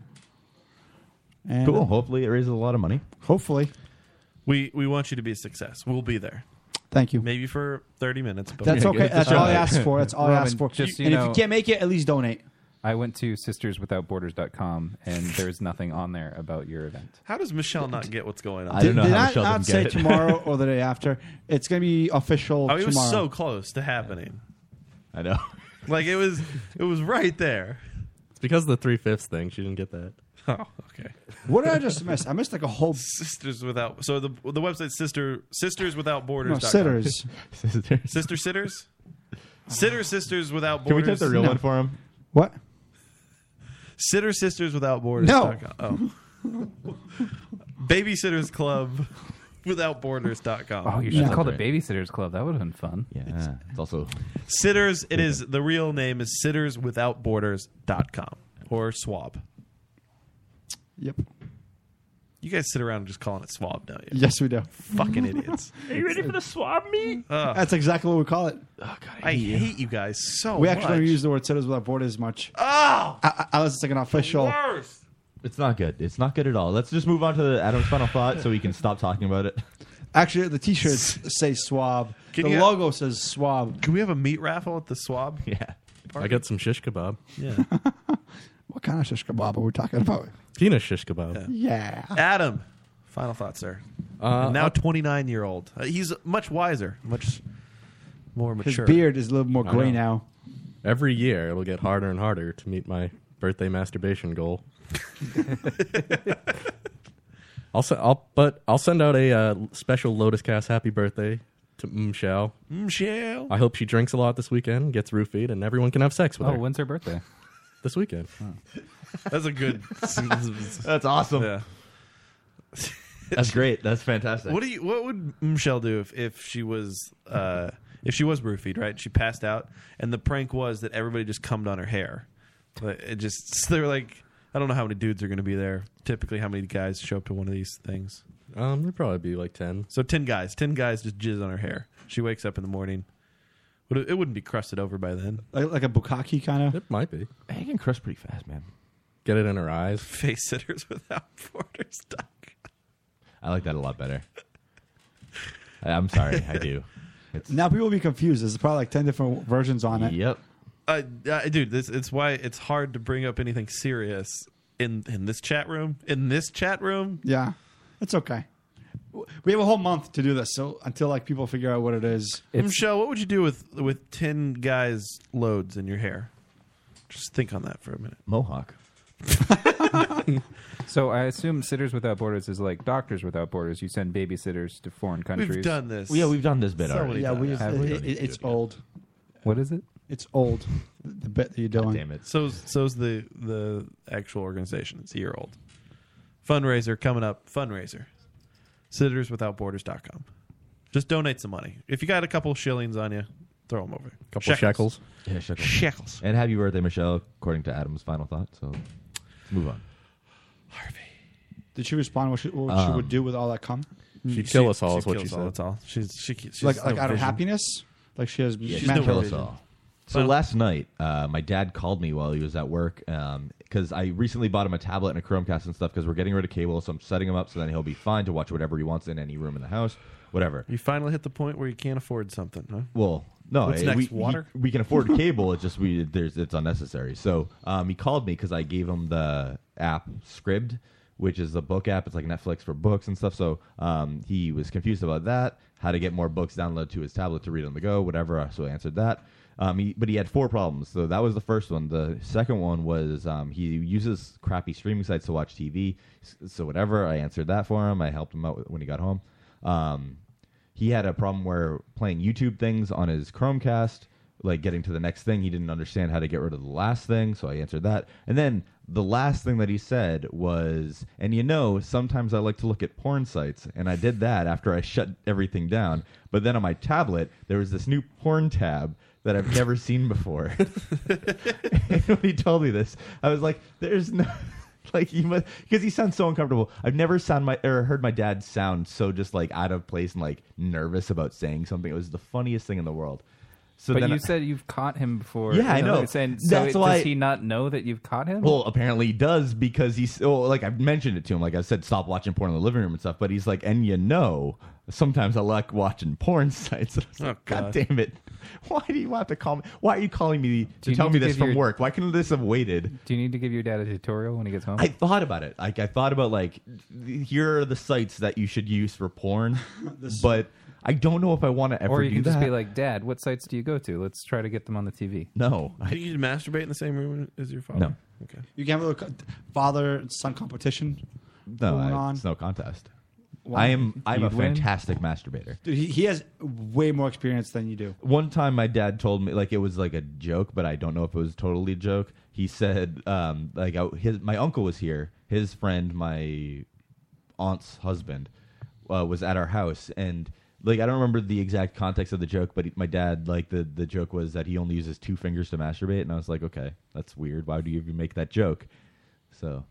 And Cool. Hopefully, it raises a lot of money. Hopefully. We we want you to be a success. We'll be there. Thank you. Maybe for thirty minutes. But That's we'll okay. get That's the all I shot. asked for. That's all I Robin, asked for. just so you and if know- you can't make it, at least donate. I went to sisterswithoutborders.com and there's nothing on there about your event. How does Michelle not get what's going on? did, did I not say tomorrow or the day after? It's going to be official Oh, it was tomorrow. so close to happening. I know. Like it was, it was right there. It's because of the three fifths thing. She didn't get that. Oh, okay. What did I just miss? I missed like a whole Sisters without. So the the website sister sisters without borders. No, sitters. Sisters. Sister sitters. Sitter sisters without Can we borders. type the real one for him? What? Sitter sisters without borders. No. Oh. Babysitters Club without borders.com. Oh, you should call the Babysitters Club. That would have been fun. Yeah. It's, also. Sitters, it is the real name is sitterswithoutborders.com or swab. Yep. You guys sit around and just calling it swab, don't you? Yes, we do. Fucking idiots. Are you ready for the swab meet? Ugh. That's exactly what we call it. I hate you guys so we much. actually don't use the word sitters without borders much. Oh! I, I, unless it's like an official. It's not good. It's not good at all. Let's just move on to the Adam's final thought, so we can stop talking about it. Actually, the T-shirts say swab. Can the you- logo says swab. Can we have a meat raffle at the swab? Yeah. I got some shish kebab. Yeah. What kind of shish kebab are we talking about? Peanut shish kebab. Yeah. Adam, final thoughts, sir. Uh, now I'll- 29 year old. Uh, he's much wiser, much more His mature. beard is a little more I gray know. now. Every year, it'll get harder and harder to meet my birthday masturbation goal. I'll, se- I'll but I'll send out a uh, special Lotus Cast happy birthday to Michelle. Michelle. I hope she drinks a lot this weekend, gets roofied, and everyone can have sex with Oh, her. when's her birthday? This weekend. That's a good. That's awesome. Yeah. That's great. That's fantastic. What do you? What would Michelle do if, if she was uh, if she was roofied? Right, she passed out, and the prank was that everybody just cummed on her hair. Like, It just they were like, I don't know how many dudes are going to be there. Typically, how many guys show up to one of these things? Um, there'd probably be like ten. So ten guys, ten guys just jizz on her hair. She wakes up in the morning. Would it, it wouldn't be crusted over by then. Like, like a bukkake kind of. It might be. I can crush pretty fast, man. Get it in her eyes. Face sitters without borders. I like that a lot better. I- I'm sorry, I do. Now people will be confused. There's probably like ten different versions on it. Yep. Uh, uh, dude, this it's why it's hard to bring up anything serious in in this chat room. In this chat room, Yeah, it's okay. W- We have a whole month to do this, so until like people figure out what it is. Michelle, what would you do with with ten guys loads in your hair? Just think on that for a minute. Mohawk. So I assume Sitters Without Borders is like Doctors Without Borders. You send babysitters to foreign countries. done this. Yeah, we've done this bit So already. yeah, we just, Have it- we? it- it's old. What is it? It's old. The bit that you're doing. damn it. So so's the the actual organization. It's a year old. Fundraiser coming up. Fundraiser. Sitterswithoutborders.com. Just donate some money. If you got a couple shillings on you, throw them over. Couple shekels. Yeah, shekels. Shekels. And happy birthday, Michelle, according to Adam's final thought. So let's move on. Did she respond? What she, what she would Um, do with all that cum? She'd kill us all is what she said. That's all. She's she, she's like like no out of vision. happiness. Like she has. Yeah, mad she's no kill us television. all. So last night, uh, my dad called me while he was at work because I recently bought him a tablet and a Chromecast and stuff because we're getting rid of cable. So I'm setting him up so then he'll be fine to watch whatever he wants in any room in the house, whatever. You finally hit the point where you can't afford something, huh? Well, no, What's eh, next? we, Water. he- we can afford cable. It's just we there's it's unnecessary. So um, he called me because I gave him the app Scribd, which is the book app. It's like Netflix for books and stuff. So um, he was confused about that, how to get more books downloaded to his tablet to read on the go, whatever. uh, So I answered that. Um, he, but he had four problems. So that was the first one. The second one was um, he uses crappy streaming sites to watch TV. S- So whatever, I answered that for him. I helped him out when he got home. Um, he had a problem where playing YouTube things on his Chromecast, like getting to the next thing, he didn't understand how to get rid of the last thing, so I answered that. And then the last thing that he said was, and you know, sometimes I like to look at porn sites, and I did that after I shut everything down. But then on my tablet, there was this new porn tab that I've never seen before. and when he told me this, I was like, there's no. Like he must, because he sounds so uncomfortable. I've never sound my or heard my dad sound so just like out of place and like nervous about saying something. It was the funniest thing in the world. So but then you I- said you've caught him before. Yeah, I You know. you're Saying, so That's it- why- does he not know that you've caught him? Well, apparently he does because he's well, like I've mentioned it to him. Like I said, stop watching porn in the living room and stuff. But he's like, and you know, sometimes I like watching porn sites. And I was Oh, like, God. God. damn it! Why do you have to call me? Why are you calling me Do to you tell need me to this give from your- work? Why couldn't this have waited? do you need to give your dad a tutorial when he gets home? I thought about it. Like I thought about like th- here are the sites that you should use for porn, but I don't know if I want to ever or you do can that. just be like, Dad, what sites do you go to? Let's try to get them on the TV. no, Do you masturbate in the same room as your father? No. Okay. You can have a little co- father and son competition. no, going I- on. it's no contest. I Why? am I'm You'd a win? fantastic masturbator. Dude, he, he has way more experience than you do. One time, my dad told me like it was like a joke, but I don't know if it was totally a joke. He said um, like I, his my uncle was here, his friend, my aunt's husband, uh, was at our house, and like I don't remember the exact context of the joke, but he, my dad like the the joke was that he only uses two fingers to masturbate, and I was like, okay, that's weird. Why do you even make that joke? So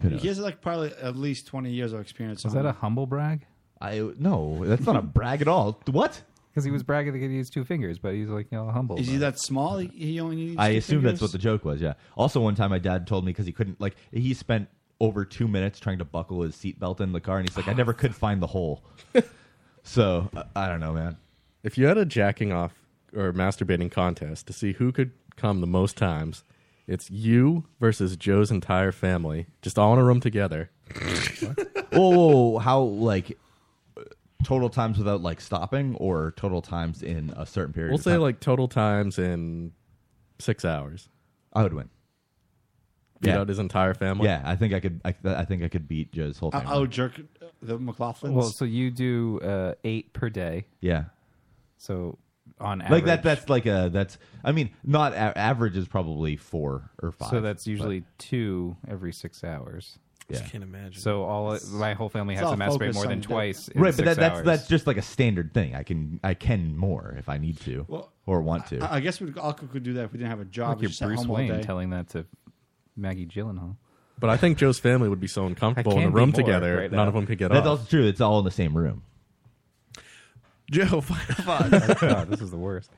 who knows? He has like probably at least twenty years of experience. Is on that a it. humble brag? I no, that's not a brag at all. What? Because he was bragging that he used two fingers, but he's like, you know, humble. Is he that small? He, he only needs. I two assume that's what the fingers? joke was. Yeah. Also, one time my dad told me because he couldn't like he spent over two minutes trying to buckle his seatbelt in the car, and he's like, I never could find the hole. so I, I don't know, man. If you had a jacking off or masturbating contest to see who could come the most times, it's you versus Joe's entire family, just all in a room together. whoa, whoa, whoa, how like uh, total times without like stopping, or total times in a certain period? We'll of say time? like total times in six hours. I would win. Beat out his entire family? Yeah, I think I could. I, I think I could beat Joe's whole family. I, I would jerk the McLaughlins. Well, so you do uh, eight per day. Yeah. So on average, like that. That's like a. That's. I mean, not a- average is probably four or five. so that's but- usually two every six hours. I just can't imagine. So all my whole family It's has to all masturbate focused more on than that. twice. in right, but six that, that's hours. that's just like a standard thing. I can I can more if I need to or want to. I, I guess we all could do that if we didn't have a job. Like your just at Bruce home all Wayne day. telling that to Maggie Gyllenhaal. But I think Joe's family would be so uncomfortable in a can be room more together, right none now. of them could get that's off. also true. It's all in the same room. Joe, Final oh, God, this is the worst.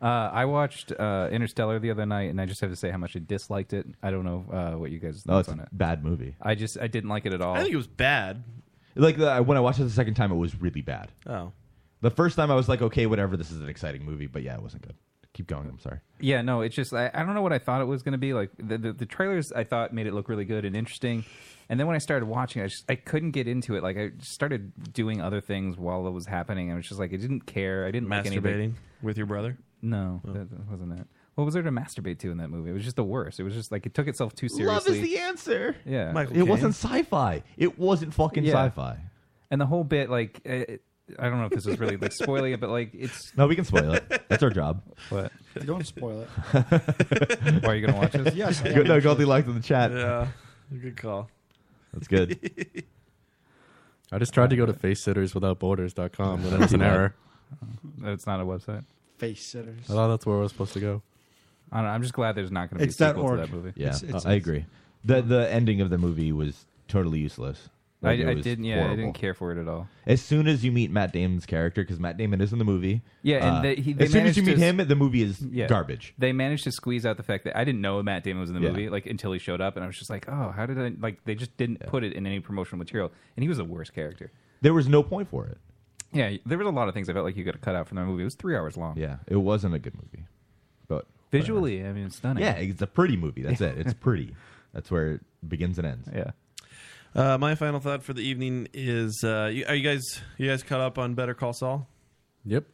Uh, I watched uh, Interstellar the other night, and I just have to say how much I disliked it. I don't know uh, what you guys No, thoughts Oh, on it's a it. bad movie. I just I didn't like it at all. I think it was bad. Like the, when I watched it the second time, it was really bad. Oh. The first time I was like, okay, whatever. This is an exciting movie, but yeah, it wasn't good. Keep going. I'm sorry. Yeah, no, it's just I, I don't know what I thought it was going to be. Like the, the the trailers, I thought made it look really good and interesting, and then when I started watching, I just I couldn't get into it. Like I started doing other things while it was happening. I was just like, I didn't care. I didn't like Masturbating anything. with your brother? Oh. No, that, that wasn't it. What was there to masturbate to in that movie? It was just the worst. It was just like it took itself too seriously. Love is the answer. Yeah, it wasn't sci-fi. It wasn't fucking Yeah. sci-fi. And the whole bit, like, I, I don't know if this is really like spoiling it, but like, it's No, we can spoil it. That's our job. What? Don't spoil it. Why are you gonna watch this? Yes, I Go- am. no, Goldie liked in the chat. Yeah, good call. That's good. I just tried to go to facesitterswithoutborders.com, but it was an error. It's not a website. Face sitters. I thought that's where I was supposed to go. I don't know, I'm just glad there's not going to be a It's that sequel to org. that movie. Yeah, I agree. The the ending of the movie was totally useless. Like, I, it I was didn't. Yeah, I horrible. didn't care for it at all. As soon as you meet Matt Damon's character, because Matt Damon is in the movie. Yeah, and uh, they, he, they as soon as you meet managed to- him, the movie is Yeah. garbage. They managed to squeeze out the fact that I didn't know Matt Damon was in the Yeah. movie like until he showed up, and I was just like, oh, how did I like? They just didn't put it in any promotional material, and he was the worst character. There was no point for it. Yeah, there was a lot of things I felt like you got to cut out from that movie. It was three hours long. Yeah, it wasn't a good movie, but Visually, I mean, it's stunning. yeah, it's a pretty movie. That's it. It's pretty. That's where it begins and ends. Yeah. Uh, my final thought for the evening is: uh, you, Are you guys you guys caught up on Better Call Saul? Yep.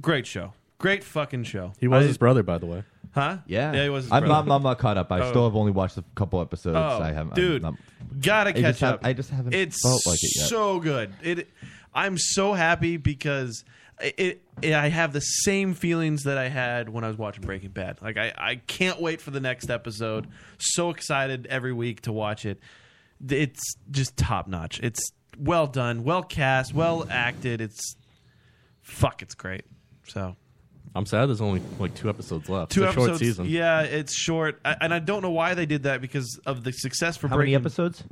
Great show. Great fucking show. He was I- his brother, by the way. Huh? Yeah. Yeah, he was. His I'm brother. not, I'm not caught up. I Oh. still have only watched a couple episodes. Oh, I haven't. I'm dude, not- gotta I catch just have- up. I just haven't It's felt like it yet. so good. It. I'm so happy because it, it, I have the same feelings that I had when I was watching Breaking Bad. Like I, I can't wait for the next episode. So excited every week to watch it. It's just top notch. It's well done, well cast, well acted. It's fuck. It's great. So I'm sad there's only like two episodes left. two it's a episodes. short season. Yeah, it's short, I, and I don't know why they did that because of the success for How many Breaking. episodes?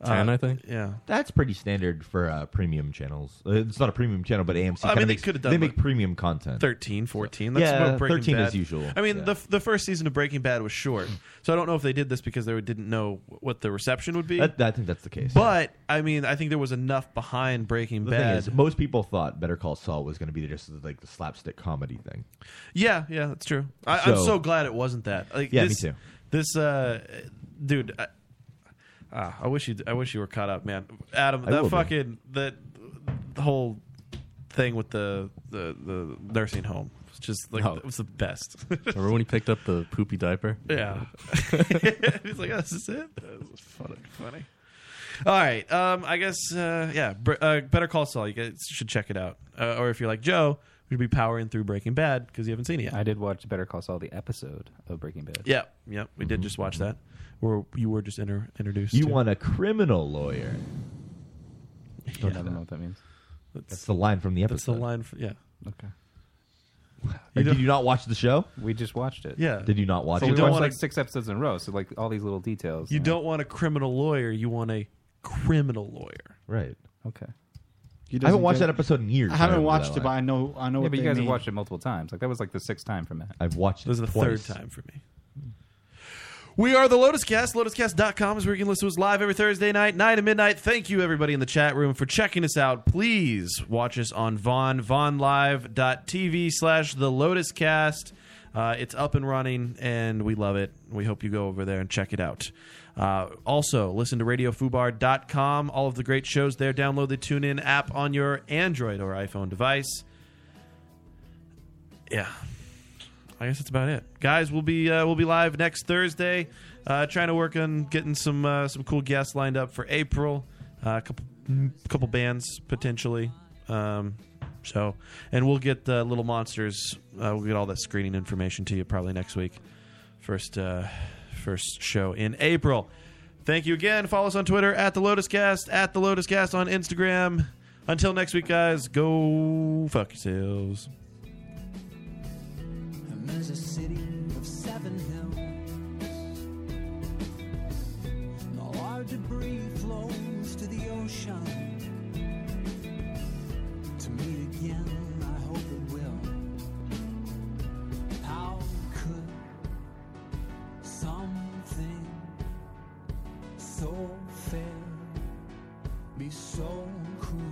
Uh, Yeah, that's pretty standard for uh, premium channels. Uh, It's not a premium channel, but AMC. I kinda mean, they makes- could've done They like make premium content. 13, 14. So- That's yeah, what Breaking 13 Bad. is usual. I mean, Yeah. the f- the first season of Breaking Bad was short, so I don't know if they did this because they didn't know what the reception would be. That- I think that's the case. But I mean, I think there was enough behind Breaking The Bad. thing is, most people thought Better Call Saul was going to be just like the slapstick comedy thing. yeah, yeah, that's true. I, I'm So- so glad it wasn't that. Like, Yeah, me this, too. This, uh, dude, I, ah, I wish you, I wish you were caught up, man. Adam, I will that be. fucking that whole thing with the the, the nursing home was just like Oh. it was the best. Remember when he picked up the poopy diaper? Yeah. He's like, oh, this is it? This is funny. funny. All right. Um, I guess, uh, yeah, Br- uh, Better Call Saul. You guys should check it out. Uh, or if you're like Joe, we should be powering through Breaking Bad because you haven't seen it yet. I did watch Better Call Saul the episode of Breaking Bad. Yeah. Yeah. We did just watch that. Where you were just inter- introduced. You to. want a criminal lawyer? Don't even know what that means. That's, the line from the That's the episode. line. For, yeah. Okay. Or did you not watch the show? We just watched it. Yeah. Did you not watch So it? we don't watched wanna- like six episodes in a row. So like all these little details. You don't want a criminal lawyer. You want a criminal lawyer. Right. Okay. He I haven't doesn't watched get- that episode in years. I haven't remember watched that it, but line. I know. I know. yeah, what but you they guys mean. watched it multiple times. Like that was like the sixth time for Matt. I've watched it. This is the twice. third time for me. We are the Lotus Cast. LotusCast.com is where you can listen to us live every Thursday night, 9 to midnight. Thank you, everybody in the chat room, for checking us out. Please watch us on Vaughn, VaughnLive.tv slash The Lotus Cast. Uh, it's up and running, and we love it. We hope you go over there and check it out. Uh, also, listen to radiofubar.com. All of the great shows there. Download the TuneIn app on your Android or iPhone device. Yeah, I guess that's about it, guys. We'll be uh, we'll be live next Thursday. Uh, trying to work on getting some uh, some cool guests lined up for April. Uh, a couple couple bands potentially. Um, so, and we'll get uh, Little Monsters. Uh, we'll get all that screening information to you probably next week. First uh, first show in April. Thank you again. Follow us on Twitter at the Lotus Cast at the Lotus Cast on Instagram. Until next week, guys. Go fuck yourselves. And there's a city of seven hills. And all our debris flows to the ocean. To meet again, I hope it will. How could something so fair be so cruel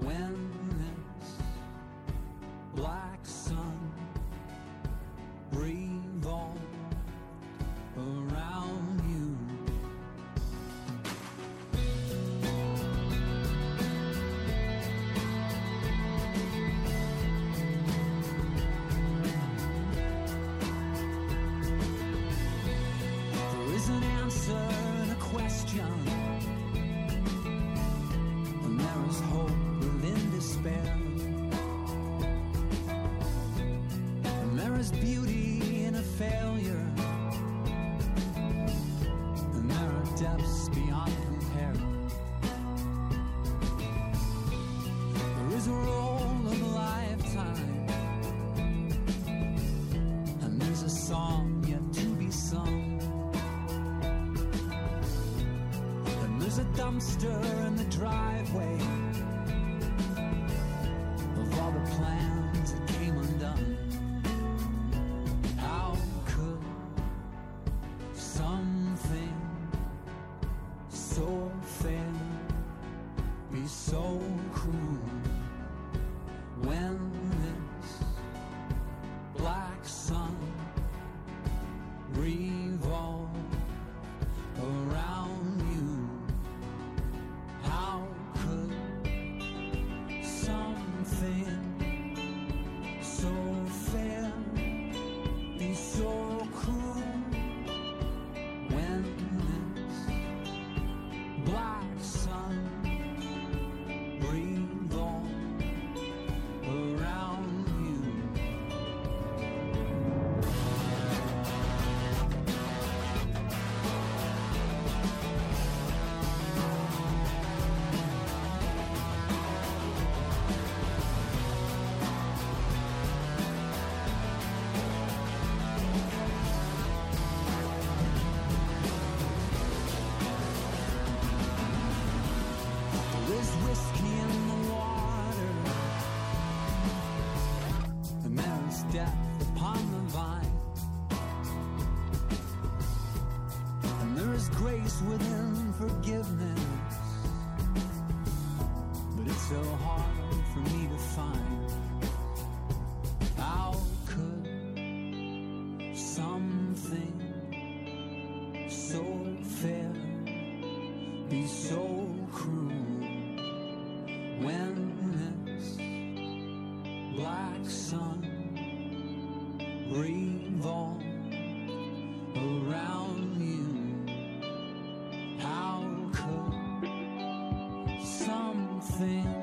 when this black sun revolved around you. There is an answer and a question, and there is hope within despair. And there is beauty in a failure. And there are depths beyond compare. There is a role of a lifetime. And there's a song yet to be sung. And there's a dumpster in the driveway. Of all the plans that came undone. How could something so fair be so cruel when this black sun revolved around you? How could something so fair be so cruel when this black sun brings all around you? There is whiskey in the water, and there is death upon the vine, and there is grace within forgiveness. But it's so hard for me to find. How could something so fair be so cruel when this black sun revolved around you? How could something